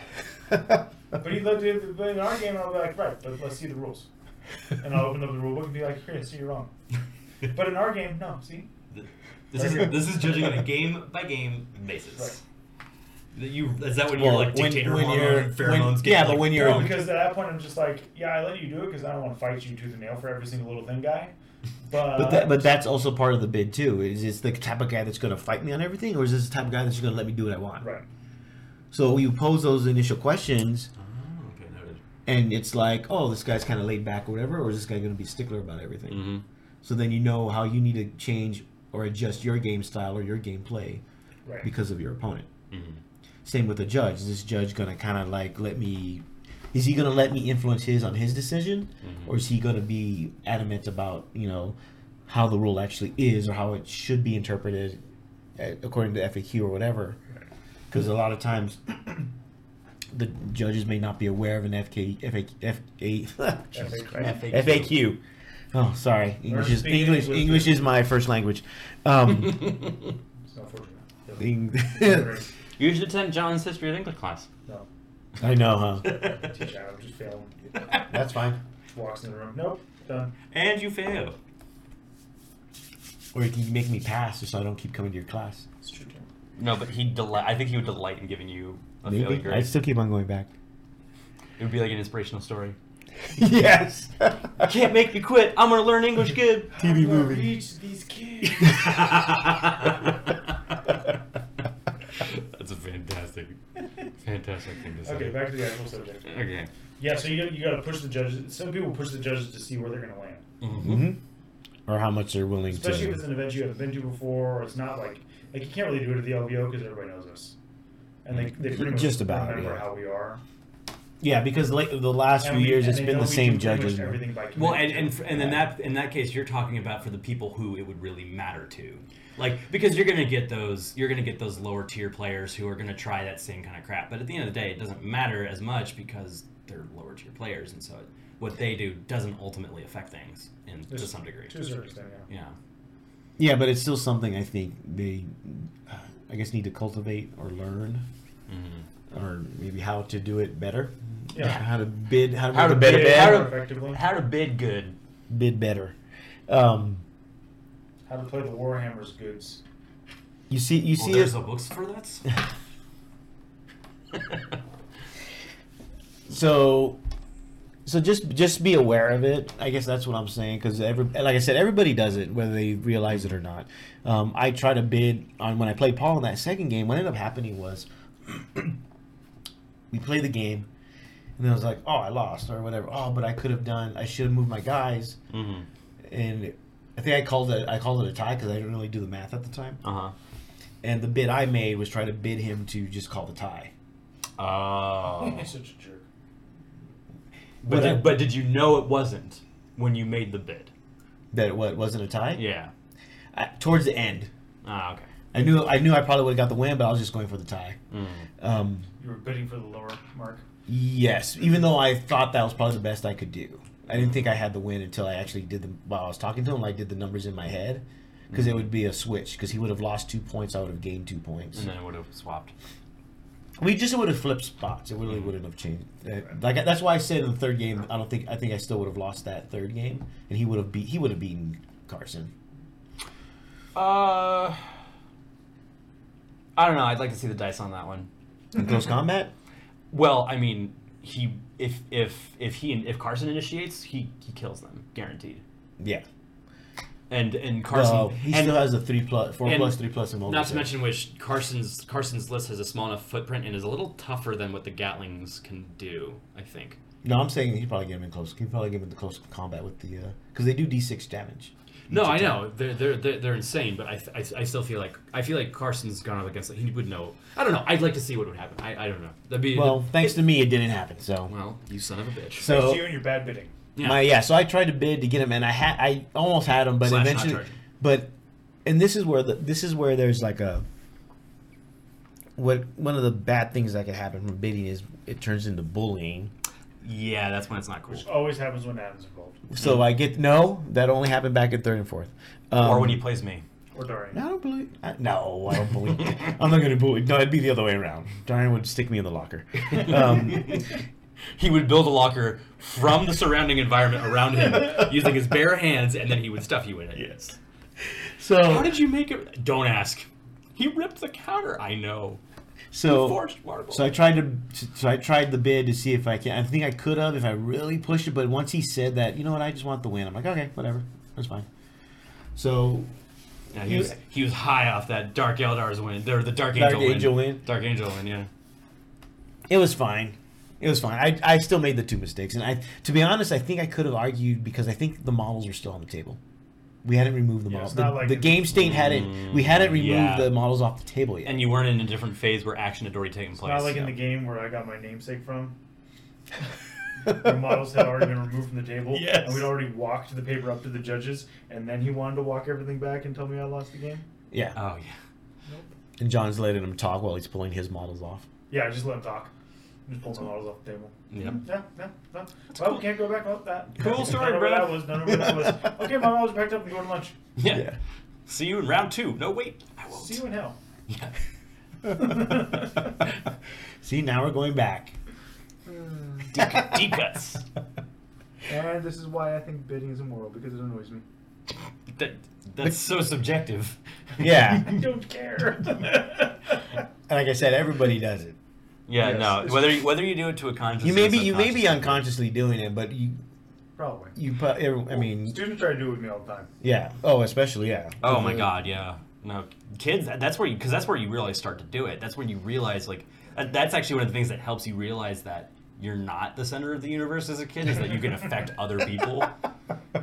A: that." but he looked at the, in our game, and I'll be like, "Right, but let's see the rules." And I'll open up the rule book and be like, "Here, see you're wrong." But in our game, no, see,
C: This is this is judging on a game by game basis.
A: Right.
F: That you is that when
B: Well,
F: you're like
B: when-
F: dictator
B: when
F: hormone
B: you're-
F: and pheromones
B: when-
F: get
B: yeah,
F: like,
B: but when you're-
A: No, because at that point I'm just like, yeah, I let you do it because I don't want to fight you tooth and nail for every single little thing, guy. But,
B: But that, but that's also part of the bid too. Is this the type of guy that's going to fight me on everything, or is this the type of guy that's going to let me do what I want?
A: right,
B: So you pose those initial questions,
C: Oh, Okay, noted.
B: and it's like, oh, this guy's kind of laid back or whatever, or is this guy going to be a stickler about everything?
C: Mm-hmm.
B: So then you know how you need to change or adjust your game style or your gameplay
A: right.
B: because of your opponent.
C: Mhm.
B: Same with the judge. Is this judge going to kind of like let me? Is he going to let me influence his on his decision, or is he going to be adamant about you know how the rule actually is or how it should be interpreted uh, according to FAQ or whatever? Because a lot of times. The judges may not be aware of an FK, FA, FA, Jesus Christ. FAQ. Oh, sorry. English is
A: speaking
B: English.
A: with
B: English is my first language. Um,
A: It's unfortunate.
B: Eng-
C: You should attend John's history and English class.
A: No,
B: I know, huh?
A: teach Adam, just fail him.
B: That's fine.
A: Walks in the room. Nope, done.
C: And you fail.
B: Or you can make me pass, so I don't keep coming to your class.
A: It's true. too.
C: No, but he delight. I think he would delight in giving you a failing
B: Maybe I
C: grade.
B: still keep on going back.
C: It would be like an inspirational story.
B: yes.
C: You can't make me quit. I'm gonna learn English good.
B: TV movie.
A: Reach these kids.
C: That's a fantastic, fantastic thing to say.
A: Okay, back to the actual subject.
C: Okay.
A: Yeah, so you got you got to push the judges. Some people push the judges to see where they're going to land,
C: Mm-hmm.
B: hmm Or how much they're willing
A: especially if it's
B: to.
A: an event you haven't been to before, or it's not like like you can't really do it at the LVO because everybody knows us, and they they pretty much
B: Just about,
A: remember
B: yeah.
A: how we are.
B: Yeah, because like the last
A: And
B: few
A: we-
B: years,
A: and
B: it's
A: they
B: been
A: know
B: the
A: we
B: same
A: do pretty much
B: judges.
A: Everything by
F: Well, and
A: committee.
F: and, f- and then that in that case, you're talking about for the people who it would really matter to, like because you're gonna get those you're gonna get those lower tier players who are gonna try that same kind of crap. But at the end of the day, it doesn't matter as much because they're lower tier players, and so it, what they do doesn't ultimately affect things in, to
A: Yes.
F: some degree.
A: to a certain extent, yeah.
F: Yeah.
B: Yeah, but it's still something I think they, uh, I guess, need to cultivate or learn,
C: Mm-hmm.
B: or maybe how to do it better.
A: Yeah.
B: How to bid. How to,
C: How
B: make
C: to
B: a
C: bid
B: better
C: it.
A: How
C: How
A: to,
C: to-
A: effectively,
C: How to bid good.
B: Bid better. Um,
A: how to play the Warhammer's goods.
B: you see. You
F: Well,
B: see.
F: there's
B: it-
F: the books for that.
C: Mm-hmm.
B: so so just just be aware of it i guess that's what i'm saying because every like i said everybody does it whether they realize it or not um, i try to bid on when i played paul in that second game what ended up happening was we played the game and then i was like oh i lost or whatever oh but i could have done i should have moved my guys
C: Mm-hmm.
B: and i think i called it i called it a tie because i didn't really do the math at the time
C: Uh
B: and the bid i made was try to bid him to just call the tie
C: huh. Oh.
A: He's such a jerk.
C: but
B: But I-
C: did, but did you know it wasn't when you made the bid?
B: that what wasn't a tie
C: Yeah.
B: I, towards the end
C: Ah. Okay.
B: I knew I knew I probably would have got the win, but I was just going for the tie.
C: Mm.
B: Um,
A: You were bidding for the lower mark.
B: yes, even though I thought that was probably the best I could do. I didn't think I had the win until I actually did the while I was talking to him. I did the numbers in my head because
F: Mm.
B: it would be a switch because he would have lost two points, I would have gained two points.
C: And
F: Mm.
C: then it would have swapped.
B: We just would have flipped spots. It really
F: Mm.
B: wouldn't have changed. Uh, Like that's why I said in the third game, I don't think I think I still would have lost that third game, and he would have beat he would have beaten Carson.
C: Uh. I don't know. I'd like to see the dice on that one.
B: In close combat,
C: Well, I mean, he if if if he if Carson initiates, he he kills them guaranteed.
B: yeah.
C: And and Carson
B: Well, he
F: and-
B: still has a three plus, four
F: and
B: plus, three plus, and
F: Not to mention which Carson's Carson's list has a small enough footprint and is a little tougher than what the Gatlings can do. I think.
B: No, I'm saying he probably get him in close. He probably get him in the close combat with the because they do d6 damage.
F: No, I know they're they're they're, they're insane, but I, th- I I still feel like I feel like Carson's gone up against it. He would know. I don't know. I'd like to see what would happen. I, I don't know. That'd be
B: Well, thanks to me, it didn't happen. So,
F: well. You son of a bitch.
A: It's you
B: so
A: and your bad bidding.
F: Yeah.
B: my yeah. So I tried to bid to get him, and I had I almost had him, but
F: Slash, not
B: eventually,
F: charging.
B: but and this is where the this is where there's like a what one of the bad things that could happen from bidding is it turns into bullying.
F: yeah, that's when it's not cool.
A: Which always happens when Adam's involved.
F: Hmm.
B: So I get no. That only happened back in third and fourth. Um,
C: or when he plays me.
A: Or Darian.
B: I don't believe. I, no, I don't believe. I'm not gonna bully. No, it'd be the other way around. Darren would stick me in the locker. Um,
F: He would build a locker from the surrounding environment around him using his bare hands, and then he would stuff you in it.
B: yes. So
F: How did you make it? Don't ask. He ripped the counter. I know.
B: So
H: forged marble.
B: Oh, So I tried to, so I tried the bid to see if I can. I think I could have if I really pushed it, but once he said that, you know what, I just want the win. I'm like, okay, whatever, that's fine. So
C: Yeah, he was he was high off that Dark Eldar's win. Or the Dark
B: Dark
C: Angel,
B: Angel win.
C: Dark Angel win. Yeah.
B: it was fine. It was fine. I, I still made the two mistakes, and I to be honest, I think I could have argued because I think the models were still on the table. We hadn't removed the models.
A: it's not
B: The,
A: like
B: the
A: it-
B: game state hadn't. We hadn't removed
C: yeah.
B: the models off the table yet.
C: And you weren't in a different phase where action had already taken place.
A: Not like in the game where I got my namesake from. The models had already been removed from the table.
B: Yes.
A: And we'd already walked the paper up to the judges, and then he wanted to walk everything back and tell me I lost the game.
B: yeah.
C: Oh yeah.
B: And John's letting him talk while he's pulling his models off.
A: Yeah, I just let him talk. Just pulled my models off the table.
C: Yep.
A: No, no, no. Well, we can't go back about that.
C: Cool story,
A: None of what
C: bruh.
A: that was. None of what that was. Okay, my models are packed up and going to lunch.
C: yeah.
B: Yeah.
C: See you in round two. No wait, I won't.
A: See you in hell.
C: Yeah.
B: See, now we're going back.
C: deep, deep cuts.
A: Hmm. And this is why I think bidding is immoral because it annoys me.
C: That, that's so subjective.
B: Yeah.
A: I don't care.
B: And like I said, everybody does it.
C: Yeah,
A: Yes.
C: no. Whether you, whether you do it to a conscious,
B: You
C: or
B: may be you may be
C: subconscious-
B: unconsciously doing it, but you
A: Probably.
B: you pu- I mean
A: students try to do it with me all the time.
B: yeah. Oh, especially yeah.
C: Oh my god, yeah. No, kids. that- That's where you because that's where you really start to do it. That's when you realize like that- that's actually one of the things that helps you realize that you're not the center of the universe as a kid is that you can affect other people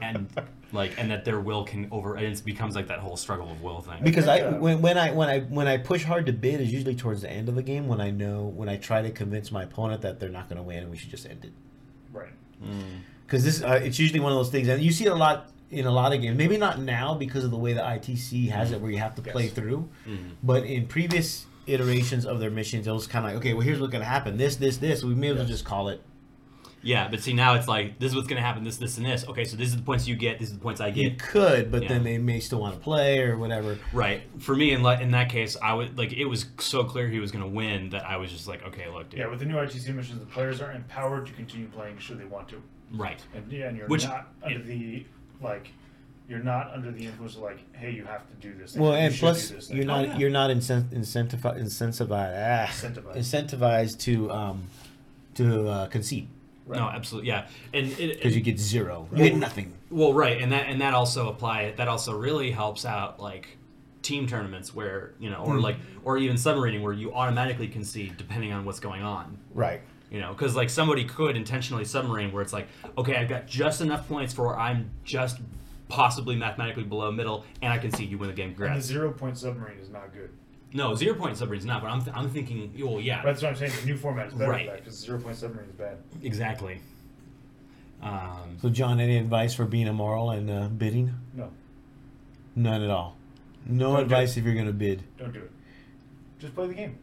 C: and like and that their will can over and it becomes like that whole struggle of will thing.
B: Because I
A: think, uh,
B: when, when I when I when I push hard to bid is usually towards the end of the game when I know when I try to convince my opponent that they're not going to win and we should just end it.
A: Right.
B: because this uh, it's usually one of those things and you see it a lot in a lot of games maybe not now because of the way the itc has it where you have to play
A: Yes. Mm-hmm.
B: through but in previous iterations of their missions it was kind of like okay well here's what's going to happen this this this we may as well just call it
A: Mm-hmm.
C: Yeah, but see now it's like this is what's gonna happen. This, this, and this. Okay, so these are the points you get. These are the points I
B: you
C: get.
B: could but then
C: Yeah.
B: they may still want to play or whatever
C: Right. For me, in li- in that case, I would like it was so clear he was gonna win that I was just like, okay, look, dude.
A: Yeah, with the new ITC missions, the players are empowered to continue playing should they want to.
C: Right.
A: And, yeah, and you're
C: Which-
A: not under the, like, you're not under the influence of, like, hey, you have to do this. thing,
B: well
A: you
B: and
A: should
B: plus
A: do this thing.
B: you're not
C: Oh, yeah.
B: you're not incent- incentivized incentivized, ah,
A: Incentivized.
B: incentivized to um to uh, concede
C: No, absolutely. Yeah. And it,
B: because you get zero you get nothing
C: Well, right, and that and that also apply that also really helps out like team tournaments where you know, or like, or even submarining where you automatically concede depending on what's going on.
B: right
C: You know, because like somebody could intentionally submarine where it's like, okay, I've got just enough points for where I'm just possibly mathematically below middle, and I concede you win the game.
A: And the
C: Congrats.
A: zero point submarine is not good.
C: No, zero point submarine's not, but I'm th- I'm thinking, well, yeah,
A: But that's what I'm saying. The new format is better
C: Right.
A: for that because zero point submarine is bad.
C: exactly. Um,
B: so john any advice for being immoral and uh, bidding
A: No,
B: None at all. No
A: do
B: advice if you're going to bid.
A: don't do it. Just play the game.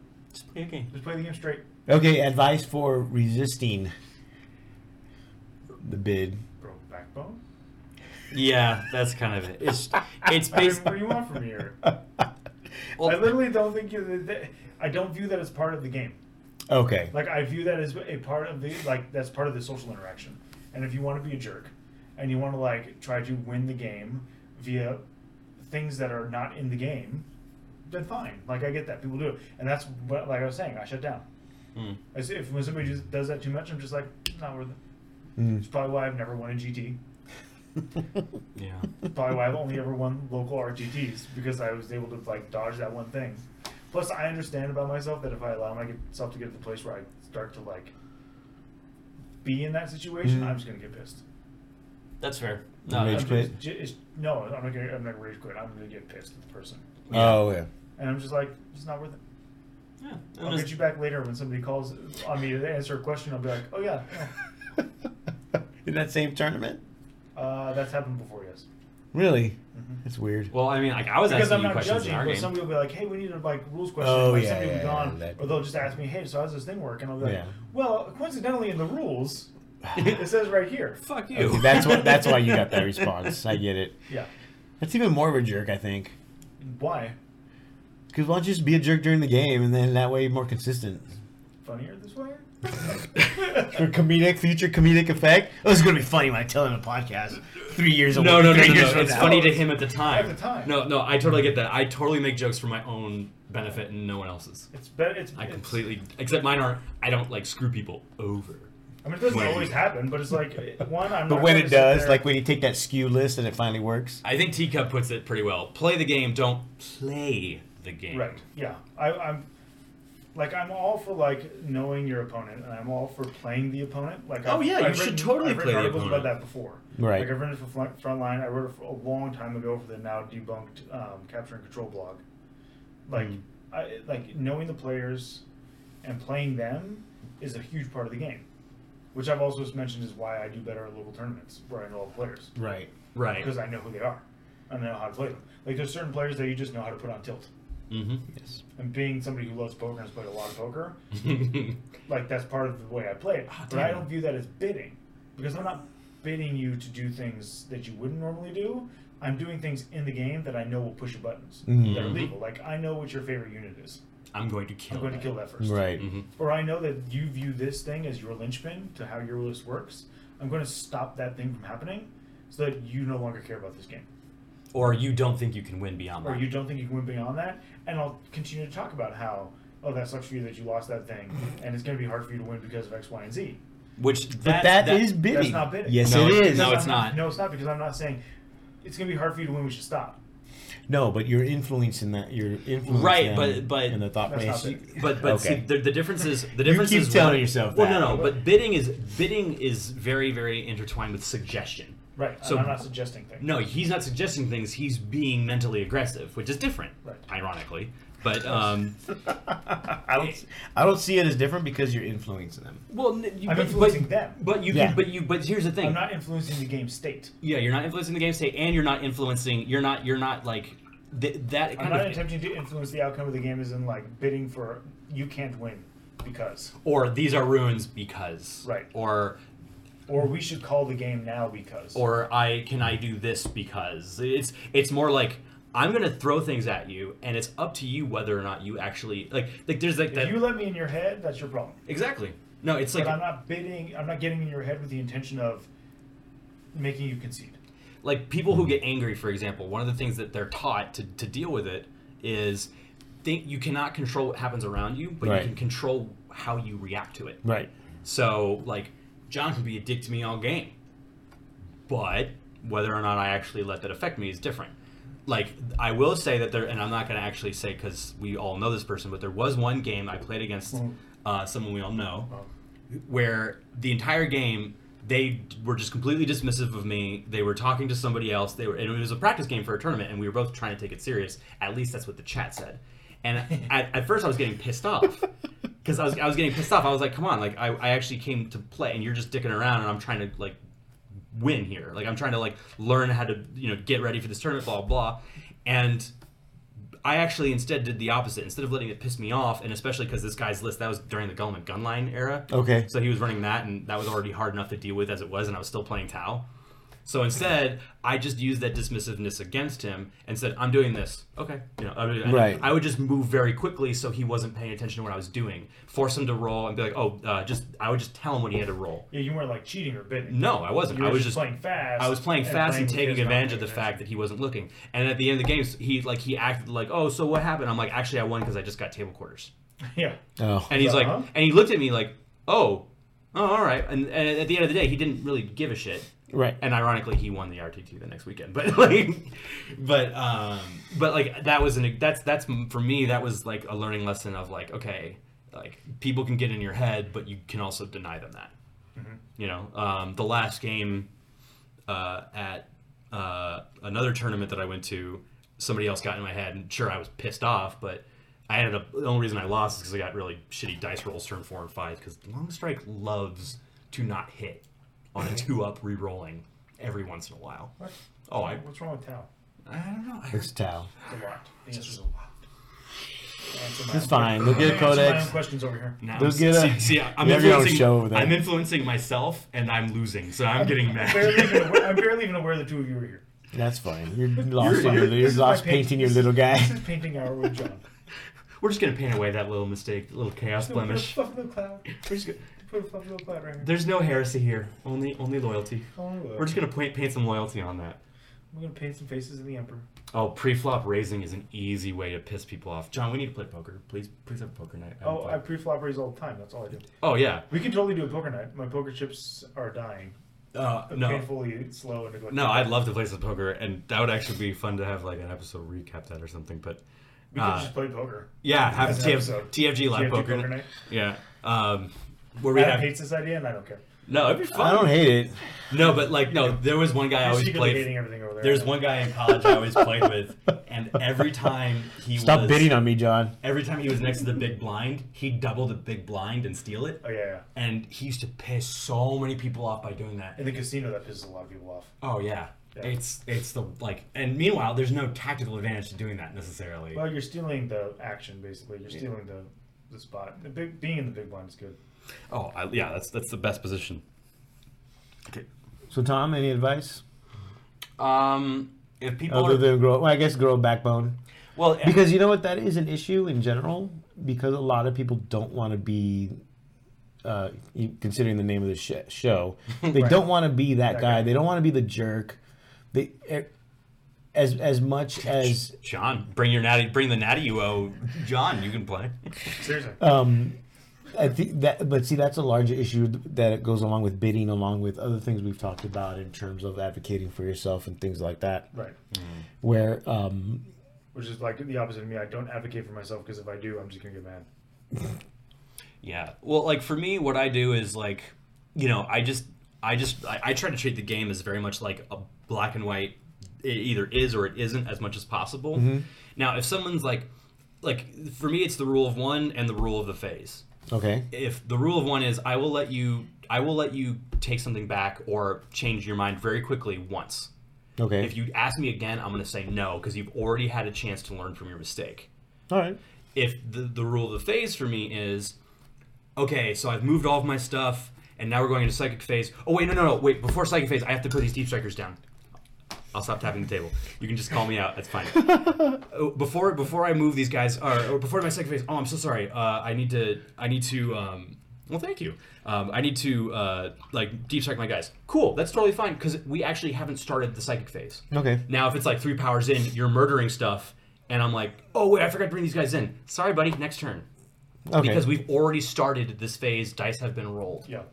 C: okay.
A: Just play the game straight.
B: Okay, advice for resisting the bid.
A: Bro, backbone.
C: Yeah, that's kind of it. It's it's
A: I
C: based.
A: mean, what do you want from here?
C: well,
A: I literally don't think you. that- that- I don't view that as part of the game.
B: Okay.
A: Like I view that as a part of the like that's part of the social interaction. And if you want to be a jerk, and you want to like try to win the game via things that are not in the game, then fine. Like I get that people do it, and that's what like I was saying. I shut down.
I: hmm,
C: Mm.
A: As if when somebody just does that too much, I'm just like not worth it.
B: Mm.
A: It's probably why I've never won a GT.
C: yeah.
A: Probably why I've only ever won local RGTs because I was able to like dodge that one thing. Plus, I understand about myself that if I allow myself to get to the place where I start to like be in that situation,
B: Mhm.
A: I'm just gonna get pissed.
C: That's fair.
B: Rage
C: that's-
A: I'm
B: quit?
A: just- j- it's- no, I'm not gonna. I'm not gonna rage quit. I'm gonna get pissed at the person,
B: Oh, yeah.
A: and I'm just like, it's not worth it.
C: yeah, that
A: I'll
C: was-
A: get you back later when somebody calls on me to answer a question. I'll be like, oh yeah, no.
B: In that same tournament?
A: uh, that's happened before, yes.
B: Really?
A: Mhm.
B: That's weird.
C: Well, I mean, like I was
A: because I'm
C: asking you
A: not
C: questions in
A: judging,
C: our
A: but
C: game.
A: somebody will be like, "Hey, we need a like rules question."
B: Oh,
A: like,
B: yeah,
A: somebody will
B: yeah,
A: be gone,
B: yeah, that-
A: or they'll just ask me, "Hey, so how's this thing work?" And I'll be like,
B: Yeah.
A: "Well, coincidentally, in the rules, it says right here."
C: Fuck you.
B: Okay, that's what. That's why you got that response. I get it.
A: Yeah.
B: That's even more of a jerk, I think.
A: Why?
B: Because why don't you just be a jerk during the game, and then that way you're more consistent.
A: funnier this way?
B: For comedic future comedic effect. Oh, it's gonna be funny when I tell him a podcast three years
I: No,
B: away-
I: no, no,
B: three
I: no,
B: years
I: no.
B: from
I: It's
B: now.
I: funny to him at the time.
A: At the time.
I: No, no, I totally get that. I totally make jokes for my own benefit and no one else's.
A: It's better. It's
I: I
A: it's-
I: completely, except mine aren't. I don't like screw people over.
A: I mean, it doesn't
I: Wait.
A: always happen, but it's like eh, one. I'm.
B: But
A: not
B: when
A: gonna
B: it
A: sit
B: does,
A: there-
B: like when you take that skew list and it finally works.
I: I think Teacup puts it pretty well. Play the game, don't play the game.
A: Right. Yeah. I, I'm like I'm all for like knowing your opponent, and I'm all for playing the opponent. Like
I: Oh,
A: I've-
I: yeah, you
A: I've
I: should
A: written-
I: totally
A: I've
I: play
A: written
I: the
A: articles about
I: opponent.
A: that before.
B: Right.
A: Like I've written for front, Frontline. I wrote it for a long time ago for the now debunked um, Capture and Control blog. Like I like knowing the players and playing them is a huge part of the game. Which I've also just mentioned is why I do better at local tournaments where I know all the players
B: Right.
I: Right.
A: because I know who they are. I know how to play them. Like there's certain players that you just know how to put on tilt
I: Mm-hmm.
A: and being somebody who loves poker and has played a lot of poker, like that's part of the way I play it. but I
I: Ah, damn.
A: don't view that as bidding because I'm not bidding you to do things that you wouldn't normally do. I'm doing things in the game that I know will push your buttons. That are legal. Like I know what your favorite unit is.
I: I'm going to Mm-hmm. kill.
A: I'm going to
I: that.
A: kill that first.
B: Right.
C: Mm-hmm.
A: Or I know that you view this thing as your linchpin to how your list works. I'm going to stop that thing from happening so that you no longer care about this game.
C: or you don't think you can win beyond
A: or
C: that.
A: you don't think you can win beyond that, and I'll continue to talk about how, oh, that sucks for you that you lost that thing, and it's going to be hard for you to win because of X, Y, and Z.
C: Which
B: But
C: that,
B: that
C: that-
B: is bidding.
A: That's not bidding.
B: Yes,
I: No,
B: it
I: it's-
B: is.
I: no,
A: Because
I: it's
A: I'm
I: not.
A: No, it's not because I'm not saying it's going to be hard for you to win. We should stop.
B: No, but you're influencing that. You're influencing
C: Right, but- but-
B: in the thought
A: That's not
B: process.
A: bidding.
C: But but
B: Okay.
C: see, the, the difference is the
B: You
C: difference
B: keep
C: is
B: telling
C: what-
B: yourself
C: Well,
B: that.
C: no, no. But bidding is bidding is very very intertwined with suggestion.
A: Right.
C: So-
A: So I'm not suggesting things.
C: No, he's not suggesting things. He's being mentally aggressive, which is different,
A: Right.
C: ironically. But um,
B: I don't. I don't see it as different because you're influencing them.
C: well, n- you,
A: I'm
C: but,
A: influencing
C: but,
A: them.
C: but you,
B: Yeah.
C: can but you, but here's the thing.
A: I'm not influencing the game state.
C: yeah, you're not influencing the game state, and you're not influencing. You're not. You're not like th- that
A: I'm
C: kind
A: not
C: of.
A: attempting to influence the outcome of the game, as in like bidding for you can't win because,
C: or these are ruins because.
A: Right.
C: Or
A: or we should call the game now because,
C: or I can I do this because it's it's more like I'm gonna throw things at you, and it's up to you whether or not you actually like like. There's like
A: if
C: that
A: you let me in your head, that's your problem.
C: exactly. No, it's like
A: But I'm not bidding. I'm not getting in your head with the intention of making you concede.
C: like people who get angry for example one of the things that they're taught to, to deal with it is think you cannot control what happens around you but
B: Right.
C: you can control how you react to it
B: Right.
C: so like john can be a dick to me all game but whether or not i actually let that affect me is different like i will say that there and i'm not going to actually say because we all know this person but there was one game i played against uh, someone we all know where the entire game they were just completely dismissive of me. They were talking to somebody else. They were, and it was a practice game for a tournament, and we were both trying to take it serious. At least that's what the chat said. And at, at first, I was getting pissed off because I was I was getting pissed off. I was like, "Come on! Like I, I actually came to play, and you're just dicking around, and I'm trying to like win here. Like I'm trying to like learn how to you know get ready for this tournament, blah blah." And I actually instead did the opposite. Instead of letting it piss me off, and especially because this guy's list that was during the Gullman Gunline era.
B: Okay.
C: So he was running that, and that was already hard enough to deal with as it was, and I was still playing Tau. So instead, I just used that dismissiveness against him and said, "I'm doing this, okay?" You know, I'm doing- and
B: Right.
C: I would just move very quickly so he wasn't paying attention to what I was doing, force him to roll, and be like, "Oh, uh, just." I would just tell him what he had to roll.
A: Yeah, you weren't like cheating or bidding.
C: No, I wasn't.
A: you were
C: I was
A: just,
C: just
A: playing fast.
C: I was playing fast and, taking advantage of the fact
A: fact
C: that he wasn't looking. And at the end of the game, he like he acted like, "Oh, so what happened?" I'm like, "Actually, I won because I just got table quarters."
A: Yeah.
B: Oh.
C: And he's like,
A: Uh-huh.
C: and he looked at me like, "Oh, oh, all right." And, and at the end of the day, he didn't really give a shit.
B: Right.
C: And ironically, he won the RTT the next weekend. But like, but um, but like that was an that's that's for me that was like a learning lesson of like, okay, like people can get in your head, but you can also deny them that. You know, um, the last game uh, at uh, another tournament that I went to, somebody else got in my head, and sure, I was pissed off, but I ended up. The only reason I lost is because I got really shitty dice rolls turn four and five. Because Long Strike loves to not hit on a two up re-rolling every once in a while.
A: What?
C: Oh, I
A: What's wrong with Tao?
C: I don't know. I
B: It's
C: heard,
B: Tao.
A: A lot. The answer's a lot. Answer my
B: It's
A: own-
B: fine. We'll get a
A: Answer my own
B: codex.
A: questions over here.
C: now,
B: They'll get
C: see,
B: a-
C: see, I'm
B: we have your own
C: influencing.
B: show over there.
C: I'm influencing myself, and I'm losing, so I'm getting
A: Barely
C: mad.
A: even aware, I'm barely even aware the two of you are here.
B: That's fine. You're lost
A: This
B: in your. You're
A: is my
B: lost
A: paint-
B: painting your
A: this-
B: little guy.
A: This is painting hour with John.
J: We're just gonna paint away that little mistake, that little chaos blemish.
A: Put a Buffalo cloud.
J: We're just gonna,
A: Put a Buffalo cloud right here.
J: there's no heresy here. Only only loyalty.
A: Oh, look.
J: We're just gonna paint paint some loyalty on that.
A: We're gonna paint some faces in the emperor.
J: Oh, pre-flop raising is an easy way to piss people off. John, we need to play poker. Please, please have a poker night. haven't
A: Oh, I
J: played.
A: pre-flop raise all the time. That's all I do.
J: oh yeah.
A: We could totally do a poker night. My poker chips are dying.
J: Uh, no,
A: Painfully slow and neglected.
J: no, I'd love to play some poker, and that would actually be fun to have like an episode recap that or something. But
A: We could
J: uh,
A: just play poker.
J: yeah, have
A: As an
J: TF,
A: episode.
J: TFG live
A: TFG
J: poker.
A: poker
J: night.
A: night.
J: Yeah. Um, where we
A: Adam
J: have
A: hates this idea, and I don't care.
J: no, it'd be fun.
K: I don't hate it.
J: No, but like no, there was one guy I
A: You're
J: always
A: secretly
J: played.
A: hating everything over there.
C: There's one guy in college I always played with, and every time he
B: Stop
C: was,
B: bidding on me, John.
C: every time he was next to the big blind, he'd double the big blind and steal it.
A: Oh yeah, yeah.
C: And he used to piss so many people off by doing that.
A: In the casino, that pisses a lot of people off.
C: Oh yeah.
A: Yeah.
C: It's it's the like and meanwhile there's no tactical advantage to doing that necessarily.
A: Well, you're stealing the action, basically. You're stealing the the spot. The big being in the big blind is good.
J: Oh, I, yeah, that's that's the best position.
B: So, Tom, any advice
C: Um if people
B: other
C: are,
B: than grow? Well, I guess grow a backbone.
C: well
B: Because you know what, that is an issue in general. Because a lot of people don't want to be, uh, you- considering the name of the sh- show, they don't want to be that guy. They don't want to be the jerk. They, er, as as much as
J: John, bring your natty, bring the natty you owe. John, you can play.
A: Seriously.
B: um, I think that. But see, that's a larger issue that it goes along with bidding, along with other things we've talked about in terms of advocating for yourself and things like that.
A: right.
B: Where um,
A: Which is like the opposite of me. I don't advocate for myself because if I do, I'm just gonna get mad.
J: Yeah.
C: Well, like for me, what I do is like, you know, I just, I just, I, I try to treat the game as very much like a black and white. It either is or it isn't as much as possible. Now, if someone's like, like for me, it's the rule of one and the rule of the phase.
B: okay,
C: If the rule of one is, I will let you, I will let you take something back or change your mind very quickly once.
B: okay,
C: If you ask me again, I'm going to say no because you've already had a chance to learn from your mistake
B: all right,
C: if the, the rule of the phase for me is okay so i've moved all of my stuff and now we're going into psychic phase oh wait no no no wait before psychic phase i have to put these deep strikers down i'll stop tapping the table you can just call me out that's fine Oh, before before i move these guys or, or before my psychic phase oh i'm so sorry uh, i need to i need to um, well thank you um, i need to uh, like deep strike my guys cool that's totally fine because we actually haven't started the psychic phase
B: okay.
C: now, if it's like three powers in, you're murdering stuff, and I'm like, oh wait, I forgot to bring these guys in. Sorry, buddy, next turn.
B: Okay.
C: Because we've already started this phase, dice have been rolled.
A: Yeah.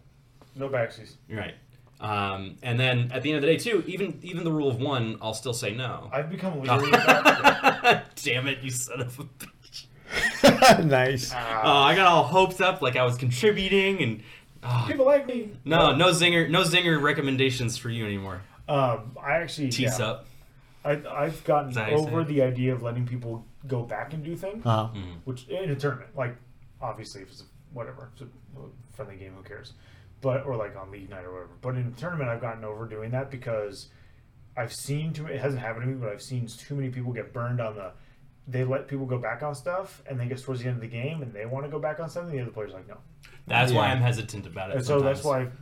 A: No backseas.
C: Right. Um, and then at the end of the day, too, even even the rule of one, I'll still say no.
A: I've become leery. about
C: Ah, Damn it, you son of a bitch.
B: nice.
C: Oh, I got all hoped up like I was contributing, and
A: People like me.
C: no, no zinger, no zinger recommendations for you anymore.
A: Um, I actually
C: Tease
A: yeah.
C: up.
A: I, I've gotten
C: that how you say
A: over
C: it? Hmm.
A: the idea of letting people go back and do things,
B: Uh,
A: which in a tournament, like obviously if it's a, whatever, if it's a friendly game, who cares? But or like on league night or whatever. But in a tournament, I've gotten over doing that because I've seen too. It hasn't happened to me, but I've seen too many people get burned on the. They let people go back on stuff, and they get towards the end of the game, and they want to go back on something. The other player's like, no.
C: That's why
B: Yeah.
C: I'm hesitant about it.
A: And so that's
C: sometimes.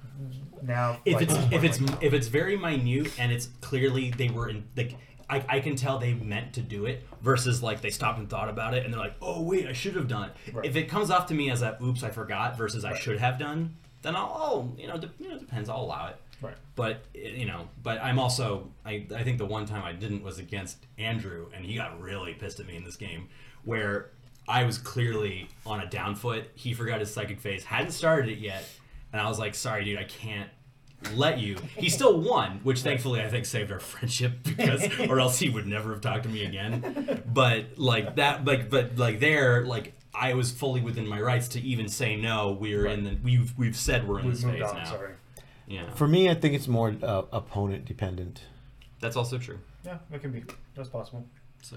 A: why now
C: if
A: like,
C: it's
A: I'm
C: if it's
A: like,
C: if it's very minute and it's clearly they were in like I, I can tell they meant to do it versus like they stopped and thought about it and they're like oh wait I should have done it.
A: Right.
C: If it comes off to me as a oops I forgot versus I should have done then I'll, i you know de- you know depends I'll allow it.
A: Right.
C: But it- you know but I'm also I I think the one time I didn't was against Andrew and he got really pissed at me in this game where. I was clearly on a down foot. He forgot his psychic phase, hadn't started it yet, and I was like, "Sorry, dude, I can't let you. He still won, which thankfully I think saved our friendship because, or else he would never have talked to me again. But like that, like but like there, like I was fully within my rights to even say no. We're in the we've we've said we're in
A: we've
C: this
A: moved
C: phase
A: on.
C: now.
A: Sorry.
C: Yeah,
B: For me, I think it's more uh, opponent dependent.
C: that's also true.
A: Yeah, that can be. That's possible.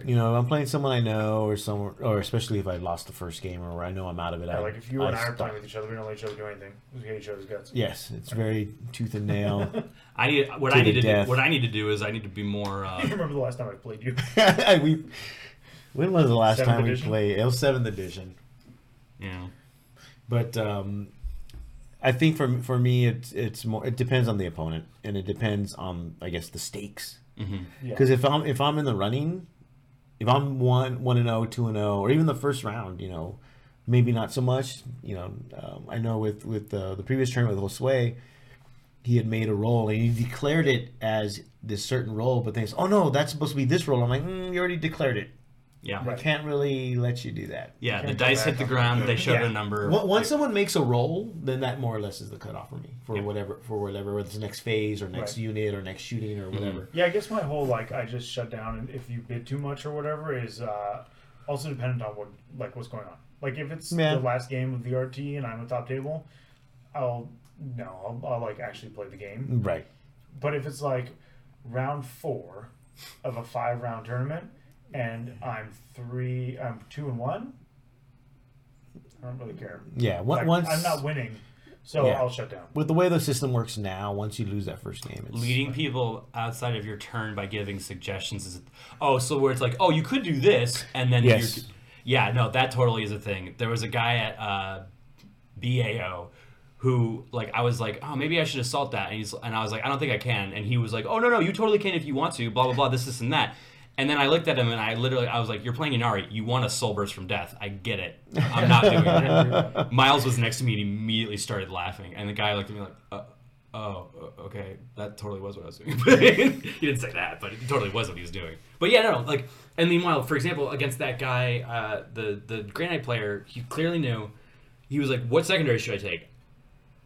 B: You know, if I'm playing someone I know, or someone, or especially if I lost the first game, or I know I'm out of it.
A: Yeah,
B: I,
A: like if you and I are
B: stop.
A: playing with each other, we don't let each other do anything. We hate each other's guts.
B: Yes, it's very tooth and nail.
C: I need what
B: To
C: I
B: the
C: need to
B: death.
C: do, what I need to do is I need to be more.
A: I
C: Uh,
A: remember the last time I played you.
B: we, when was the last
A: Seventh
B: time
A: edition?
B: we played? It was seventh edition.
C: you know,
B: But um, I think for for me, it's it's more. It depends on the opponent, and it depends on I guess the stakes.
A: Yeah.
B: Because if I'm if I'm in the running, if I'm one one and zero, two and zero, or even the first round, you know, maybe not so much. You know, um, I know with with uh, the previous tournament with Josue, he had made a role and he declared it as this certain role, but then he's, oh no, that's supposed to be this role. I'm like, mm, you already declared it.
C: Yeah.
B: I can't really let you do that.
C: Yeah, the
A: Can't go
C: dice
A: back
C: hit the
A: on
C: ground. They showed
B: Yeah.
C: a number.
B: Once once someone makes a roll, then that more or less is the cutoff for me for whatever for whatever whether it's the next phase or next
A: Right. Mm-hmm.
B: unit or next shooting or whatever.
A: Yeah, I guess my whole like I just shut down and if you bid too much or whatever is uh, also dependent on what like what's going on. Like if it's
B: Yeah.
A: the last game of the RT and I'm a top table, I'll no, I'll, I'll like actually play the game.
B: Right.
A: But if it's like round four of a five round tournament and I'm three, I'm two and one, I don't really care.
B: Yeah. on-
A: Like,
B: once
A: I'm not winning, so
B: Yeah.
A: I'll shut down.
B: with the way the system works now, once you lose that first game, it's,
C: leading people outside of your turn by giving suggestions is oh so where it's like oh you could do this and then
B: Yes.
C: you're, yeah no that totally is a thing there was a guy at uh, bao who like i was like oh maybe i should assault that and he's and i was like i don't think i can and he was like oh no no you totally can if you want to blah blah blah this this and that and then I looked at him and I literally, I was like, You're playing Inari. You want a soul burst from death. I get it. I'm not doing that. Miles was next to me and immediately started laughing. And the guy looked at me like, uh, Oh, o- okay. That totally was what I was doing. he didn't say that, but it totally was what he was doing. But yeah, no, no. Like, and meanwhile, for example, against that guy, uh, the the granite player, he clearly knew. He was like, "What secondary should I take?"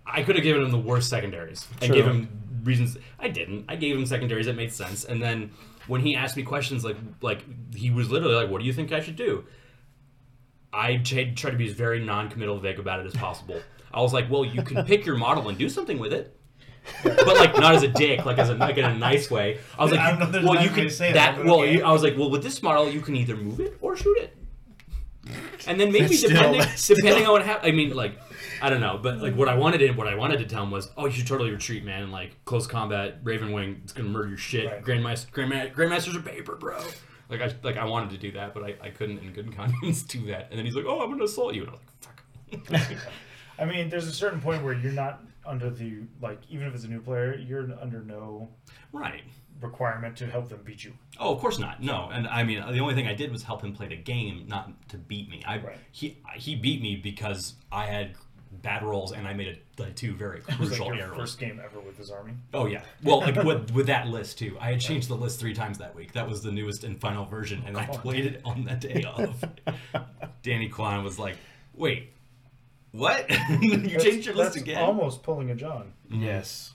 C: I could have given him the worst secondaries and
B: True.
C: gave him reasons. I didn't. I gave him secondaries that made sense. And then when he asked me questions, like like he was literally like, "What do you think I should do?" I ch- tried to be as very non-committal, vague about it as possible. I was like, "Well, you can pick your model and do something with it." but like not as a dick, like as a, like in a nice way. I was like,
L: I don't know if there's a
C: well,
L: nice
C: you
L: way
C: can
L: to say that,
C: that.
L: but
C: Well,
L: okay.
C: you, I was like, well, with this model, you can either move it or shoot it, and then maybe
B: Still-
C: depending
B: still-
C: depending on what happened. I mean, like, I don't know, but like what I wanted to what I wanted to tell him was, oh, you should totally retreat, man. and, Like close combat, Raven Wing, it's gonna murder your shit.
A: Right.
C: Grandmaster, Grandma, Grandmasters are paper, bro. Like I like I wanted to do that, but I, I couldn't in good conscience do that. And then he's like, oh, I'm gonna assault you, and I was like, fuck.
A: I mean, there's a certain point where you're not under the like, even if it's a new player, you're under no
C: Right.
A: requirement to help them beat you.
C: Oh, of course not. No, and I mean the only thing I did was help him play the game, not to beat me. I
A: Right.
C: he he beat me because I had bad rolls and I made a, the two very
A: It was like
C: crucial
A: your
C: errors.
A: first game ever with his army.
C: Oh yeah. Well, like with with that list too. I had changed the list three times that week. That was the newest and final version, and I played it on the day of. Danny Kwan was like, "Wait, what? you changed your list
A: That's
C: again?"
A: Almost pulling a John,
B: Mm. yes.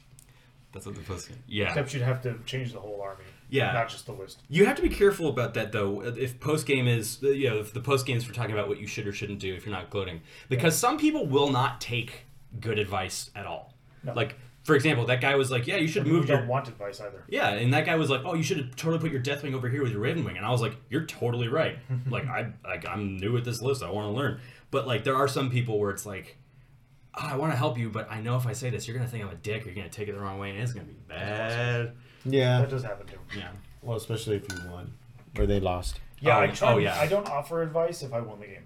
C: That's what the post. Yeah.
A: except you'd have to change the whole army.
C: Yeah.
A: not just the list.
C: You have to be careful about that though. If post game is, you know, if the post game is for talking about what you should or shouldn't do if you're not gloating, because some people will not take good advice at all.
A: No.
C: Like, for example, that guy was like, "Yeah, you should
A: People
C: move your
A: don't want advice either.
C: yeah." And that guy was like, "Oh, you should have totally put your death wing over here with your raven wing." And I was like, "You're totally right. like, I like I'm new at this list. I want to learn." But like, there are some people where it's like. "Oh, I want to help you, but I know if I say this, you're gonna think I'm a dick, or you're gonna take it the wrong way, and it's gonna be bad.
B: Yeah.
A: That does happen too.
C: Yeah,
B: Well, especially if you won or they lost.
A: Yeah,
C: Oh,
A: I
C: yeah.
A: try,
C: Oh, yeah.
A: I don't offer advice if I won the game.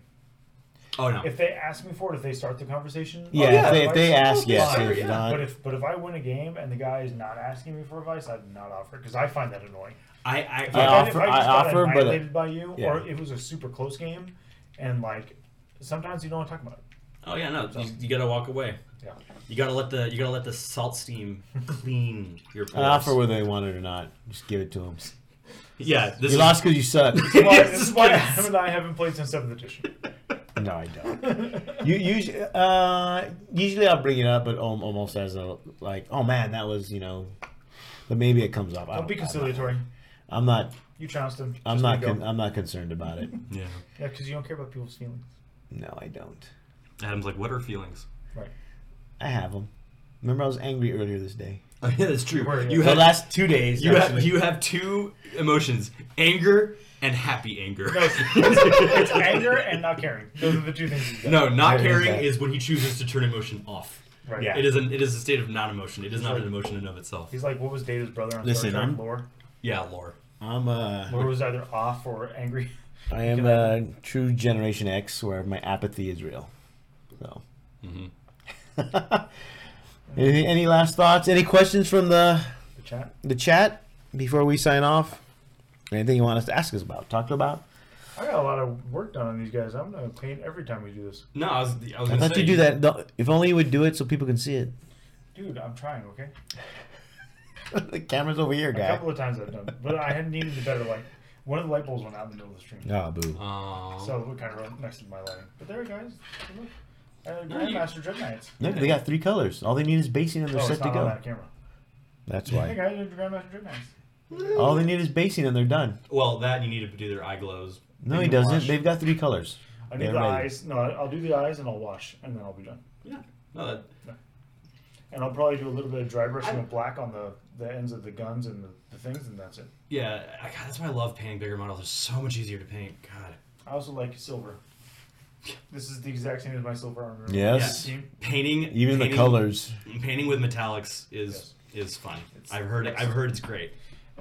C: Oh no.
A: If they ask me for it, if they start the conversation,
B: Yeah,
A: I'll
B: if,
A: give
B: they, if they
A: advice.
B: ask, yes.
A: Fine.
B: If not,
A: But if but if I win a game and the guy is not asking me for advice, I'd not offer because I find that annoying.
C: I, I, oh.
A: If I,
B: offer-
A: if I, just
B: I
A: got
B: offer, but, uh,
A: annihilated by you,
B: yeah.
A: or it was a super close game, and like sometimes you don't want to talk about it.
C: Oh yeah, no, you, you gotta walk away.
A: Yeah.
C: You gotta let the you gotta let the salt steam clean your
B: an
C: pores.
B: offer whether they want it or not, just give it to them.
C: Yeah, this
B: you
C: is,
B: lost because you suck.
A: Well, this
C: Yes, this
A: is why
C: is-
A: Adam and I haven't played since seventh edition.
B: no, I don't. You usually, uh, usually I'll bring it up, but um, almost as a like, oh man, that was you know, but maybe it comes up. I
A: Don't be conciliatory.
B: I'm not.
A: You trounced him.
B: I'm
A: Just
B: not.
A: let it
B: Con-
A: go.
B: I'm not concerned about it.
C: Yeah,
A: yeah, because you don't care about people's feelings.
B: No, I don't.
C: Adam's like, what are feelings?
A: Right.
B: I have them. Remember, I was angry earlier this day.
C: Oh, yeah, that's true.
A: Where, yeah.
C: You
B: The
C: have
B: last two days.
C: you have
B: actually.
C: you have two emotions: anger and happy anger.
A: No, it's, it's, it's anger and not caring. Those are the two things. You get.
C: No, not
B: There is
C: caring
B: that.
C: is when he chooses to turn emotion off.
A: Right.
B: Yeah.
C: It is an it is a state of non-emotion. It is not an emotion in and of itself.
A: He's like, what was Data's brother on
B: Listen,
A: Star
B: I'm-
A: Trek lore?
C: Yeah, lore.
B: I'm uh,
A: Lore was either off or angry.
B: I am a true Generation X, where my apathy is real. So,
C: Mm-hmm.
B: any, any last thoughts? Any questions from the
A: The chat.
B: the chat before we sign off? Anything you want us to ask us about, talk about?
A: I got a lot of work done on these guys. I'm gonna paint every time we do this,
C: No, I was. I, was
B: I
C: gonna
B: thought
C: say,
B: you do that. no, If only you would do it so people can see it.
A: dude. I'm trying, okay?
B: the camera's over here,
A: A
B: guy.
A: couple of times I've done, it, but I had needed a better light. One of the light bulbs went out in the middle of the stream,
B: Oh, boo.
C: Oh.
A: so it kind of run next to my lighting. But there, guys, look, uh,
C: you-
A: Grandmaster Dread Knights.
B: Look, they got three colors. All they need is basing and
A: Oh,
B: they're
A: it's
B: set to
A: not on
B: go.
A: that camera.
B: That's
A: Hey
B: why.
A: guys, they're Grandmaster Dread Knights.
B: All they need is basing and they're done.
C: Well, that you need to do their eye glows.
B: No, he
C: you
B: doesn't.
C: wash.
B: They've got three colors.
A: I need
B: They're
A: the
B: ready.
A: eyes. No, I'll do the eyes and I'll wash, and then I'll be done.
C: Yeah. No, that,
A: And I'll probably do a little bit of dry brushing with black on the, the ends of the guns and the, the things, and that's it.
C: yeah. I- God, that's why I love painting bigger models. They're so much easier to paint. God.
A: I also like silver. This is the exact same as my silver armor.
B: Yes.
A: Team.
C: Painting.
B: Even the
C: painting-
B: colors.
C: Painting with metallics is is fun. I've heard. It, I've heard it's great.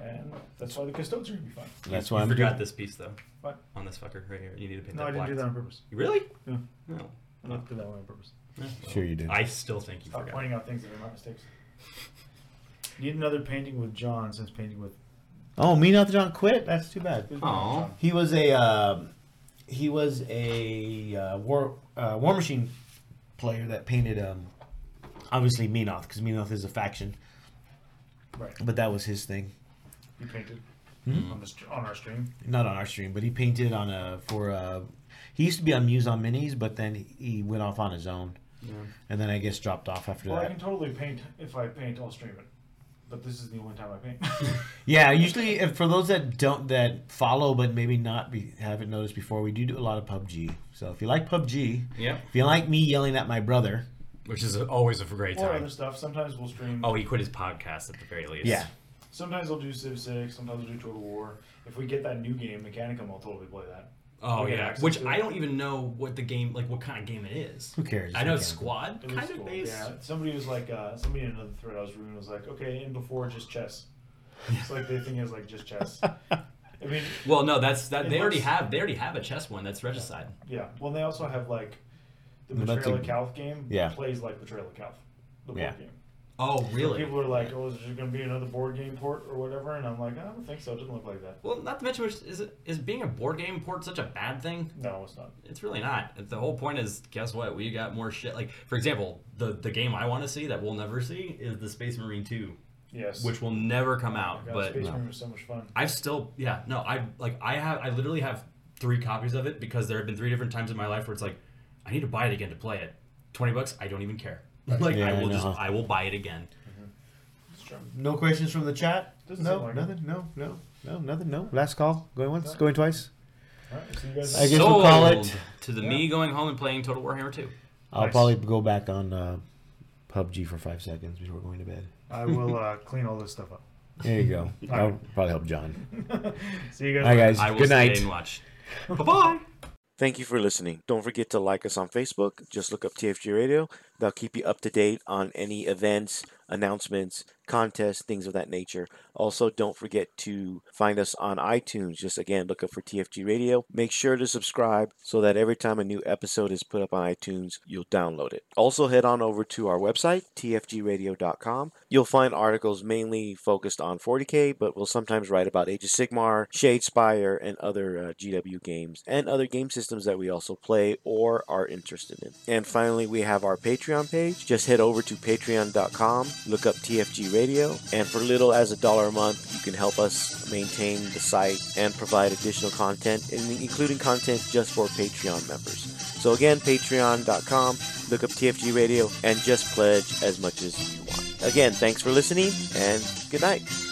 A: And that's why the custodes are going to be fun.
B: That's
C: You
B: why I'm
C: forgot
B: doing-
C: this piece though.
A: What?
C: On this fucker right here. You need to paint
A: No,
C: that
A: I didn't
C: black.
A: do that on purpose.
C: Really?
A: Yeah.
C: No.
A: I didn't do that on purpose.
B: Sure you did.
C: I still think you
A: Stop
C: forgot.
A: pointing out things that are not mistakes. Need another painting with John since painting with.
B: Oh, me not John quit. That's too bad.
C: Aw.
B: He was a um he was a uh, war uh, war machine player that painted um, obviously Minoth because Minoth is a faction,
A: Right.
B: but that was his thing.
A: You painted on, the, str- on our stream.
B: Not on our stream, but he painted on a for uh he used to be on Muse on Minis, but then he went off on his own, and then I guess dropped off after
A: Well, I
B: that.
A: can totally paint. If I paint, I'll stream it. But this is the only time I paint.
B: Yeah, usually if, for those that don't that follow but maybe not be, haven't noticed before, we do do a lot of PUBG. So if you like PUBG,
M: Yeah.
B: if you like me yelling at my brother,
M: Which is a, always a great
A: or
M: time.
A: other stuff. Sometimes we'll stream.
M: Oh, he quit his podcast at the very least.
B: yeah,
A: Sometimes I'll do Civ 6, sometimes I'll do Total War. If we get that new game, Mechanicum, I'll totally play that.
C: Oh
A: We get
C: yeah.
A: access
C: Which
A: to
C: I
A: it.
C: don't even know what the game like. What kind of game it is.
B: who cares?
C: I know
B: Okay.
C: it's squad
A: It
C: kind
A: looks
C: of
A: cool.
C: based.
A: Yeah, somebody was like, uh, somebody in another thread I was reading was like, okay, and before just chess. It's like they think it's like just chess. I mean,
C: Well, no, that's that.
A: It
C: They already
A: looks-
C: have. They already have a chess one. That's regicide.
A: yeah. Well, they also have like the
B: Well, that's
A: Betrayal
B: a-
A: of Calf game.
B: yeah.
A: plays like Betrayal of Calf, the board
B: Yeah.
A: game.
C: Oh really?
A: People are like, oh, is there going to be another board game port or whatever? And I'm like, I don't think so. It doesn't look like that.
C: Well, not to mention, which is it, is being a board game port such a bad thing?
A: No, it's not.
C: It's really not. The whole point is, guess what? We got more shit. Like, for example, the the game I want to see that we'll never see is the Space Marine Two,
A: Yes.
C: which will never come out.
A: God,
C: but
A: Space Marine was so much fun.
C: I've still, yeah, no, I like I have, I literally have three copies of it because there have been three different times in my life where it's like, I need to buy it again to play it. Twenty bucks, I don't even care. Like
B: Yeah,
C: I
B: I
C: will just,
B: know.
C: I will buy it again.
A: It's true.
B: No questions from the chat.
A: Doesn't
B: no,
A: seem like it.
B: nothing. No, no, no, nothing. No. Last call. Going once. Going twice.
A: All right, see you guys.
B: I guess we'll call it.
C: Sold to the me going home and playing Total Warhammer Two.
B: I'll
A: Nice.
B: probably go back on uh, PUBG for five seconds before going to bed.
A: I will uh, clean all this stuff up.
B: There you go. That'll probably help John.
A: See you guys.
B: All right, guys.
C: I will
B: Good night.
C: stay and watch. bye bye.
G: Thank you for listening. Don't forget to like us on Facebook. Just look up TFG Radio. They'll keep you up to date on any events, announcements, contests, things of that nature. Also, don't forget to find us on iTunes. Just again, look up for TFG Radio. Make sure to subscribe so that every time a new episode is put up on iTunes, you'll download it. Also, head on over to our website, tfgradio.com. You'll find articles mainly focused on 40K, but we'll sometimes write about Age of Sigmar, Shade Spire, and other uh, GW games, and other game systems that we also play or are interested in. And finally, we have our Patreon page. Just head over to patreon.com, look up TFG Radio, and for little as a dollar a month, you can help us maintain the site and provide additional content, and including content just for Patreon members. So again, patreon.com, look up TFG Radio, and just pledge as much as you want. Again, thanks for listening, and good night.